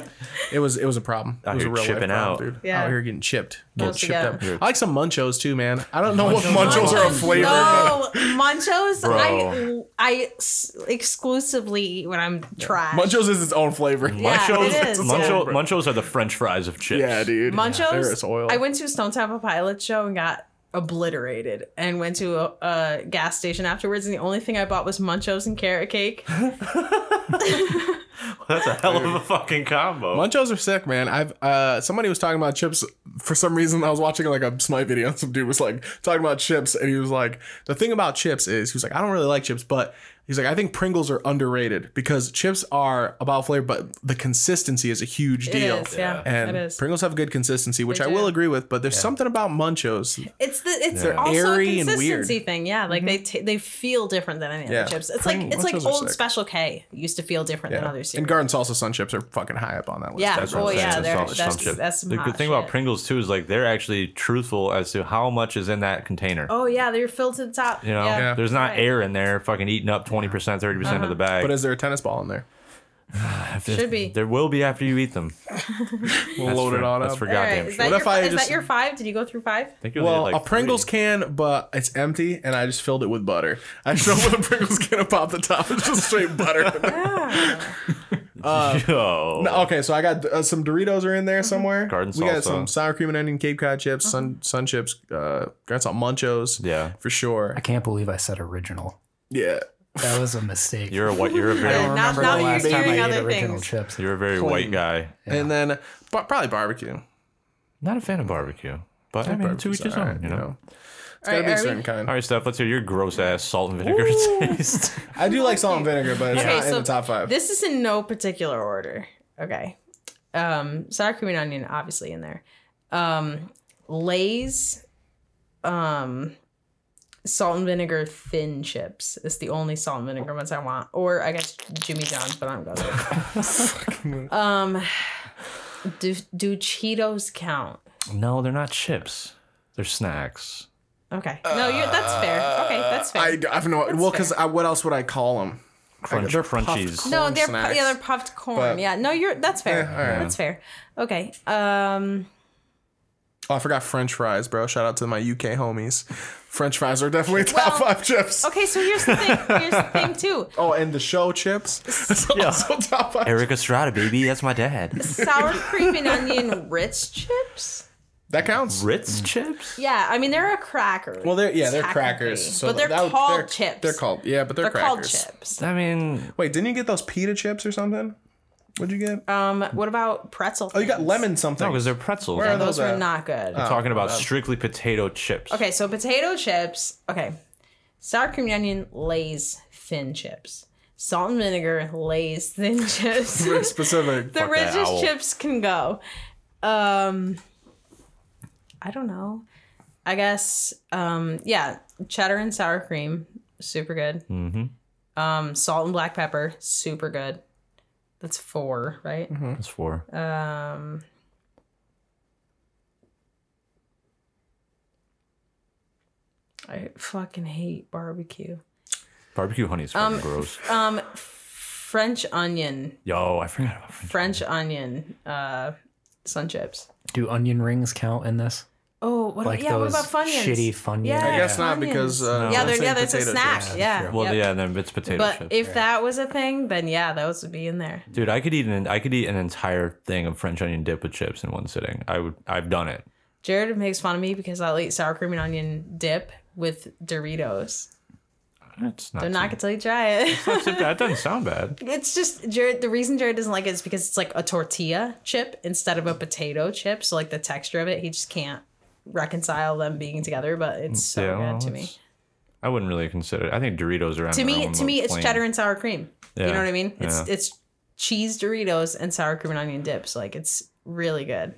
S4: It was it was a problem. It
S3: Out
S4: was a
S3: here
S4: real
S3: chipping
S4: life problem,
S3: out.
S4: dude.
S5: Yeah.
S4: Out here getting chipped.
S5: Gross
S4: Getting
S5: to
S4: chipped up.
S5: get.
S4: I like some munchos too, man. I don't know what munchos are a flavor. but
S5: No, Munchos.
S3: Bro.
S5: I I s- exclusively eat when I'm trash.
S4: Munchos is its own flavor.
S5: Yeah,
S3: Munchos,
S5: it is.
S3: Muncho, Munchos are the French fries of chips.
S4: Yeah, dude. There
S5: Munchos.
S4: is oil.
S5: I went to a Stone Temple Pilots show and got obliterated, and went to a, a gas station afterwards, and the only thing I bought was Munchos and carrot cake.
S3: That's a hell of a fucking combo.
S4: Munchos are sick, man. I've uh somebody was talking about chips for some reason. I was watching like a Smite video. and Some dude was like talking about chips, and he was like, "The thing about chips is, he was like, I don't really like chips, but he's like, I think Pringles are underrated because chips are about flavor, but the consistency is a huge
S5: It
S4: deal.
S5: is, yeah,
S4: And
S5: it is.
S4: Pringles have good consistency, which
S5: They
S4: I
S5: do.
S4: will agree with. But there's something about Munchos.
S5: It's the it's also
S4: airy
S5: a
S4: and weird. Mm-hmm.
S5: consistency thing, yeah. Like they t- they feel different than any
S4: Yeah.
S5: other chips. It's
S4: Pring-
S5: like it's like
S4: Munchos are
S5: old
S4: sick.
S5: Special K used to feel different than other
S4: and
S5: cereals.
S4: garden salsa sun chips are fucking high up on that list.
S5: Yeah.
S4: That's
S5: Oh,
S4: what I'm saying.
S5: yeah, they're-
S3: Sausage
S5: that's-
S3: some shit.
S5: that's some
S3: the good
S5: hot
S3: thing
S5: shit.
S3: about Pringles too is like they're actually truthful as to how much is in that container.
S5: oh yeah, they're filled to the top.
S3: You know,
S5: yeah.
S4: Yeah.
S3: there's not
S5: Right. Uh-huh.
S3: air in there, fucking eating up twenty percent, thirty percent of the bag.
S4: But is there a tennis ball in there?
S5: should be.
S3: There will be after you eat them.
S4: We'll
S3: That's
S4: load
S3: for,
S4: it all
S3: That's
S4: up.
S3: for
S5: All right,
S3: goddamn
S5: is
S3: sure.
S4: What
S5: that, your,
S4: if I
S5: is
S4: just-
S5: that your five? Did you go through five?
S3: I think you
S4: Well,
S3: only did,
S4: a
S3: like,
S4: Pringles
S3: three.
S4: can, but it's empty, and I just filled it with butter. I just filled with a Pringles can and popped the top. It's just straight butter.
S3: Yo.
S4: No, okay, so I got uh, some Doritos are in
S5: Mm-hmm.
S4: there somewhere.
S3: Garden
S4: we got
S3: salsa.
S4: some sour cream and onion Cape Cod chips, sun sun chips, uh, garden salt munchos.
S3: Yeah.
S4: for sure.
S2: I can't believe I said original.
S4: Yeah,
S2: That was a mistake.
S3: You're a white. You're a very.
S5: Now- now
S2: the
S5: you're
S2: last time
S5: hearing
S2: I ate
S5: other
S2: original
S5: things.
S2: chips.
S3: You're a very white guy.
S4: and then but probably barbecue.
S3: Not a fan of barbecue, but I mean, to each
S4: Barbecue's
S3: his
S4: all right,
S3: own. You know.
S4: it's gotta
S5: right,
S4: be a
S5: are we-
S4: certain kind.
S3: All right, Steph. Let's hear your gross ass salt and vinegar taste.
S4: I do like salt and vinegar, but it's
S5: Okay,
S4: not in the top five.
S5: This is in no particular order. Okay. Um, sour cream and onion, obviously in there. Um, Lay's, um, salt and vinegar thin chips. It's the only salt and vinegar ones I want. Or I guess Jimmy John's, but I don't go there. um, do, do Cheetos count?
S3: no, they're not chips. They're snacks.
S5: Okay. No, you that's fair. Okay, that's fair.
S4: Uh, I, I have no. Well, because what else would I call them?
S3: crunch
S4: they're puffed
S3: crunchies.
S5: No,
S4: corn
S5: they're
S4: snacks.
S5: yeah, they're puffed corn.
S4: But- Eh,
S5: yeah, no, you're that's fair.
S4: Yeah, all right.
S5: That's fair. Okay. Um,
S4: Oh, I forgot French fries, bro. Shout out to my UK homies. French fries are definitely top
S5: Well,
S4: five chips.
S5: okay, so here's the thing. Here's the thing too.
S4: Oh, and the show chips. It's also top five.
S9: Eric Estrada, baby. That's my dad.
S5: Sour cream and onion Ritz chips.
S4: That counts.
S9: Ritz
S3: Mm.
S9: chips?
S5: Yeah, I mean they're a cracker.
S4: Well, they're yeah, they're
S5: technically,
S4: crackers. So
S5: but they're
S4: that would-
S5: called
S4: they're-
S5: chips.
S4: They're called yeah, but they're,
S5: They're called
S4: crackers.
S5: chips.
S3: I mean,
S4: Wait, didn't you get those pita chips or something? What'd you get?
S5: Um, what about pretzel?
S4: oh, you got Uh.
S5: things?
S4: lemon something.
S3: no, because they're pretzels.
S4: Where
S5: Yeah,
S4: are
S5: those
S4: those
S5: were
S4: at?
S5: not good.
S3: I'm talking about strictly potato chips.
S5: Okay, so potato chips. Okay. Sour cream and onion lays thin chips. Salt and vinegar lays thin chips.
S4: Very specific.
S5: the
S3: Fuck that
S5: richest
S3: owl.
S5: chips can go. Um I don't know. I guess um yeah, cheddar and sour cream, super good. Mm-hmm. Um salt and black pepper, super good. That's four, right?
S3: That's four.
S5: Um I fucking hate barbecue.
S3: Barbecue honey is fucking gross.
S5: Um French onion,
S3: Yo, I forgot about French.
S5: French onion uh sun chips.
S2: Do onion rings count in this?
S5: Oh, what
S2: Like
S5: yeah, what
S2: those
S5: about Funyuns?
S2: shitty Funyuns.
S5: Yeah,
S2: I
S4: guess not, because,
S5: Funyuns.
S4: uh,
S5: yeah,
S4: I'm
S5: they're,
S4: saying
S5: yeah, that's a
S4: potato
S5: snack.
S4: chips.
S5: Yeah.
S3: Well,
S5: yep.
S3: yeah, then it's potato
S5: But
S3: chips.
S5: if that was a thing, then yeah, those would be in there.
S3: Dude, I could eat an I could eat an entire thing of French onion dip with chips in one sitting. I would I've done it.
S5: Jared makes fun of me because I'll eat sour cream and onion dip with Doritos.
S3: It's not.
S5: Don't
S3: too-
S5: knock it till you try it.
S3: That's it- that doesn't sound bad.
S5: It's just Jared. The reason Jared doesn't like it is because it's like a tortilla chip instead of a potato chip. So like the texture of it, he just can't reconcile them being together. But it's so
S3: Yeah, well,
S5: good to me.
S3: it's- I wouldn't really consider it. I think Doritos are on
S5: To
S3: their
S5: me,
S3: own
S5: to me,
S3: little
S5: it's
S3: plane.
S5: cheddar and sour cream. You
S3: Yeah,
S5: know what I mean? It's
S3: yeah.
S5: it's cheese Doritos and sour cream and onion dips. Like it's really good.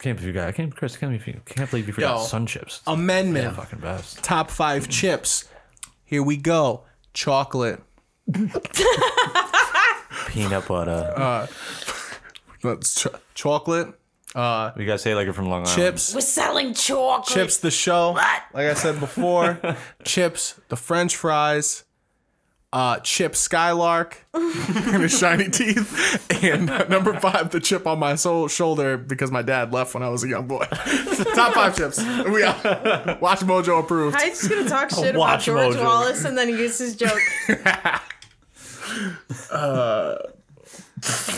S3: Can't believe you got. I can't, Chris. Can't believe you, can't believe you forgot
S4: Yo.
S3: sun chips. It's
S4: Amendment.
S3: the fucking best.
S4: Top five chips. Here we go. Chocolate.
S9: Peanut butter.
S3: Uh,
S4: That's ch- chocolate.
S3: You gotta say it like you're from Long Island.
S4: Chips.
S5: We're selling chocolate.
S4: Chips the show. Like I said before, chips the French fries, uh, chip Skylark and his shiny teeth, and number five the chip on my soul shoulder because my dad left when I was a young boy. Top five chips. We are. Watch Mojo approved.
S5: I'm just gonna talk shit about
S9: Watch
S5: George
S9: Mojo.
S5: Wallace and then use his joke.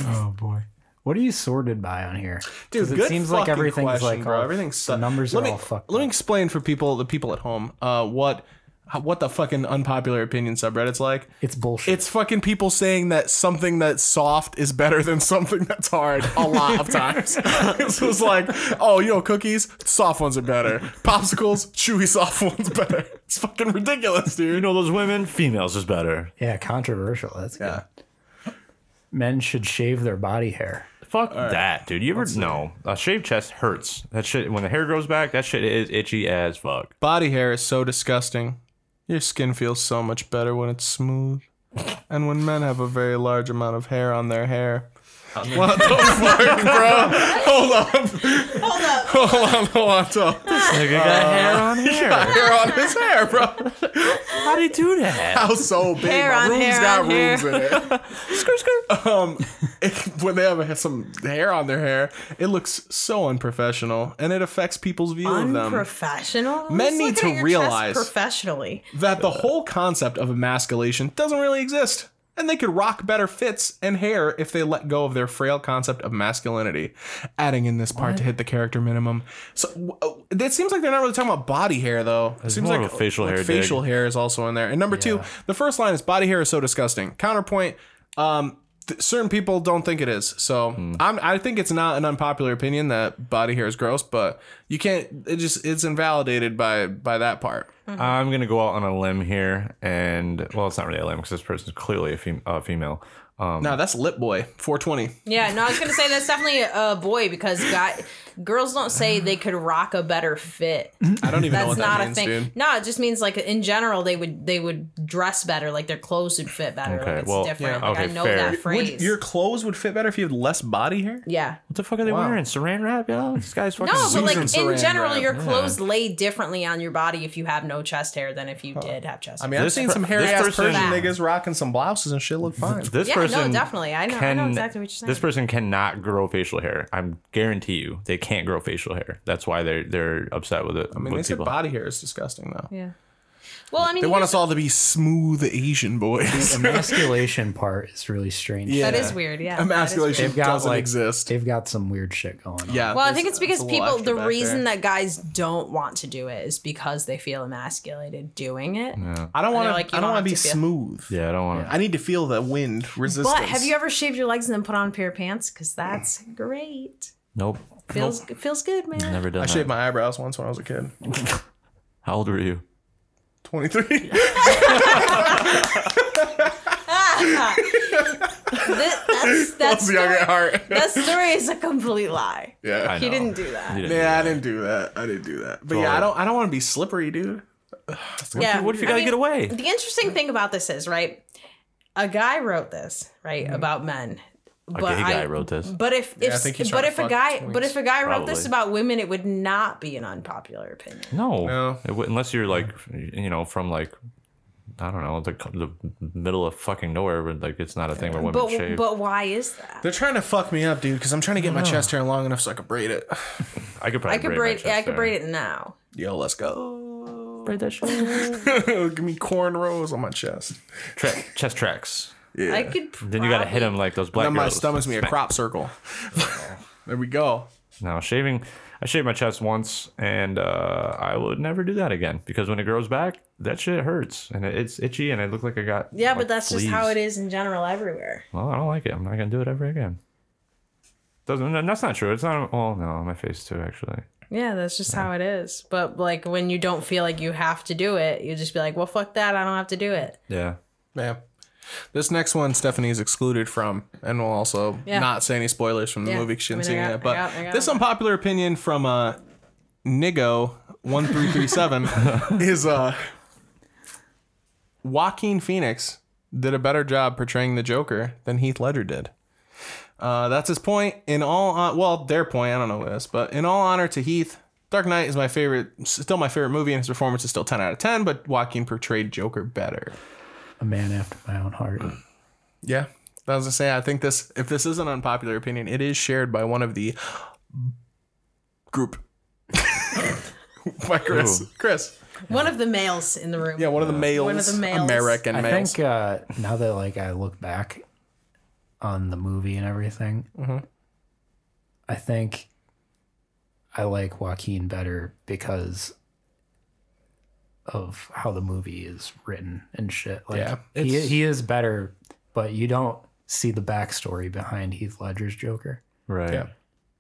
S2: Oh boy. What are you sorted by on here? 'Cause
S4: Dude,
S2: it
S4: good
S2: seems like
S4: fucking
S2: everything's
S4: question,
S2: like
S4: bro.
S2: all-
S4: everything's
S2: the
S4: su-
S2: numbers
S4: let
S2: are
S4: me,
S2: all fucked.
S4: Let me
S2: up.
S4: explain for people, the people at home, uh, what how- what the fucking unpopular opinion subreddit's like.
S2: It's bullshit.
S4: It's fucking people saying that something that's soft is better than something that's hard a lot of times. this was like, oh, you know, cookies, soft ones are better. Popsicles, chewy soft ones better. It's fucking ridiculous, dude.
S3: You know those women, females is better.
S2: yeah, controversial. That's good.
S4: Yeah.
S2: Men should shave their body hair.
S3: Fuck that, dude. You ever no? A shaved chest hurts. That shit. When the hair grows back, that shit is itchy as fuck.
S4: Body hair is so disgusting. Your skin feels so much better when it's smooth. And when men have a very large amount of hair on their hair. What the fuck, bro? Hold on. Hold on. Hold on, hold on.
S9: Nigga got hair on hair.
S4: Hair on his hair, bro.
S9: How do you do that?
S4: How so big?
S5: Hair
S4: My
S5: on
S4: room's
S5: hair
S4: got
S5: on hair.
S4: rooms in it. Um, if- when they have some hair on their hair, it looks so unprofessional, and it affects people's view of them.
S5: Unprofessional.
S4: Men
S5: Who's
S4: need
S5: looking
S4: to
S5: at your chest
S4: realize-
S5: professionally.
S4: That the whole concept of emasculation doesn't really exist. And they could rock better fits and hair if they let go of their frail concept of masculinity. Adding in this part to hit the character minimum. So w- uh, it seems like they're not really talking about body hair though. It seems
S3: more
S4: like
S3: of a facial
S4: like
S3: hair dig.
S4: Facial hair is also in there. And number two, the first line is body hair is so disgusting. Counterpoint, um, th- certain people don't think it is. So
S3: Hmm.
S4: I'm, I think it's not an unpopular opinion that body hair is gross, but you can't. It just it's invalidated by by that part.
S5: Mm-hmm.
S3: I'm gonna go out on a limb here, and well, it's not really a limb because this person's clearly a fem- uh, female. Um,
S4: no, that's Lip Boy 420.
S5: Yeah, no, I was gonna say that's definitely a boy because guy, girls don't say they could rock a better fit.
S4: I don't even know what that means,
S5: a thing.
S4: dude.
S5: No, it just means like in general they would they would dress better, like their clothes would fit better.
S3: Okay,
S5: like it's
S3: well,
S5: different.
S3: yeah,
S5: like I
S3: okay,
S5: know
S3: fair.
S5: that
S3: Would-
S5: phrase.
S4: Would, your clothes would fit better if you had less body hair.
S5: yeah.
S3: What the fuck are they wearing? Saran wrap, yo? This guy's fucking.
S5: No, but like
S4: Susan
S5: in
S4: Sarandon
S5: general,
S4: wrap,
S5: your
S3: yeah.
S5: clothes lay differently on your body if you have no chest hair than if you did have chest.
S4: I
S5: hair.
S4: mean, I've
S3: This
S4: seen
S3: per-
S4: some hairy
S3: this
S4: ass
S3: person-
S4: Persian niggas rocking some blouses and shit look fine.
S3: This
S5: Yeah, no,
S3: person
S5: definitely. I know- I know exactly what you're
S3: This
S5: saying.
S3: person cannot grow facial hair. I guarantee you, they can't grow facial hair. That's why they're they're upset with it.
S4: I mean, they
S3: with
S4: said
S3: people.
S4: body hair is disgusting though.
S5: yeah. Well, I mean,
S4: They want
S5: here's-
S4: us all to be smooth Asian boys.
S2: Emasculation part is really strange.
S4: Yeah.
S5: That is weird. Yeah.
S4: Emasculation
S2: They've got
S4: doesn't
S2: like
S4: exist.
S2: they've got some weird shit going on.
S4: Yeah.
S5: Well, I
S4: there's-
S5: think it's
S4: there's
S5: because
S4: a little
S5: people,
S4: extra
S5: the
S4: back
S5: reason
S4: there.
S5: that guys don't want to do it is because they feel emasculated doing
S4: I
S5: it.
S4: don't want
S5: they're
S4: to.
S5: like, you
S4: I
S5: don't
S4: don't want
S5: have
S4: to be
S5: to feel-
S4: smooth.
S3: Yeah, I don't want.
S4: I need to feel the wind resistance.
S5: But have you ever shaved your legs and then put on a pair of pants? Because that's great.
S3: Nope.
S5: Feels feels good, man.
S3: Never done.
S4: I shaved
S3: that.
S4: my eyebrows once when I was a kid.
S3: How old were you?
S4: 23.
S5: That, that's
S4: I
S5: that
S4: was
S5: story,
S4: young at heart.
S5: that story is a complete lie.
S4: Yeah.
S5: He didn't do that.
S4: Yeah, I didn't do that. I didn't do that. But yeah, I don't. I don't want to be slippery, dude.
S5: Yeah.
S3: What if you
S5: I
S3: gotta
S5: mean,
S3: get away?
S5: The interesting thing about this is, right? A guy wrote this, right, about men.
S3: A
S5: But
S3: gay guy
S5: I-
S3: wrote this.
S5: But if,
S4: I
S5: if
S4: think he's
S5: but
S4: trying to
S5: if a
S4: fuck
S5: guy
S4: twinks.
S5: but if a guy wrote this
S3: Probably.
S5: about women, it would not be an unpopular opinion.
S3: No,
S4: No.
S3: It would- unless you're like, you know, from like, I don't know, the the middle of fucking nowhere, but like it's not a thing where women
S5: But
S3: shave.
S5: but why is that?
S4: They're trying to fuck me up, dude, because I'm trying to get my chest hair long enough so I can braid it.
S3: I could probably
S5: I could
S3: my
S5: braid
S3: chest
S5: I could
S3: hair.
S5: braid it now.
S4: Yo, let's go.
S3: Braid that shit.
S4: Give me cornrows on my chest.
S3: Tra- chest tracks.
S5: I could. Probably,
S3: Then you gotta hit him like those black
S4: Then my
S3: girls.
S4: stomach's gonna be a crop circle. there we go.
S3: No, shaving. I shaved my chest once, and uh, I would never do that again because when it grows back, that shit hurts and it, it's itchy, and I look like I got.
S5: Yeah,
S3: like,
S5: but that's just how
S3: fleas.
S5: it is in general everywhere.
S3: Well, I don't like it. I'm not gonna do it ever again. Doesn't. no, That's not true. It's not. Well, no, my face too. Actually,
S5: Yeah, that's just how it is. But like when you don't feel like you have to do it, you just be like, well, fuck that, I don't have to do it.
S3: yeah.
S4: Yeah. This next one, Stephanie is excluded from, and we'll also
S5: Yeah.
S4: not say any spoilers from the
S5: Yeah.
S4: movie 'cause she
S5: I
S4: hasn't
S5: mean, I
S4: seen it
S5: got-
S4: yet. But
S5: I got- I got
S4: this
S5: one.
S4: unpopular opinion from uh, Nigo one three three seven is uh, Joaquin Phoenix did a better job portraying the Joker than Heath Ledger did. Uh, that's his point. In all, hon- well, their point. I don't know this, but in all honor to Heath, Dark Knight is my favorite, still my favorite movie, and his performance is still ten out of ten. But Joaquin portrayed Joker better.
S2: A man after my own heart.
S4: Yeah. I was gonna say, I think this if this is an unpopular opinion, it is shared by one of the group. by Chris.
S3: Who?
S4: Chris.
S5: One of the males in the room.
S4: Yeah, one of the males.
S5: One of the males.
S4: American
S2: I
S4: males.
S2: think uh, now that like I look back on the movie and everything, I think I like Joaquin better because of how the movie is written and shit. Like
S4: Yeah,
S2: he
S4: it's-
S2: he is better, but you don't see the backstory behind Heath Ledger's Joker,
S3: Right.
S4: Yeah.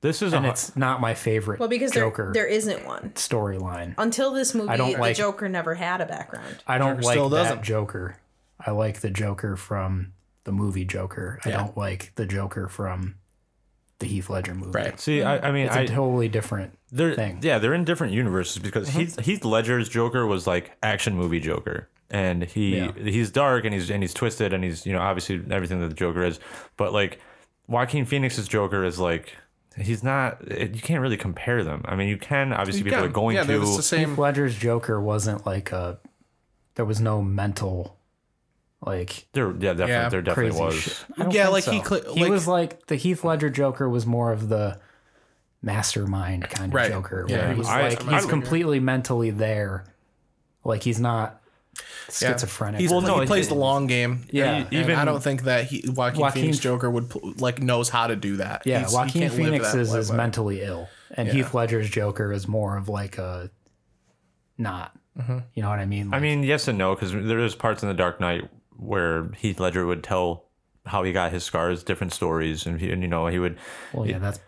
S3: This is
S2: and
S3: a
S2: it's not my favorite.
S5: Well, because
S2: Joker
S5: there there isn't one
S2: storyline.
S5: until this movie.
S2: don't
S5: the
S2: like-
S5: Joker never had a background.
S2: I don't like
S4: still
S2: that
S4: doesn't.
S2: Joker. I like the Joker from the movie Joker. I don't like the Joker from the Heath Ledger movie.
S4: Right.
S3: see. I, I mean,
S2: It's a
S3: I
S2: totally different.
S3: they're
S2: thing. Mm-hmm.
S3: yeah they're in different universes because Heath Heath Ledger's Joker was like action movie Joker and he
S2: Yeah.
S3: he's dark and he's and he's twisted and he's you know obviously everything that the Joker is but like Joaquin Phoenix's Joker is like he's not you can't really compare them I mean you can obviously people
S4: yeah,
S3: are going
S4: yeah,
S3: to
S4: they're the
S2: Heath
S4: same.
S2: Ledger's Joker wasn't like a. There was no mental, like
S3: there yeah definitely
S4: Yeah.
S3: there definitely
S2: crazy
S3: was
S2: shit. I don't
S4: Yeah,
S2: think
S4: like, he
S2: so.
S4: cl-
S2: he
S4: like-
S2: was like the Heath Ledger Joker was more of the mastermind kind of
S4: Right.
S2: Joker.
S4: Yeah,
S2: where
S4: he
S2: he's
S3: was
S2: like
S3: mastermind.
S2: he's completely mentally there, like he's not schizophrenic.
S4: He's,
S2: or
S3: no,
S4: he
S3: it-
S4: plays the long game.
S2: Yeah,
S4: And
S3: even-
S4: I don't think that he, Joaquin,
S2: Joaquin-
S4: Phoenix Joker would pl- like knows how to do that.
S2: Yeah,
S4: He's- he
S2: Joaquin
S4: can't live
S2: Phoenix
S4: that
S2: is,
S4: way,
S2: is
S4: but-
S2: mentally ill, and
S4: Yeah.
S2: Heath Ledger's Joker is more of like a not.
S4: Mm-hmm.
S2: You know what I mean?
S3: I
S2: Like,
S3: mean, yes and no, because there is parts in the Dark Knight where Heath Ledger would tell how he got his scars, different stories, and, he, and you know he would
S2: well, yeah, that's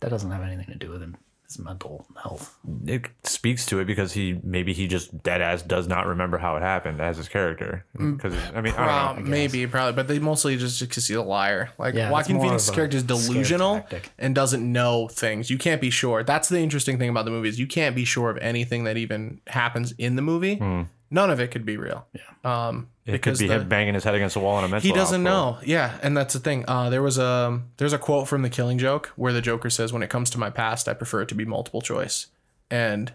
S2: that doesn't have anything to do with him his mental health.
S3: It speaks to it because he maybe he just dead ass does not remember how it happened as his character.
S4: Mm.
S3: Because I mean, I don't know.
S4: Prob- maybe probably, but they mostly just because he's a liar. Like
S3: Yeah, that's
S4: Joaquin
S3: more
S4: Phoenix's
S3: of a
S4: character is
S3: scare
S4: delusional
S3: tactic.
S4: and doesn't know things. You can't be sure. That's the interesting thing about the movie is you can't be sure of anything that even happens in the movie.
S3: Hmm.
S4: None of it could be real. Yeah. Um,
S3: It could
S4: because
S3: be
S4: the-
S3: him banging his head against a wall in a mental.
S4: he doesn't
S3: hospital.
S4: know yeah and that's the thing uh, there was a there's a quote from the killing joke where the joker says when it comes to my past i prefer it to be multiple choice and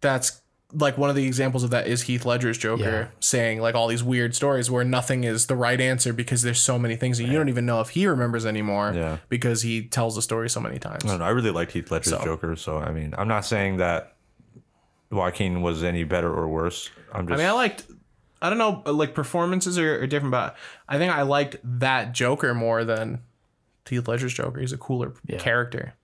S4: that's like one of the examples of that is heath ledger's joker
S2: Yeah.
S4: saying like all these weird stories where nothing is the right answer because there's so many things that you don't even know if he remembers anymore
S3: Yeah.
S4: because he tells the story so many times
S3: I don't know. I really liked Heath Ledger's
S4: So-
S3: Joker, so I mean, I'm not saying that Joaquin was any better or worse. I'm
S4: I
S3: just
S4: mean, I liked. I don't know, uh, like performances are, are different, but I think I liked that Joker more than Heath Ledger's Joker. He's a cooler character.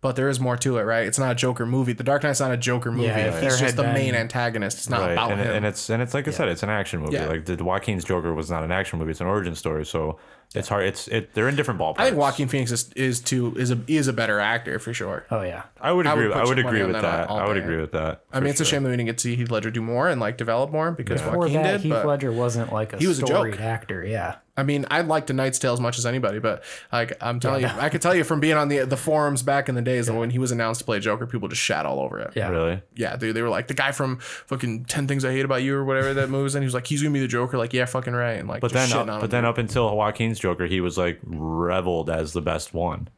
S4: But there is more to it, right? It's not a Joker movie. The Dark Knight's not a Joker movie.
S3: if there
S4: He's just
S3: had
S4: the
S3: been-
S4: main antagonist. It's not
S3: right.
S4: about
S3: and,
S4: him.
S3: and it's and it's like I said, it's an action movie.
S4: Yeah.
S3: Like the Joaquin's Joker was not an action movie; it's an origin story. So it's hard. It's it. They're in different ballparks.
S4: I think Joaquin Phoenix is, is too is a is a better actor for sure.
S2: Oh yeah,
S3: I would
S4: I would
S3: agree.
S4: put
S3: I would
S4: your money
S3: agree
S4: on
S3: with
S4: that
S3: that.
S4: all
S3: I would
S4: day.
S3: agree with that.
S4: I mean, it's a shame that we didn't get to see Heath Ledger do more and like develop more because
S2: Before
S4: Joaquin
S2: that,
S4: did.
S2: Heath
S4: but
S2: Ledger wasn't like a
S4: he was a
S2: storied
S4: joke.
S2: actor. Yeah,
S4: I mean, I liked A Knight's Tale as much as anybody, but like I'm telling you, I could tell you from being on the the forums back in the days that when he was announced to play Joker, people just shat all over it.
S2: Yeah.
S3: Really?
S4: Yeah, dude, they were like the guy from fucking Ten Things I Hate About You or whatever that movie was, and he was like, he's gonna be the Joker. Like, yeah, fucking right, and like,
S3: But
S4: just
S3: then,
S4: shitting
S3: up,
S4: on
S3: but
S4: him.
S3: then uh, up until Joaquin's Joker, he was like reveled as the best one,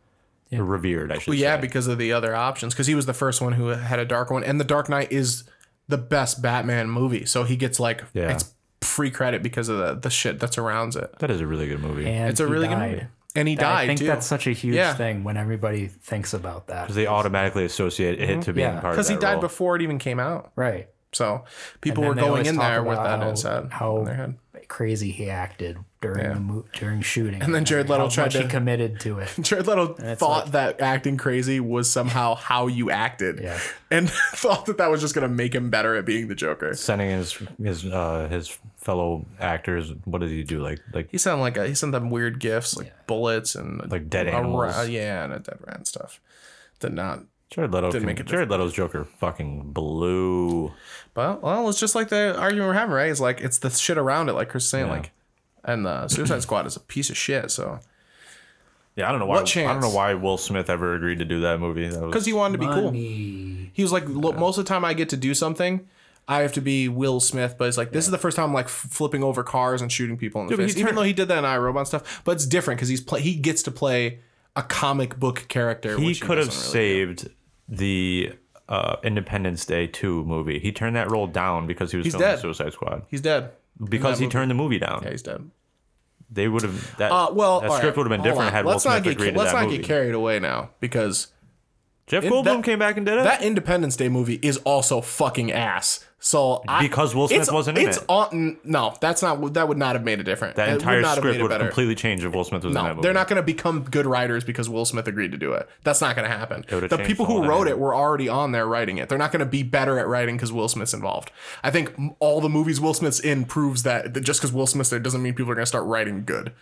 S3: revered. I should.
S4: Well,
S3: say.
S4: yeah, because of the other options, because he was the first one who had a dark one, and the Dark Knight is the best Batman movie, so he gets like
S3: Yeah.
S4: it's free credit because of the the shit that surrounds it.
S3: That is a really good movie.
S2: and
S4: it's a
S2: he
S4: really
S2: died.
S4: good movie, and he
S2: That-
S4: died.
S2: I think
S4: too.
S2: that's such a huge
S4: Yeah.
S2: thing when everybody thinks about that.
S3: Because they automatically associate it to being
S2: Yeah.
S3: part of
S4: because
S3: that
S4: he died
S3: role.
S4: before it even came out.
S2: Right.
S4: So people
S2: And
S4: were
S2: then they
S4: going
S2: always
S4: in
S2: talk
S4: there with
S2: about
S4: that in his head,
S2: how-
S4: in their head.
S2: Crazy he acted during
S4: Yeah.
S2: the mo- during shooting,
S4: And then Jared
S2: how
S4: Leto tried
S2: much
S4: to-
S2: he committed to it.
S4: Jared Leto
S2: it's
S4: thought that acting crazy was somehow how you acted,
S2: Yeah.
S4: and thought that that was just going to make him better at being the Joker.
S3: sending his his uh, his fellow actors. What did he do? Like like
S4: He sent like a, he sent them weird gifts, like bullets and
S3: Like dead
S4: a
S3: animals.
S4: ra- yeah, and a dead rat and stuff. Did not.
S3: Jared Leto.
S4: Didn't
S3: Can,
S4: make a
S3: Jared Leto's Joker fucking blew.
S4: But well, it's just like the argument we're having, right? It's like it's the shit around it, like Chris saying,
S3: Yeah.
S4: like, and the Suicide Squad is a piece of shit. So
S3: Yeah, I don't know why.
S4: What
S3: I don't know
S4: chance?
S3: why Will Smith ever agreed to do that movie. That was
S4: because he wanted to be cool. He was like, look, most of the time I get to do something, I have to be Will Smith. But it's like, this is the first time I'm like f- flipping over cars and shooting people in the
S3: Dude, but
S4: face.
S3: he
S4: Even
S3: turned-
S4: though he did that in iRobot stuff, but it's different because he's play- he gets to play a comic book character.
S3: he
S4: which
S3: could have
S4: doesn't really
S3: saved the uh, Independence Day two movie. He turned that role down because he was
S4: He's
S3: filming
S4: dead.
S3: Suicide Squad.
S4: He's dead. in
S3: Because
S4: that
S3: he
S4: movie.
S3: turned the movie down.
S4: Yeah, he's dead.
S3: They would have that.
S4: Uh, well,
S3: that
S4: all
S3: script
S4: right,
S3: would have been
S4: hold
S3: different
S4: on.
S3: had
S4: let's
S3: Will
S4: not
S3: Smith
S4: get
S3: agreed
S4: ca-
S3: to
S4: let's
S3: that
S4: not
S3: movie.
S4: get carried away now because
S3: Jeff
S4: in
S3: Goldblum
S4: that-
S3: came back and did it.
S4: that Independence Day movie is also fucking ass. So I,
S3: Because Will Smith
S4: it's-
S3: wasn't in
S4: it's
S3: it.
S4: on- no, that's not that would not have made a difference.
S3: that
S4: It
S3: entire
S4: not have
S3: script
S4: made it
S3: would have
S4: better.
S3: completely changed if Will Smith was in that
S4: No,
S3: movie.
S4: they're not going to become good writers because Will Smith agreed to do it. That's not going to happen.
S3: would've
S4: The
S3: changed
S4: people
S3: the
S4: who
S3: whole
S4: wrote it
S3: dynamic.
S4: were already on there writing it. They're not going to be better at writing because Will Smith's involved. I think m- all the movies Will Smith's in proves that that just because Will Smith's there doesn't mean people are going to start writing good.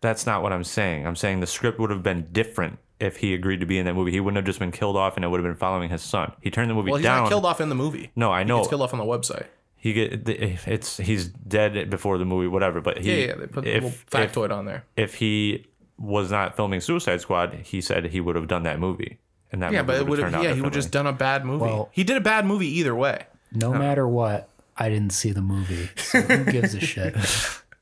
S3: That's not what I'm saying. I'm saying the script would have been different if he agreed to be in that movie. He wouldn't have just been killed off, and it would have been following his son. He turned the movie
S4: Well, he's
S3: down.
S4: not killed off in the movie.
S3: No, I know
S4: He's killed off on the website.
S3: he get the- it's he's dead before the movie, whatever. But he,
S4: yeah, yeah, they put the
S3: if,
S4: little factoid on there.
S3: If, if he was not filming Suicide Squad, he said he would have done that movie, and that
S4: Yeah,
S3: movie
S4: but it would
S3: turned
S4: have.
S3: out
S4: Yeah, he would have just
S3: differently.
S4: done a bad movie.
S2: Well-
S4: he did a bad movie either way.
S2: No matter what, I didn't see the movie. So who gives a shit?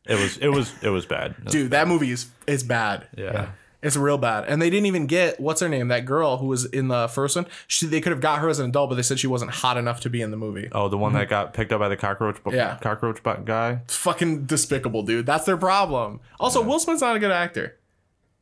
S3: It was it was it was bad,
S4: Dude, that movie is is bad.
S3: Yeah.
S4: It's real bad. And they didn't even get what's her name, that girl who was in the first one. She they could have got her as an adult, but they said she wasn't hot enough to be in the movie.
S3: Oh, the one that got picked up by the cockroach, bu-
S4: Mm-hmm. Yeah.
S3: cockroach bu- guy.
S4: Fucking despicable, dude. That's their problem. Also, Will Smith's not a good actor.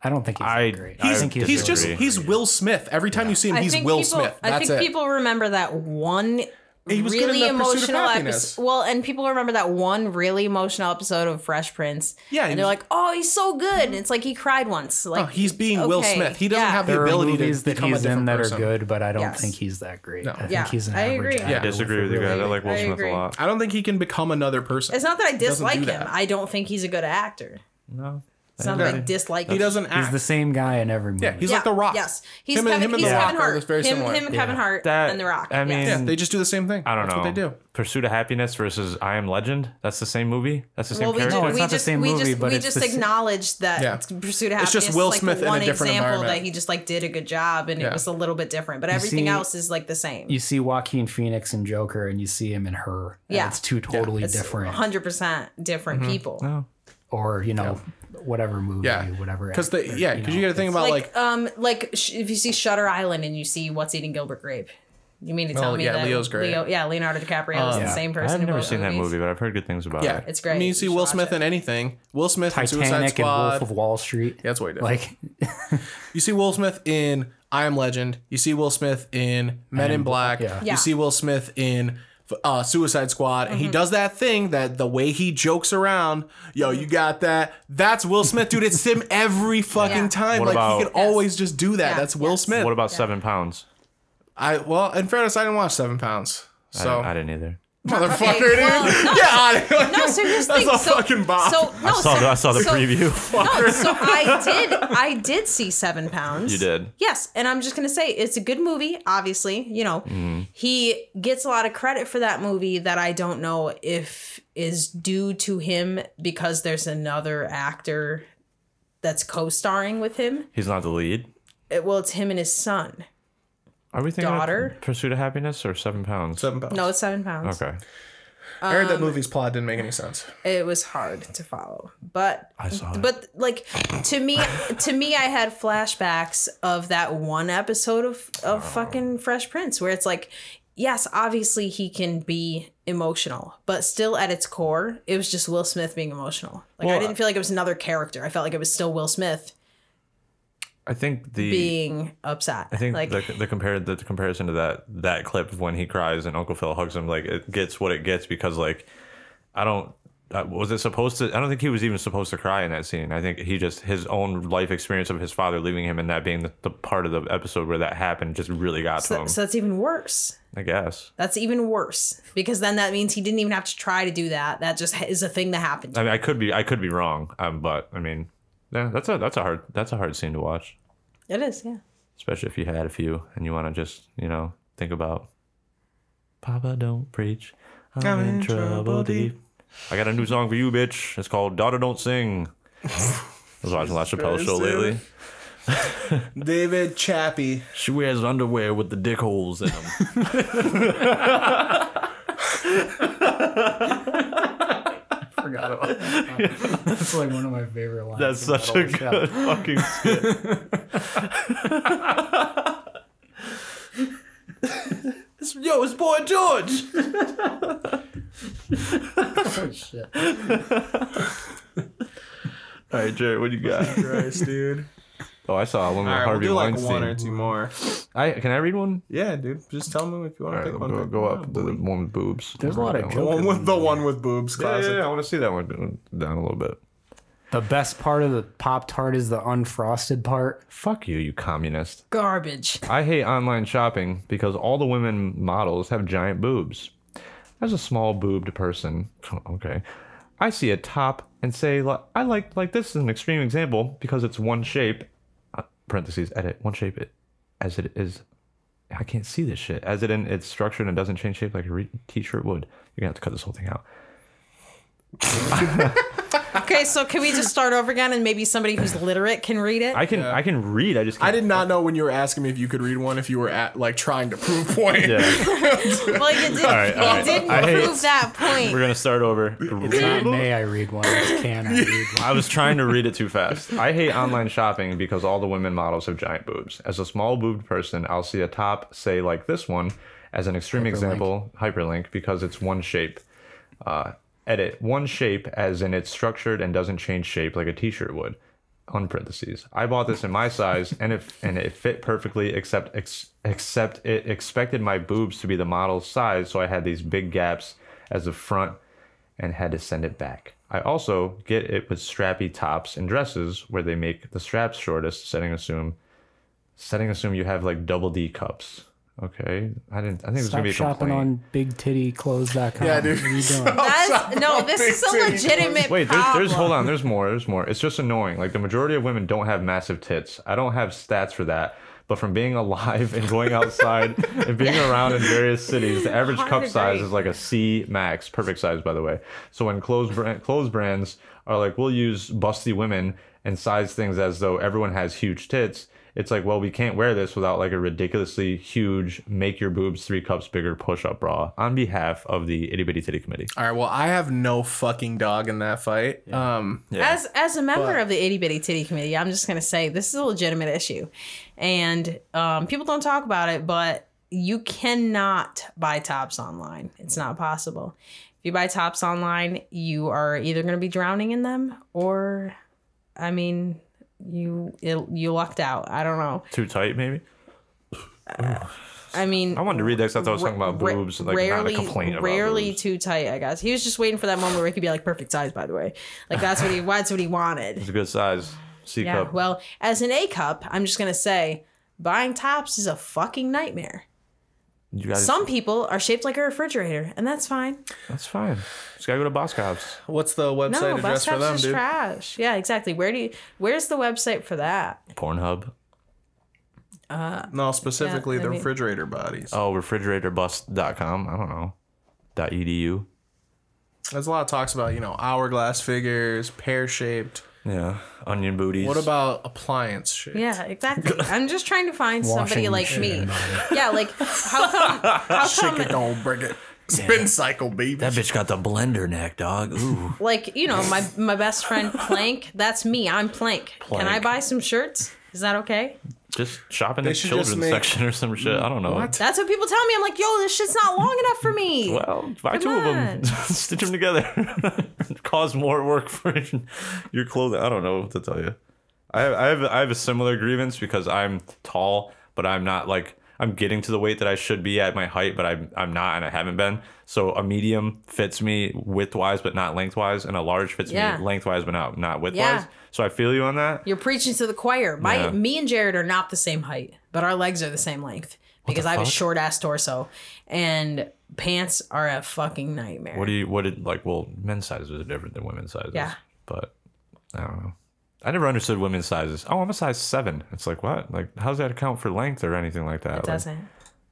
S2: I don't think he's that
S3: I-
S2: great.
S3: I
S2: I think he's,
S4: He's just
S3: Disagree.
S4: he's Will Smith. Every time you see him, he's Will
S5: people,
S4: Smith.
S5: I
S4: That's
S5: think
S4: it.
S5: people remember that one
S4: He was good in
S5: really
S4: The Pursuit of
S5: emotional
S4: Happiness.
S5: episode. Well, and people remember that one really emotional episode of Fresh Prince.
S4: Yeah, he
S5: and they're
S4: was-
S5: like, "Oh, he's so good." And it's like he cried once. Like
S4: No, he's being Will
S5: okay,
S4: Smith. He doesn't
S5: yeah.
S4: have the
S2: there are
S4: ability to
S2: movies that
S4: become a
S2: he's in
S4: different
S2: that
S4: person.
S2: are good, but I don't
S5: Yes.
S2: think he's that great.
S4: No.
S2: I think
S5: Yeah,
S2: he's an
S5: I
S2: average
S5: agree.
S2: actor
S5: Yeah,
S3: I disagree with you guys. I like Will
S5: I
S3: Smith a
S5: agree.
S3: lot.
S4: I don't think he can become another person.
S5: It's not that I
S4: Doesn't do
S5: dislike him.
S4: that.
S5: I don't think he's a good actor.
S3: No,
S5: It's not a big dislike.
S4: He doesn't act.
S2: He's the same guy in every movie.
S4: Yeah, he's like The Rock.
S5: Yes, he's
S4: Him and-
S5: Kevin,
S4: him and
S5: he's
S4: The Rock
S5: Kevin
S4: are
S5: Hart.
S4: very
S5: him,
S4: similar.
S5: him and Kevin
S3: Yeah.
S5: Hart
S3: That-
S5: and The Rock.
S3: I mean,
S5: yes.
S4: they just do the same thing.
S3: I don't
S4: That's
S3: know.
S4: what they do.
S3: Pursuit of Happiness versus I Am Legend. That's the same movie. That's the same
S5: well, we,
S3: character.
S5: ju- we just we just we just acknowledged that
S3: Yeah.
S5: Pursuit of
S3: It's
S5: Happiness.
S3: just
S5: is,
S3: Will
S5: like
S3: Smith in
S5: the
S3: a
S5: one
S3: different
S5: example
S3: environment.
S5: that he just like did a good job, and
S2: Yeah.
S5: it was a little bit different. But
S2: You
S5: everything
S2: see-
S5: else is like the same.
S2: You see Joaquin Phoenix in Joker, and you see him in her. and
S5: Yeah.
S2: it's two totally different.
S5: hundred percent different
S3: Mm-hmm.
S5: people.
S2: Or you know, whatever movie, whatever.
S4: Because they,
S2: actor,
S4: yeah, because you got to think about
S5: Like,
S4: like,
S5: um, like sh- if you see Shutter Island and you see What's Eating Gilbert Grape, you mean to tell
S3: Oh,
S5: me
S3: yeah,
S5: that
S3: Leo's great. Um,
S5: Leo, yeah, Leonardo DiCaprio is the same person.
S3: I've
S5: in
S3: never
S5: both
S3: seen that
S5: movies?
S3: movie, but I've heard good things about
S4: yeah,
S3: it.
S5: It's great.
S4: I mean, you see Will Smith in anything. Will Smith in Suicide
S2: Titanic and
S4: Squad.
S2: Wolf of Wall Street.
S4: Yeah, that's way different.
S2: Like
S4: you see Will Smith in I Am Legend. You see Will Smith in Men in Black.
S2: Yeah.
S4: You see Will Smith in uh, Suicide Squad, and he does that thing that the way he jokes around, yo, you got that. That's Will Smith, dude. It's him every fucking time.
S3: What
S4: like
S3: about-
S4: he can always just do that. That's Will Smith.
S3: What about Seven Pounds?
S4: I well, in fairness, I didn't watch Seven Pounds,
S3: I
S4: so
S3: didn't- I didn't either.
S4: motherfucker,
S5: Okay, well,
S4: dude,
S5: no,
S4: get out of here.
S5: No, so here's the
S4: That's
S5: thing.
S4: a
S5: so,
S4: fucking bomb.
S5: So, no,
S3: I saw
S5: so-
S3: the, I saw the
S5: so-
S3: preview.
S5: No, so I did. I did see Seven Pounds.
S3: You did.
S5: Yes, and I'm just gonna say it's a good movie. Obviously, you know
S3: Mhm.
S5: he gets a lot of credit for that movie that I don't know if is due to him because there's another actor that's co-starring with him.
S3: He's not the lead.
S5: It- well, it's him and his son.
S3: Are we thinking of
S5: Daughter?
S3: Pursuit of Happiness or Seven Pounds?
S4: Seven Pounds.
S5: No, it's Seven Pounds.
S3: Okay.
S4: I heard that
S5: Um,
S4: movie's plot didn't make any sense.
S5: it was hard to follow but
S4: I saw it.
S5: but like to me to me i had flashbacks of that one episode of of fucking fresh prince where it's like yes obviously he can be emotional but still at its core it was just will smith being emotional like i
S3: Well,
S5: didn't feel like it was another character i felt like it was still will smith
S3: I think the
S5: being upset
S3: I think
S5: like
S3: the, the compared the, comparison to that that clip of when he cries and Uncle Phil hugs him like it gets what it gets because like I don't uh, was it supposed to I don't think he was even supposed to cry in that scene I think he just his own life experience of his father leaving him and that being the, the part of the episode where that happened just really got to
S5: so,
S3: him
S5: so that's even worse
S3: I guess
S5: that's even worse because then that means he didn't even have to try to do that that just is a thing that happened
S3: I mean I could be I could be wrong um but I mean yeah that's a that's a hard that's a hard scene to watch
S5: it is yeah
S3: especially if you had a few and you want to just you know think about Papa don't preach I'm, in, trouble deep I got a new song for you, bitch. It's called Daughter Don't Sing. I was watching La Chappelle
S4: Christ,
S3: show
S4: dude.
S3: lately.
S4: David Chappie.
S3: She wears underwear with the dick holes in them.
S2: I forgot about that. That's like one of my favorite lines.
S3: That's
S2: from that
S3: such a
S2: whole show.
S3: good fucking Yo, it's Boy George.
S2: oh, shit.
S3: All right, Jerry, what you got?
S4: Christ, dude.
S3: Oh, I saw one with
S4: All right,
S3: Harvey
S4: we'll do like
S3: Weinstein.
S4: one or two more.
S3: I can I read one?
S4: Yeah, dude. Just tell me if you
S3: All
S4: want
S3: right,
S4: to pick
S3: go,
S4: one.
S3: go,
S4: pick
S3: up to the one with boobs.
S2: There's a lot of
S4: The one with the one with boobs.
S3: Yeah,
S4: Classic.
S3: yeah, yeah, I want to see that one down a little bit.
S2: The best part of the Pop Tart is the unfrosted part.
S3: Fuck you, you communist.
S5: garbage
S3: I hate online shopping because all the women models have giant boobs. As a small boobed person, okay, I see a top and say, li- I like like this is an extreme example because it's one shape. uh, Parentheses edit one shape it, as it is. I can't see this shit as it in it's structured and doesn't change shape like a re- t-shirt would. You're gonna have to cut this whole thing out.
S5: Okay, so can we just start over again and maybe somebody who's literate can read it?
S3: I can I can read. I just can't.
S4: I did not know when you were asking me if you could read one if you were at like trying to prove a point.
S5: well, you did,
S3: All right, all
S5: you
S3: right.
S5: didn't
S3: I hate-
S5: prove that point.
S3: We're gonna start over.
S2: It's not may I read one, it's can I read one.
S3: I was trying to read it too fast. I hate online shopping because all the women models have giant boobs. As a small boobed person, I'll see a top, say like this one, as an extreme example, hyperlink, because it's one shape. Uh, edit one shape as in it's structured and doesn't change shape like a t-shirt would. On parentheses, I bought this in my size and it and it fit perfectly, except ex, except it expected my boobs to be the model's size, so I had these big gaps as the front and had to send it back. I also get it with strappy tops and dresses where they make the straps shortest, setting assume setting assume you have like double D cups. Okay, I didn't. I think it was
S2: Stop
S3: gonna be a
S2: shopping
S3: complaint.
S2: on bigtittyclothes.com.
S3: Yeah, dude.
S2: What are you doing?
S5: That's no. This is a legitimate
S3: Wait, there's,
S5: problem.
S3: there's hold on, there's more, there's more. It's just annoying. Like the majority of women don't have massive tits. I don't have stats for that. But from being alive and going outside and being around in various cities, the average
S12: Hard
S3: cup
S12: to
S3: size
S12: break.
S3: is like a C max, perfect size by the way. So when clothes brand, clothes brands are like, we'll use busty women and size things as though everyone has huge tits. It's like, well, we can't wear this without like a ridiculously huge make your boobs three cups bigger push up bra on behalf of the itty bitty titty committee.
S4: All right. Well, I have no fucking dog in that fight. Um,
S5: As as a member
S4: But-
S5: of the itty bitty titty committee, I'm just gonna say this is a legitimate issue, and um, people don't talk about it. But you cannot buy tops online; it's not possible. If you buy tops online, you are either gonna be drowning in them, or, I mean, you it, you lucked out. I don't know.
S3: Too tight, maybe?
S5: I mean,
S3: I wanted to read that 'cause I thought I was talking about
S5: ra-
S3: boobs, like
S5: rarely,
S3: not a complaint about
S5: rarely
S3: boobs.
S5: too tight. I guess he was just waiting for that moment where he could be like perfect size. By the way, like that's what he that's what he wanted.
S3: It's a good size. C
S5: yeah.
S3: cup.
S5: Well, as an A cup, I'm just gonna say buying tops is a fucking nightmare.
S3: you guys,
S5: Some people are shaped like a refrigerator, and that's fine.
S3: that's fine. Just gotta go to Boscov's.
S4: What's the
S5: no, bus tops is trash. Yeah, exactly. Where do you? Where's the website for that?
S3: Pornhub.
S5: Uh,
S4: no, specifically
S5: Yeah, I
S4: the
S5: mean-
S4: refrigerator bodies.
S3: Oh, refrigeratorbuff.com. I don't know. Dot E edu.
S4: There's a lot of talks about you know hourglass figures, pear shaped.
S3: Yeah. Onion booties.
S4: What about appliance shape?
S5: Yeah, exactly. I'm just trying to find somebody
S4: Washing
S5: like me.
S4: machine
S5: Yeah, like how come? How
S4: Shake
S5: come?
S4: it, don't break it. Spin cycle, baby.
S9: That bitch got the blender neck, dog. Ooh.
S5: like you know my my best friend plank that's me i'm plank. can i
S3: Plank.
S5: buy some shirts is that okay
S3: Just shop in
S4: They
S3: the
S4: should just
S3: children's
S4: make-
S3: section or some shit. I don't know.
S5: that's what people tell me i'm like yo this shit's not long enough for me
S3: Well, buy
S5: Come
S3: two of them,
S5: on.
S3: stitch them together, cause more work for your clothing. I don't know what to tell you. I have, I have I have a similar grievance because I'm tall, but I'm not like I'm getting to the weight that I should be at my height, but I'm I'm not and I haven't been. So a medium fits me width wise, but not lengthwise, and a large fits
S5: Yeah.
S3: me lengthwise, but not not width wise.
S5: Yeah.
S3: So I feel you on that.
S5: you're preaching to the choir my
S3: Yeah.
S5: me and jared are not the same height but our legs are the same length
S3: the
S5: because i have a
S3: fuck?
S5: short ass torso and pants are a fucking nightmare
S3: What do you what did like? Well, men's sizes are different than women's sizes.
S5: Yeah.
S3: but I don't know. I never understood women's sizes. Oh, I'm a size seven. It's like what? Like how does that account for length or anything like that?
S5: it
S3: Like,
S5: doesn't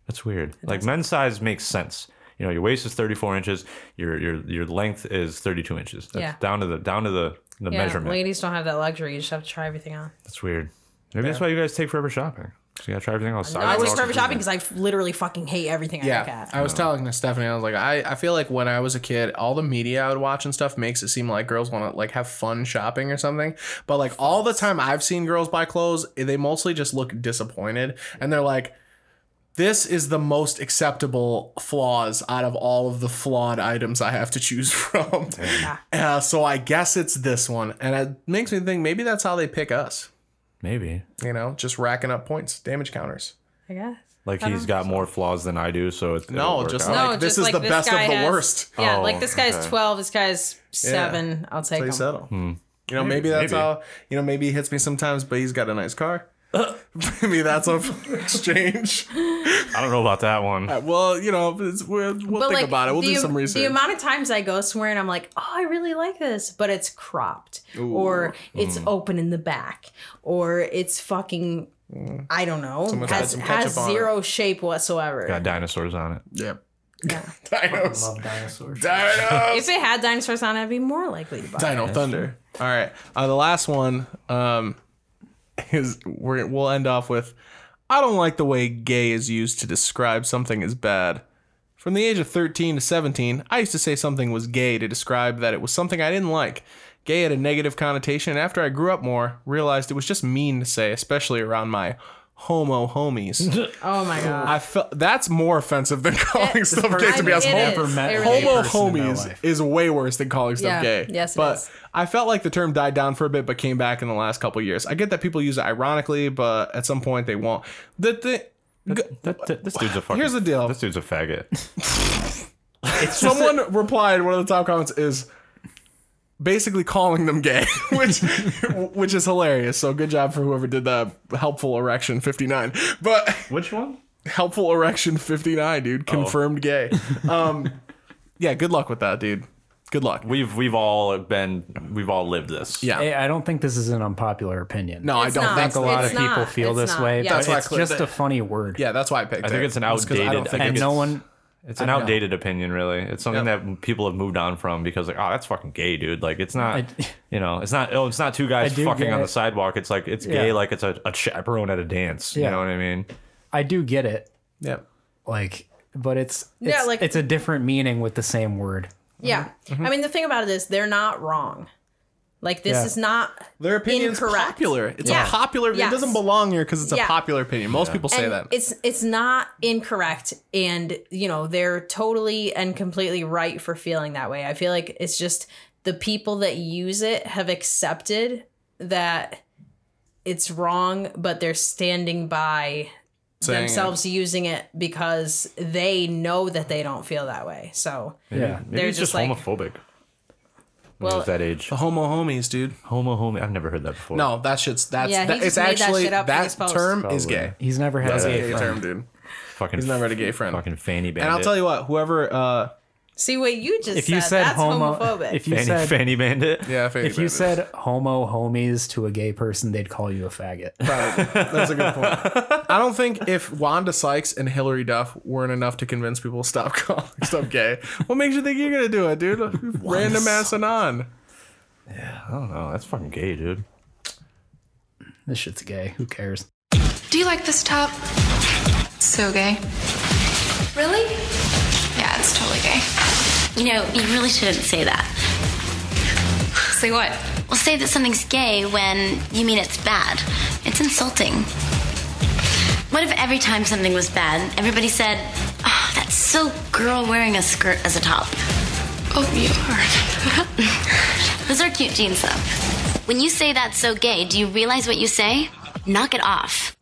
S3: that's weird. like men's size makes sense. You know, your waist is 34 inches. Your your your length is 32 inches. That's
S5: Yeah.
S3: down to the down to the the
S5: yeah
S3: measurement.
S5: ladies don't have that luxury you just have to try everything on
S3: That's weird. Maybe that's why you guys take forever shopping. So you gotta try everything else.
S5: i always prefer shopping because i literally fucking hate everything i look
S4: Yeah,
S5: at
S4: I was telling to Stephanie, I was like, I, I feel like when I was a kid, all the media I would watch and stuff makes it seem like girls want to like have fun shopping or something. But like all the time I've seen girls buy clothes, eh, they mostly just look disappointed and they're like, this is the most acceptable flaws out of all of the flawed items I have to choose from. Uh, so I guess it's this one, and it makes me think maybe that's how they pick us.
S3: Maybe.
S4: You know, just racking up points, damage counters.
S5: i guess
S3: Like
S5: I
S3: he's got more flaws than I do, so it's
S4: No, just
S5: No,
S4: like,
S5: just
S4: this is
S5: like
S4: the
S5: this
S4: best of
S5: guy
S4: the
S5: has-
S4: worst.
S5: Yeah,
S3: Oh,
S5: like this guy's
S3: okay.
S5: 12, this guy's 7. I'll take
S4: So you
S5: him.
S4: settle. You know, maybe that's
S3: Maybe.
S4: how. You know, maybe he hits me sometimes, but he's got a nice car. maybe that's our exchange.
S3: I don't know about that one.
S4: Uh, well, you know, it's, we'll, we'll think about it. We'll
S5: the,
S4: do some research.
S5: The amount of times I go somewhere and I'm like, oh, I really like this, but it's cropped
S4: Ooh.
S5: or it's
S4: Mm.
S5: open in the back or it's fucking,
S4: Mm.
S5: I don't know,
S3: Someone's had
S5: has,
S3: some ketchup
S5: has
S3: on it.
S5: zero shape whatsoever.
S3: Got dinosaurs on it.
S4: Yep.
S2: Dinos. I love dinosaurs.
S5: If it had dinosaurs on it, I'd be more likely to buy
S4: Dino
S5: it.
S4: Thunder. All right. Uh, the last one um, is we're, we'll end off with I don't like the way gay is used to describe something as bad. From the age of 13 to 17, I used to say something was gay to describe that it was something I didn't like. Gay had a negative connotation, and after I grew up more, realized it was just mean to say, especially around my homo homies.
S5: Oh my God.
S4: I felt that's more offensive than calling
S5: It-
S4: stuff
S5: I
S4: gay. To be
S5: mean,
S4: honest,
S5: it
S4: homo,
S5: is. Never met It really
S4: homo
S5: is.
S4: homies is way worse than calling stuff
S5: Yeah,
S4: gay.
S5: yes, it
S4: but
S5: is.
S4: I felt like the term died down for a bit, but came back in the last couple years. I get that people use it ironically, but at some point they won't. The thing.
S3: This dude's a fucking.
S4: Here's the deal.
S3: This dude's a faggot.
S4: Someone replied. One of the top comments is basically calling them gay, which which is hilarious. So good job for whoever did the helpful erection fifty nine. But
S3: which one?
S4: helpful erection 59, dude. Confirmed gay. Um, yeah, good luck with that, dude. Good luck.
S3: We've we've all been we've all lived this.
S4: Yeah.
S2: I don't think this is an unpopular opinion.
S4: No, I It's don't not.
S2: I think a lot
S4: It's
S2: of people
S4: not.
S2: feel
S4: It's
S2: this
S4: not.
S2: way.
S4: Yeah.
S2: But
S4: That's why I
S2: it's
S4: clicked
S2: just
S4: it.
S2: a funny word.
S4: Yeah, that's why I picked
S3: I
S4: it.
S3: think it's an
S4: It's 'cause I don't
S3: outdated.
S4: think
S3: and
S4: it's-
S3: no one. It's an
S4: I know.
S3: outdated opinion, really. It's something that people have moved on from because, like, oh, that's fucking gay, dude. Like, it's not, you know, it's not. Oh, it's not two guys
S2: I do
S3: fucking
S2: get
S3: on the
S2: it.
S3: sidewalk. It's like it's
S2: Yeah.
S3: gay, like it's a, a chaperone at a dance. You
S2: Yeah.
S3: know what I mean?
S2: I do get it.
S4: Yeah.
S2: Like, but it's
S5: Yeah,
S2: it's,
S5: like-
S2: it's a different meaning with the same word.
S5: Yeah.
S4: Mm-hmm.
S5: I mean, the thing about it is they're not wrong. Like this
S2: Yeah.
S5: is not
S4: Their opinion's
S5: incorrect.
S4: popular. It's
S5: Yeah.
S4: a popular. It
S5: Yes.
S4: doesn't belong here because it's
S5: Yeah.
S4: a popular opinion. Most people say
S5: And
S4: that.
S5: It's it's not incorrect and you know, they're totally and completely right for feeling that way. I feel like it's just the people that use it have accepted that it's wrong, but they're standing by
S4: Saying it.
S5: themselves using it because they know that they don't feel that way. So
S3: Maybe, maybe
S5: They're
S3: it's just,
S5: just like-
S3: homophobic. When
S5: Well-
S3: well, that age,
S4: The homo homies, dude.
S3: homo homie. I've never heard that before.
S4: No, that shit's that's
S5: Yeah, he
S4: that,
S5: just
S4: it's
S5: made that
S4: actually
S5: shit
S4: that,
S5: up for this post.
S4: term is
S3: Probably.
S4: gay.
S2: He's never had
S4: That's
S2: a
S4: a
S2: gay
S4: gay
S2: friend.
S4: term, dude.
S3: fucking.
S4: He's never had a gay friend.
S3: Fucking fanny bandit.
S4: And I'll tell you what, whoever. uh
S5: see what you just
S2: If
S5: said,
S2: you said
S5: that's
S2: homo,
S5: homophobic.
S2: if you
S3: fanny,
S2: said
S3: fanny bandit.
S4: Yeah, fanny
S2: if you
S4: bandit.
S2: said homo homies to a gay person, they'd call you a faggot.
S4: Probably. That's a good point. I don't think if Wanda Sykes and Hillary Duff weren't enough to convince people to stop calling stuff gay, what makes you think you're gonna do it, dude? Random ass anon.
S3: I don't know. That's fucking gay, dude.
S2: This shit's gay. Who cares?
S7: Do you like this top? So gay. Really? Yeah, it's totally gay.
S12: You know, you really shouldn't say that.
S7: Say what?
S12: Well, say that something's gay when you mean it's bad. It's insulting. What if every time something was bad, everybody said, oh, that's so girl wearing a skirt as a top? Oh, you are. Those are cute jeans, though. When you say that's so gay, do you realize what you say? Knock it off.